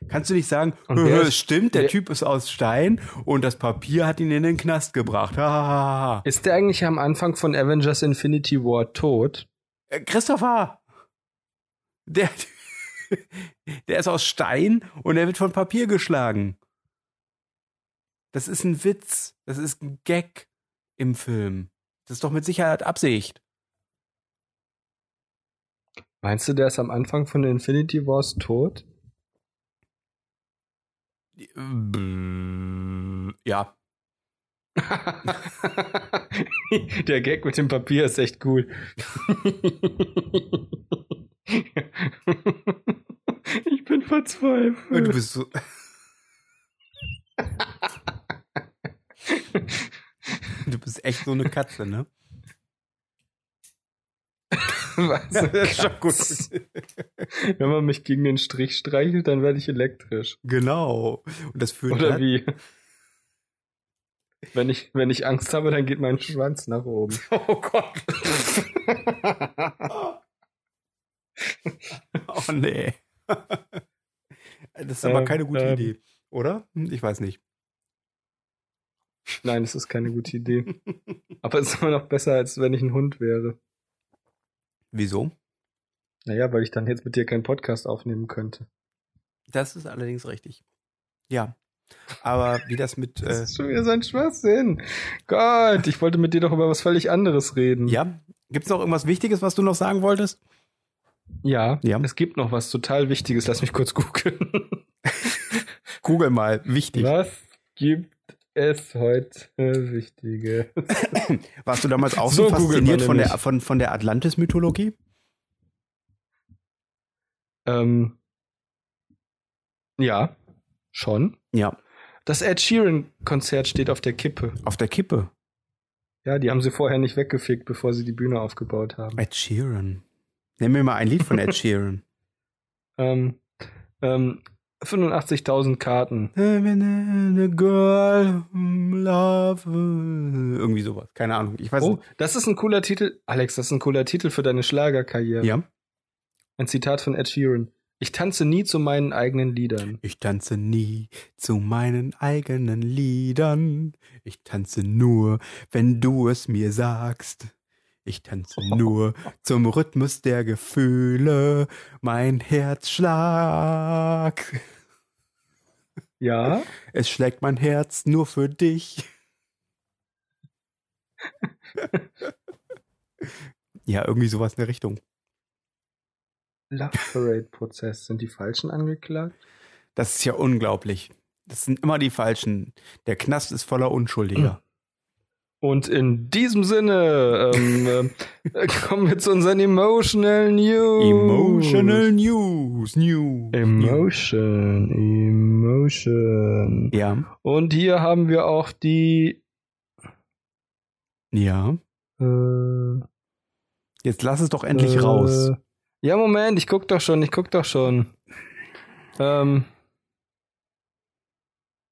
[SPEAKER 2] Kannst du nicht sagen,
[SPEAKER 1] Und wer
[SPEAKER 2] "Hö,
[SPEAKER 1] ist-
[SPEAKER 2] stimmt, der
[SPEAKER 1] wer-
[SPEAKER 2] Typ ist aus Stein und das Papier hat ihn in den Knast gebracht. Ha, ha, ha, ha.
[SPEAKER 1] Ist der eigentlich am Anfang von Avengers Infinity War tot?
[SPEAKER 2] Äh, Christopher! Der, der ist aus Stein und er wird von Papier geschlagen. Das ist ein Witz. Das ist ein Gag im Film. Das ist doch mit Sicherheit Absicht.
[SPEAKER 1] Meinst du, der ist am Anfang von Infinity Wars tot?
[SPEAKER 2] Äh, Ja.
[SPEAKER 1] der Gag mit dem Papier ist echt cool. ich bin verzweifelt.
[SPEAKER 2] Du bist so. Du bist echt so eine Katze, ne?
[SPEAKER 1] Was?
[SPEAKER 2] Katz.
[SPEAKER 1] Wenn man mich gegen den Strich streichelt, dann werde ich elektrisch.
[SPEAKER 2] Genau. Und das führt
[SPEAKER 1] Oder
[SPEAKER 2] dann-
[SPEAKER 1] wie? Wenn ich, wenn ich Angst habe, dann geht mein Schwanz nach oben.
[SPEAKER 2] Oh Gott. Oh nee. Das ist aber
[SPEAKER 1] Ähm,
[SPEAKER 2] keine gute
[SPEAKER 1] ähm.
[SPEAKER 2] Idee, oder? Hm, Ich weiß nicht.
[SPEAKER 1] Nein, das ist keine gute Idee. Aber es ist immer noch besser, als wenn ich ein Hund wäre.
[SPEAKER 2] Wieso?
[SPEAKER 1] Naja, weil ich dann jetzt mit dir keinen Podcast aufnehmen könnte.
[SPEAKER 2] Das ist allerdings richtig. Ja. Aber wie das mit.
[SPEAKER 1] Das
[SPEAKER 2] Äh,
[SPEAKER 1] ist schon wieder so ein Schwachsinn. Gott, ich wollte mit dir doch über was völlig anderes reden.
[SPEAKER 2] ja. Gibt es noch irgendwas Wichtiges, was du noch sagen wolltest?
[SPEAKER 1] Ja,
[SPEAKER 2] Ja.
[SPEAKER 1] es gibt noch was total Wichtiges. Lass mich kurz googeln.
[SPEAKER 2] Google mal. Wichtig.
[SPEAKER 1] Was gibt es heute Wichtige?
[SPEAKER 2] Warst du damals auch so,
[SPEAKER 1] So googelt
[SPEAKER 2] fasziniert
[SPEAKER 1] man
[SPEAKER 2] von der,
[SPEAKER 1] nämlich.
[SPEAKER 2] von, von der Atlantis-Mythologie?
[SPEAKER 1] ähm, ja, schon.
[SPEAKER 2] Ja.
[SPEAKER 1] Das Ed Sheeran-Konzert steht auf der Kippe.
[SPEAKER 2] Auf der Kippe.
[SPEAKER 1] Ja, die haben sie vorher nicht weggefickt, bevor sie die Bühne aufgebaut haben.
[SPEAKER 2] Ed Sheeran. Nimm mir mal ein Lied von Ed Sheeran.
[SPEAKER 1] Ähm, Ähm, 85.000 Karten.
[SPEAKER 2] Girl love. Irgendwie sowas. Keine Ahnung. Ich weiß
[SPEAKER 1] Oh,
[SPEAKER 2] nicht.
[SPEAKER 1] das ist ein cooler Titel. Alex, das ist ein cooler Titel für deine Schlagerkarriere.
[SPEAKER 2] Ja.
[SPEAKER 1] Ein Zitat von Ed Sheeran. Ich tanze nie zu meinen eigenen Liedern.
[SPEAKER 2] Ich tanze nie zu meinen eigenen Liedern. Ich tanze nur, wenn du es mir sagst. Ich tanze nur zum Rhythmus der Gefühle. Mein Herzschlag.
[SPEAKER 1] Ja?
[SPEAKER 2] Es schlägt mein Herz nur für dich. ja, irgendwie sowas in der Richtung.
[SPEAKER 1] Love Parade-Prozess. Sind die Falschen angeklagt?
[SPEAKER 2] Das ist ja unglaublich. Das sind immer die Falschen. Der Knast ist voller Unschuldiger.
[SPEAKER 1] Und in diesem Sinne ähm, äh, kommen wir zu unseren Emotional News.
[SPEAKER 2] Emotional News. News.
[SPEAKER 1] Emotion, Emotion.
[SPEAKER 2] Ja,
[SPEAKER 1] Und hier haben wir auch die.
[SPEAKER 2] ja.
[SPEAKER 1] Äh,
[SPEAKER 2] Jetzt lass es doch endlich
[SPEAKER 1] äh,
[SPEAKER 2] raus.
[SPEAKER 1] Ja, Moment, ich guck doch schon, ich guck doch schon. Ähm,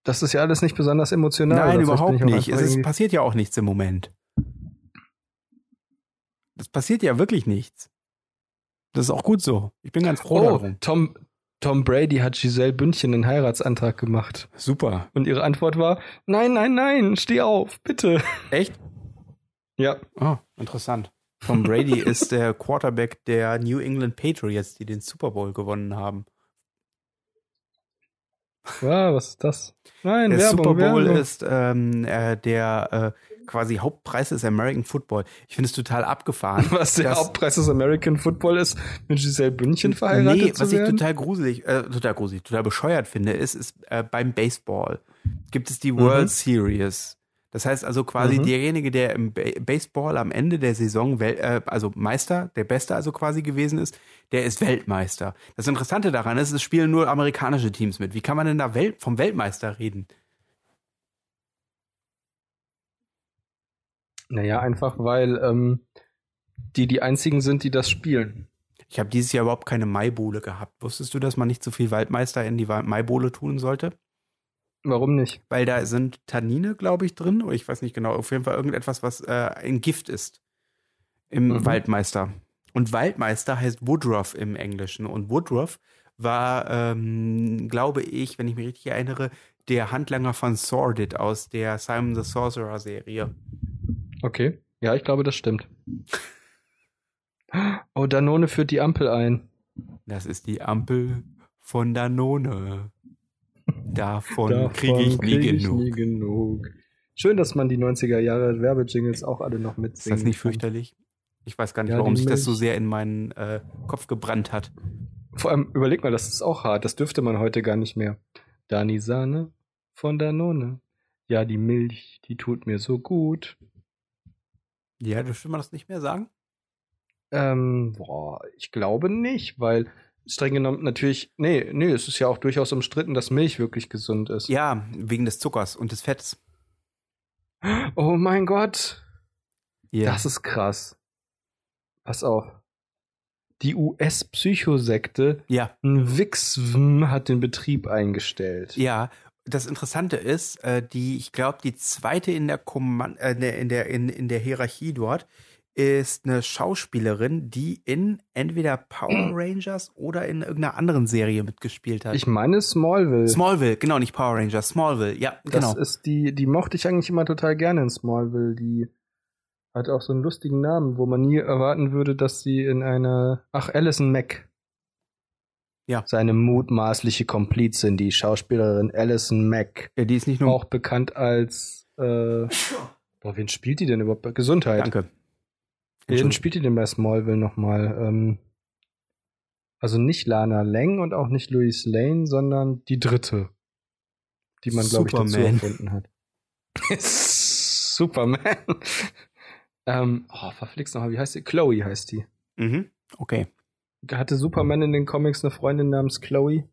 [SPEAKER 1] das ist ja alles nicht besonders emotional.
[SPEAKER 2] Nein,
[SPEAKER 1] oder? Vielleicht bin
[SPEAKER 2] überhaupt
[SPEAKER 1] ich auch
[SPEAKER 2] nicht.
[SPEAKER 1] einfach
[SPEAKER 2] Es ist,
[SPEAKER 1] irgendwie-
[SPEAKER 2] passiert ja auch nichts im Moment. Es passiert ja wirklich nichts. Das ist auch gut so. Ich bin ganz froh
[SPEAKER 1] oh,
[SPEAKER 2] darum.
[SPEAKER 1] Tom, Tom Brady hat Giselle Bündchen einen Heiratsantrag gemacht.
[SPEAKER 2] Super.
[SPEAKER 1] Und ihre Antwort war: Nein, nein, nein, steh auf, bitte.
[SPEAKER 2] Echt?
[SPEAKER 1] Ja,
[SPEAKER 2] Ah, interessant. Tom Brady ist der Quarterback der New England Patriots, die den Super Bowl gewonnen haben.
[SPEAKER 1] ja was ist das? Nein,
[SPEAKER 2] Der
[SPEAKER 1] Werbung,
[SPEAKER 2] Super Bowl
[SPEAKER 1] Werbung.
[SPEAKER 2] ist ähm, äh, der äh, quasi Hauptpreis ist American Football. Ich finde es total abgefahren.
[SPEAKER 1] was der
[SPEAKER 2] dass-
[SPEAKER 1] Hauptpreis des American Football ist, mit Giselle Bündchen verheiratet
[SPEAKER 2] Nee,
[SPEAKER 1] zu
[SPEAKER 2] was ich
[SPEAKER 1] werden?
[SPEAKER 2] total gruselig, äh, total gruselig, total bescheuert finde, ist, ist äh, beim Baseball gibt es die World
[SPEAKER 1] Mhm.
[SPEAKER 2] Series. Das heißt also quasi
[SPEAKER 1] Mhm.
[SPEAKER 2] derjenige, der im ba Baseball am Ende der Saison, Wel äh, also Meister, der Beste also quasi gewesen ist, der ist Weltmeister. Das Interessante daran ist, es spielen nur amerikanische Teams mit. Wie kann man denn da Wel vom Weltmeister reden?
[SPEAKER 1] Naja, einfach weil ähm, die die einzigen sind, die das spielen.
[SPEAKER 2] Ich habe dieses Jahr überhaupt keine Maibohle gehabt. Wusstest du, dass man nicht zu viel Waldmeister in die Wa- Maibohle tun sollte?
[SPEAKER 1] Warum nicht?
[SPEAKER 2] weil da sind Tannine, glaube ich, drin. Oder ich weiß nicht genau. Auf jeden Fall irgendetwas, was äh, ein Gift ist im
[SPEAKER 1] Mhm.
[SPEAKER 2] Waldmeister. Und Waldmeister heißt Woodruff im Englischen. Und Woodruff war, ähm, glaube ich, wenn ich mich richtig erinnere, der Handlanger von Sordid aus der Simon the Sorcerer Serie.
[SPEAKER 1] Okay. Ja, ich glaube, das stimmt. Oh, Danone führt die Ampel ein.
[SPEAKER 2] Das ist die Ampel von Danone. Davon
[SPEAKER 1] Davon
[SPEAKER 2] kriege ich nie
[SPEAKER 1] krieg
[SPEAKER 2] genug.
[SPEAKER 1] nie genug. Schön, dass man die 90er Jahre Werbejingles auch alle noch
[SPEAKER 2] Ist
[SPEAKER 1] mitsingen
[SPEAKER 2] das nicht
[SPEAKER 1] kann.
[SPEAKER 2] fürchterlich? Ich weiß gar nicht,
[SPEAKER 1] Ja, die
[SPEAKER 2] warum sich das
[SPEAKER 1] Milch.
[SPEAKER 2] so sehr in meinen äh, Kopf gebrannt hat.
[SPEAKER 1] Vor allem, überleg mal, das ist auch hart. Das dürfte man heute gar nicht mehr. Dani Sahne von Danone. Ja, die Milch, die tut mir so gut.
[SPEAKER 2] Ja, dürfte man das nicht mehr sagen?
[SPEAKER 1] Ähm, boah, ich glaube nicht, weil streng genommen natürlich, nee, nee, es ist ja auch durchaus umstritten, dass Milch wirklich gesund ist.
[SPEAKER 2] Ja, wegen des Zuckers und des Fetts.
[SPEAKER 1] Oh mein Gott,
[SPEAKER 2] Ja.
[SPEAKER 1] das ist krass. Pass auf. Die US-Psychosekte
[SPEAKER 2] ja,
[SPEAKER 1] Wixwm hat den Betrieb eingestellt.
[SPEAKER 2] ja. Das Interessante ist, äh, die, ich glaube, die zweite in der, Kommand äh, in der, in, der in, in der Hierarchie dort ist eine Schauspielerin, die in entweder Power Rangers oder in irgendeiner anderen Serie mitgespielt hat.
[SPEAKER 1] Ich meine Smallville.
[SPEAKER 2] Smallville, genau, nicht Power Rangers, Smallville, ja,
[SPEAKER 1] das
[SPEAKER 2] genau.
[SPEAKER 1] ist die, die mochte ich eigentlich immer total gerne in Smallville. Die hat auch so einen lustigen Namen, wo man nie erwarten würde, dass sie in einer. Ach, Alison Mack.
[SPEAKER 2] Ja.
[SPEAKER 1] Seine mutmaßliche Komplizin, die Schauspielerin Alison Mack.
[SPEAKER 2] Ja, die ist nicht
[SPEAKER 1] Auch bekannt als. Äh, boah, wen spielt die denn überhaupt? Gesundheit.
[SPEAKER 2] Danke.
[SPEAKER 1] Wen
[SPEAKER 2] Entschuldigung.
[SPEAKER 1] Hm, spielt die denn bei Smallville nochmal? Ähm, also nicht Lana Lang und auch nicht Louis Lane, sondern die dritte, die man, glaube ich, dazu
[SPEAKER 2] Superman.
[SPEAKER 1] erfunden hat. Superman. ähm, oh, verflixt nochmal, wie heißt die? Chloe heißt die.
[SPEAKER 2] Mhm. Okay.
[SPEAKER 1] Hatte Superman in den Comics eine Freundin namens Chloe?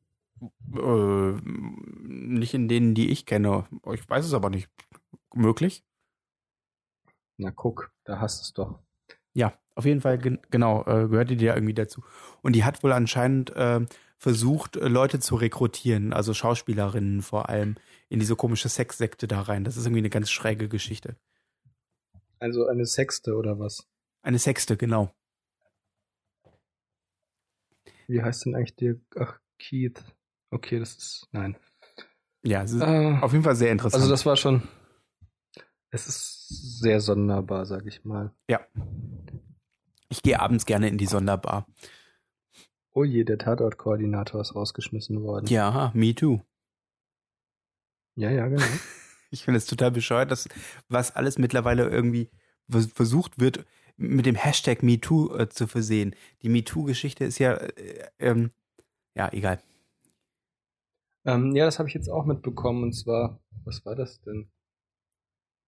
[SPEAKER 2] Äh, nicht in denen, die ich kenne. Ich weiß es aber nicht. Möglich?
[SPEAKER 1] Na guck, da hast du es doch.
[SPEAKER 2] Ja, auf jeden Fall, gen genau, äh, gehörte die ja irgendwie dazu. Und die hat wohl anscheinend ähm, versucht, Leute zu rekrutieren, also Schauspielerinnen vor allem, in diese komische Sexsekte da rein. Das ist irgendwie eine ganz schräge Geschichte.
[SPEAKER 1] Also eine Sexte oder was?
[SPEAKER 2] Eine Sexte, genau.
[SPEAKER 1] Wie heißt denn eigentlich der? Ach, Keith. Okay, das ist. Nein.
[SPEAKER 2] Ja, es ist
[SPEAKER 1] Äh,
[SPEAKER 2] auf jeden Fall sehr interessant.
[SPEAKER 1] also das war schon. Es ist sehr sonderbar, sag ich mal.
[SPEAKER 2] ich gehe abends gerne in die Sonderbar.
[SPEAKER 1] Oh je, der Tatortkoordinator ist rausgeschmissen worden.
[SPEAKER 2] Ja, me too.
[SPEAKER 1] ja, ja genau.
[SPEAKER 2] Ich finde es total bescheuert, dass was alles mittlerweile irgendwie vers- versucht wird, mit dem Hashtag MeToo äh, zu versehen. Die MeToo-Geschichte ist ja, äh, ähm, ja, egal.
[SPEAKER 1] Ähm, ja, das habe ich jetzt auch mitbekommen. Und zwar, was war das denn?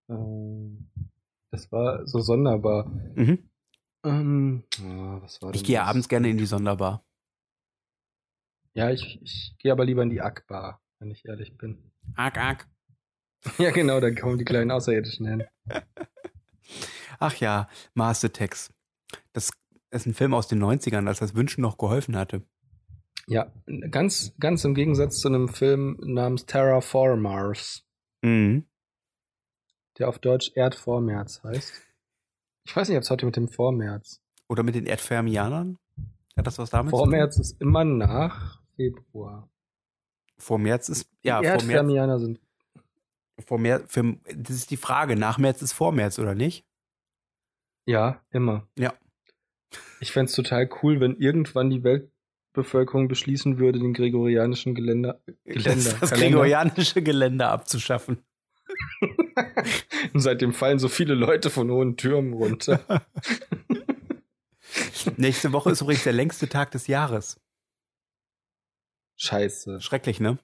[SPEAKER 1] Ähm, das war so sonderbar.
[SPEAKER 2] Mhm.
[SPEAKER 1] Ähm, ah, was war
[SPEAKER 2] Ich
[SPEAKER 1] denn
[SPEAKER 2] gehe
[SPEAKER 1] das?
[SPEAKER 2] abends gerne in die Sonderbar.
[SPEAKER 1] Ja, ich, ich gehe aber lieber in die Ackbar, wenn ich ehrlich bin.
[SPEAKER 2] Arg, arg.
[SPEAKER 1] Ja, genau, da kommen die kleinen Außerirdischen hin.
[SPEAKER 2] Ach ja, Master Tex. Das ist ein Film aus den 90ern, als das Wünschen noch geholfen hatte.
[SPEAKER 1] Ja, ganz, ganz im Gegensatz zu einem Film namens Terraformars,
[SPEAKER 2] Mhm.
[SPEAKER 1] der auf Deutsch Erdvormärz heißt. Ich weiß nicht, ob es heute mit dem Vormärz.
[SPEAKER 2] Oder mit den Erdfermianern? Hat das was damit
[SPEAKER 1] Vormärz ist immer nach Februar.
[SPEAKER 2] zu tun? Vor März ist, ja,
[SPEAKER 1] Die
[SPEAKER 2] vor März,
[SPEAKER 1] Erdfermianer sind.
[SPEAKER 2] vor März, für, das ist die Frage. Nach März ist vor März, oder nicht?
[SPEAKER 1] Ja, immer.
[SPEAKER 2] Ja.
[SPEAKER 1] Ich fänd's total cool, wenn irgendwann die Weltbevölkerung beschließen würde, den gregorianischen Geländer, Geländer,
[SPEAKER 2] das, das
[SPEAKER 1] Kalender.
[SPEAKER 2] gregorianische Geländer abzuschaffen.
[SPEAKER 1] Und seitdem fallen so viele Leute von hohen Türmen runter.
[SPEAKER 2] Nächste Woche ist übrigens der längste Tag des Jahres.
[SPEAKER 1] Scheiße.
[SPEAKER 2] Schrecklich, ne?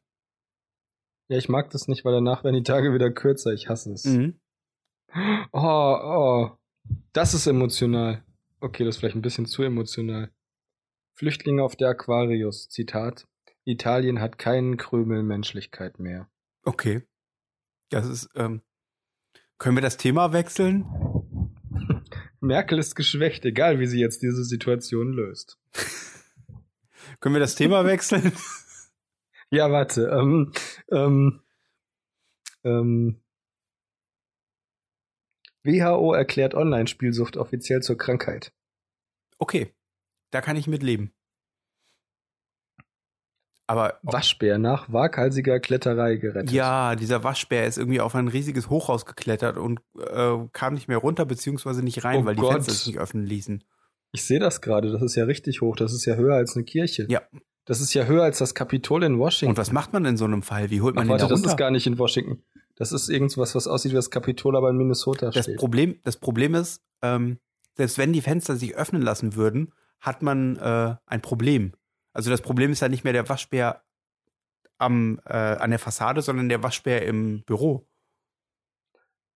[SPEAKER 1] Ja, ich mag das nicht, weil danach werden die Tage wieder kürzer. Ich hasse es.
[SPEAKER 2] Mhm.
[SPEAKER 1] Oh, oh. Das ist emotional. Okay, das ist vielleicht ein bisschen zu emotional. Flüchtlinge auf der Aquarius. Zitat. Italien hat keinen Krümel Menschlichkeit mehr.
[SPEAKER 2] Okay. Das ist, ähm, können wir das Thema wechseln?
[SPEAKER 1] Merkel ist geschwächt, egal wie sie jetzt diese Situation löst.
[SPEAKER 2] Können wir das Thema wechseln?
[SPEAKER 1] Ja, warte. Ähm, ähm, ähm, WHO erklärt Online-Spielsucht offiziell zur Krankheit.
[SPEAKER 2] Okay. Da kann ich mitleben. Aber,
[SPEAKER 1] Waschbär nach waghalsiger Kletterei gerettet.
[SPEAKER 2] Oh. ja, dieser Waschbär ist irgendwie auf ein riesiges Hochhaus geklettert und äh, kam nicht mehr runter, beziehungsweise nicht rein,
[SPEAKER 1] Oh
[SPEAKER 2] weil die
[SPEAKER 1] Gott.
[SPEAKER 2] Fenster sich nicht öffnen ließen.
[SPEAKER 1] Ich sehe das gerade. Das ist ja richtig hoch. Das ist ja höher als eine Kirche.
[SPEAKER 2] Ja.
[SPEAKER 1] Das ist ja höher als das Kapitol in Washington.
[SPEAKER 2] Und was macht man in so einem Fall? Wie holt man
[SPEAKER 1] Ach,
[SPEAKER 2] den da
[SPEAKER 1] warte,
[SPEAKER 2] runter?
[SPEAKER 1] das ist gar nicht in Washington. Das ist irgendwas, was aussieht wie das Kapitol, aber in Minnesota
[SPEAKER 2] Das
[SPEAKER 1] steht.
[SPEAKER 2] Problem, das Problem ist, ähm, selbst wenn die Fenster sich öffnen lassen würden, hat man äh, ein Problem. Also das Problem ist ja nicht mehr der Waschbär am, äh, an der Fassade, sondern der Waschbär im Büro.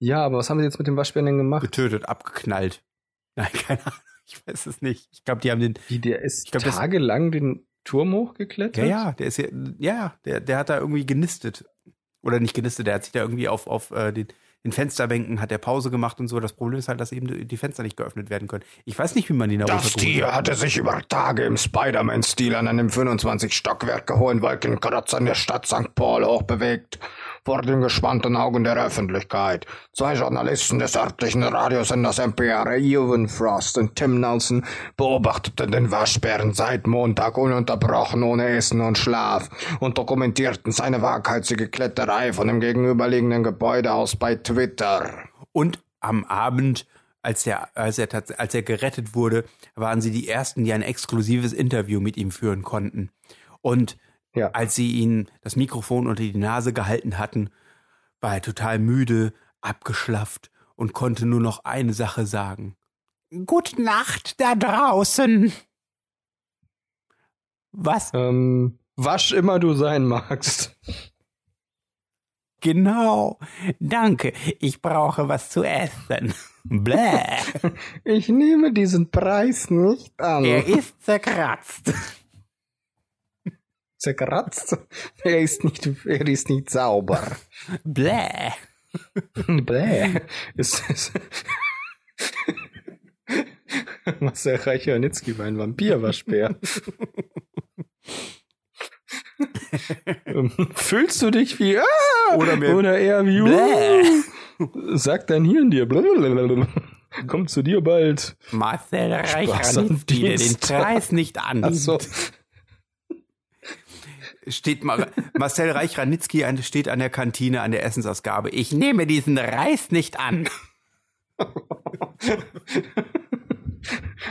[SPEAKER 1] Ja, aber was haben sie jetzt mit dem Waschbär denn gemacht?
[SPEAKER 2] Getötet, abgeknallt. Nein, keine Ahnung. Ich weiß es nicht. Ich glaube, die haben den.
[SPEAKER 1] Wie, der ist
[SPEAKER 2] Ich glaub, das-
[SPEAKER 1] tagelang den Turm hochgeklettert?
[SPEAKER 2] Ja, ja, der ist ja, ja, der, der hat da irgendwie genistet. Oder nicht genistet, der hat sich da irgendwie auf, auf äh, den, den Fensterbänken, hat der Pause gemacht und so. Das Problem ist halt, dass eben die- die Fenster nicht geöffnet werden können. Ich weiß nicht, wie man die da
[SPEAKER 3] Das
[SPEAKER 2] runtergeholt
[SPEAKER 3] Tier hatte sich über Tage im Spider-Man-Stil an einem 25-Stockwerk hohen Wolkenkratzer in der Stadt St. Paul hochbewegt, vor den gespannten Augen der Öffentlichkeit. Zwei Journalisten des örtlichen Radiosenders MPR, Ewan Frost und Tim Nelson, beobachteten den Waschbären seit Montag ununterbrochen ohne Essen und Schlaf und dokumentierten seine waghalsige Kletterei von dem gegenüberliegenden Gebäude aus bei Twitter.
[SPEAKER 2] Und am Abend, als er, als, er tats- als er gerettet wurde, waren sie die Ersten, die ein exklusives Interview mit ihm führen konnten. Und
[SPEAKER 1] Ja.
[SPEAKER 2] als sie ihn das Mikrofon unter die Nase gehalten hatten, war er total müde, abgeschlafft und konnte nur noch eine Sache sagen. Gute Nacht da draußen. Was
[SPEAKER 1] Ähm, wasch immer du sein magst.
[SPEAKER 2] genau? Danke, ich brauche was zu essen. Bläh.
[SPEAKER 1] Ich nehme diesen Preis nicht an.
[SPEAKER 2] Er ist zerkratzt.
[SPEAKER 1] zerkratzt. Er ist nicht, er ist nicht sauber.
[SPEAKER 2] Bläh.
[SPEAKER 1] Bläh. Ist, ist Marcel Reichernitzki war ein Vampirwaschbär. Ähm, Fühlst du dich wie ah,
[SPEAKER 2] Oder mehr-
[SPEAKER 1] oder eher wie uh, sagt dein Hirn dir. blablabla. Kommt zu dir bald.
[SPEAKER 2] Marcel
[SPEAKER 1] Spaß am
[SPEAKER 2] Reichardt, den
[SPEAKER 1] Dienstag.
[SPEAKER 2] Preis nicht an.
[SPEAKER 1] Achso.
[SPEAKER 2] steht Mar Marcel Reichranitzky an, steht an der Kantine an der Essensausgabe. Ich nehme diesen Reis nicht an.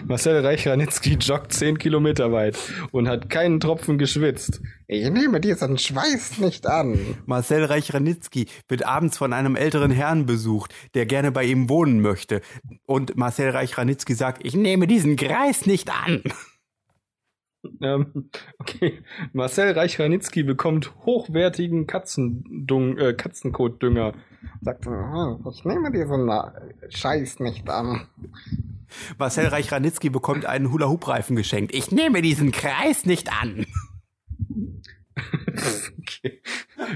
[SPEAKER 1] Marcel Reichranitzky joggt 10 Kilometer weit und hat keinen Tropfen geschwitzt.
[SPEAKER 3] Ich nehme diesen Schweiß nicht an.
[SPEAKER 2] Marcel Reichranitzky wird abends von einem älteren Herrn besucht, der gerne bei ihm wohnen möchte. Und Marcel Reichranitzky sagt, ich nehme diesen Greis nicht an.
[SPEAKER 1] Ähm, okay. Marcel Reichranitzky bekommt hochwertigen Katzendung, äh, Katzenkotdünger.
[SPEAKER 3] Sagt, "Ah, ich nehme diesen äh, Scheiß nicht an.
[SPEAKER 2] Marcel Reichranitzky bekommt einen Hula-Hoop-Reifen geschenkt. Ich nehme diesen Kreis nicht an.
[SPEAKER 1] Okay.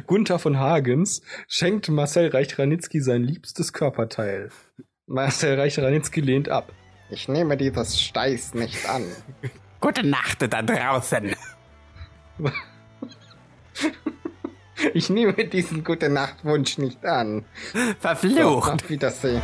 [SPEAKER 1] Gunther von Hagens schenkt Marcel Reichranitzky sein liebstes Körperteil. Marcel Reichranitzky lehnt ab.
[SPEAKER 3] Ich nehme dieses Scheiß nicht an.
[SPEAKER 2] Gute Nacht da draußen.
[SPEAKER 3] Ich nehme diesen Gute Nacht Wunsch nicht an.
[SPEAKER 2] Verflucht.
[SPEAKER 3] Auf Wiedersehen.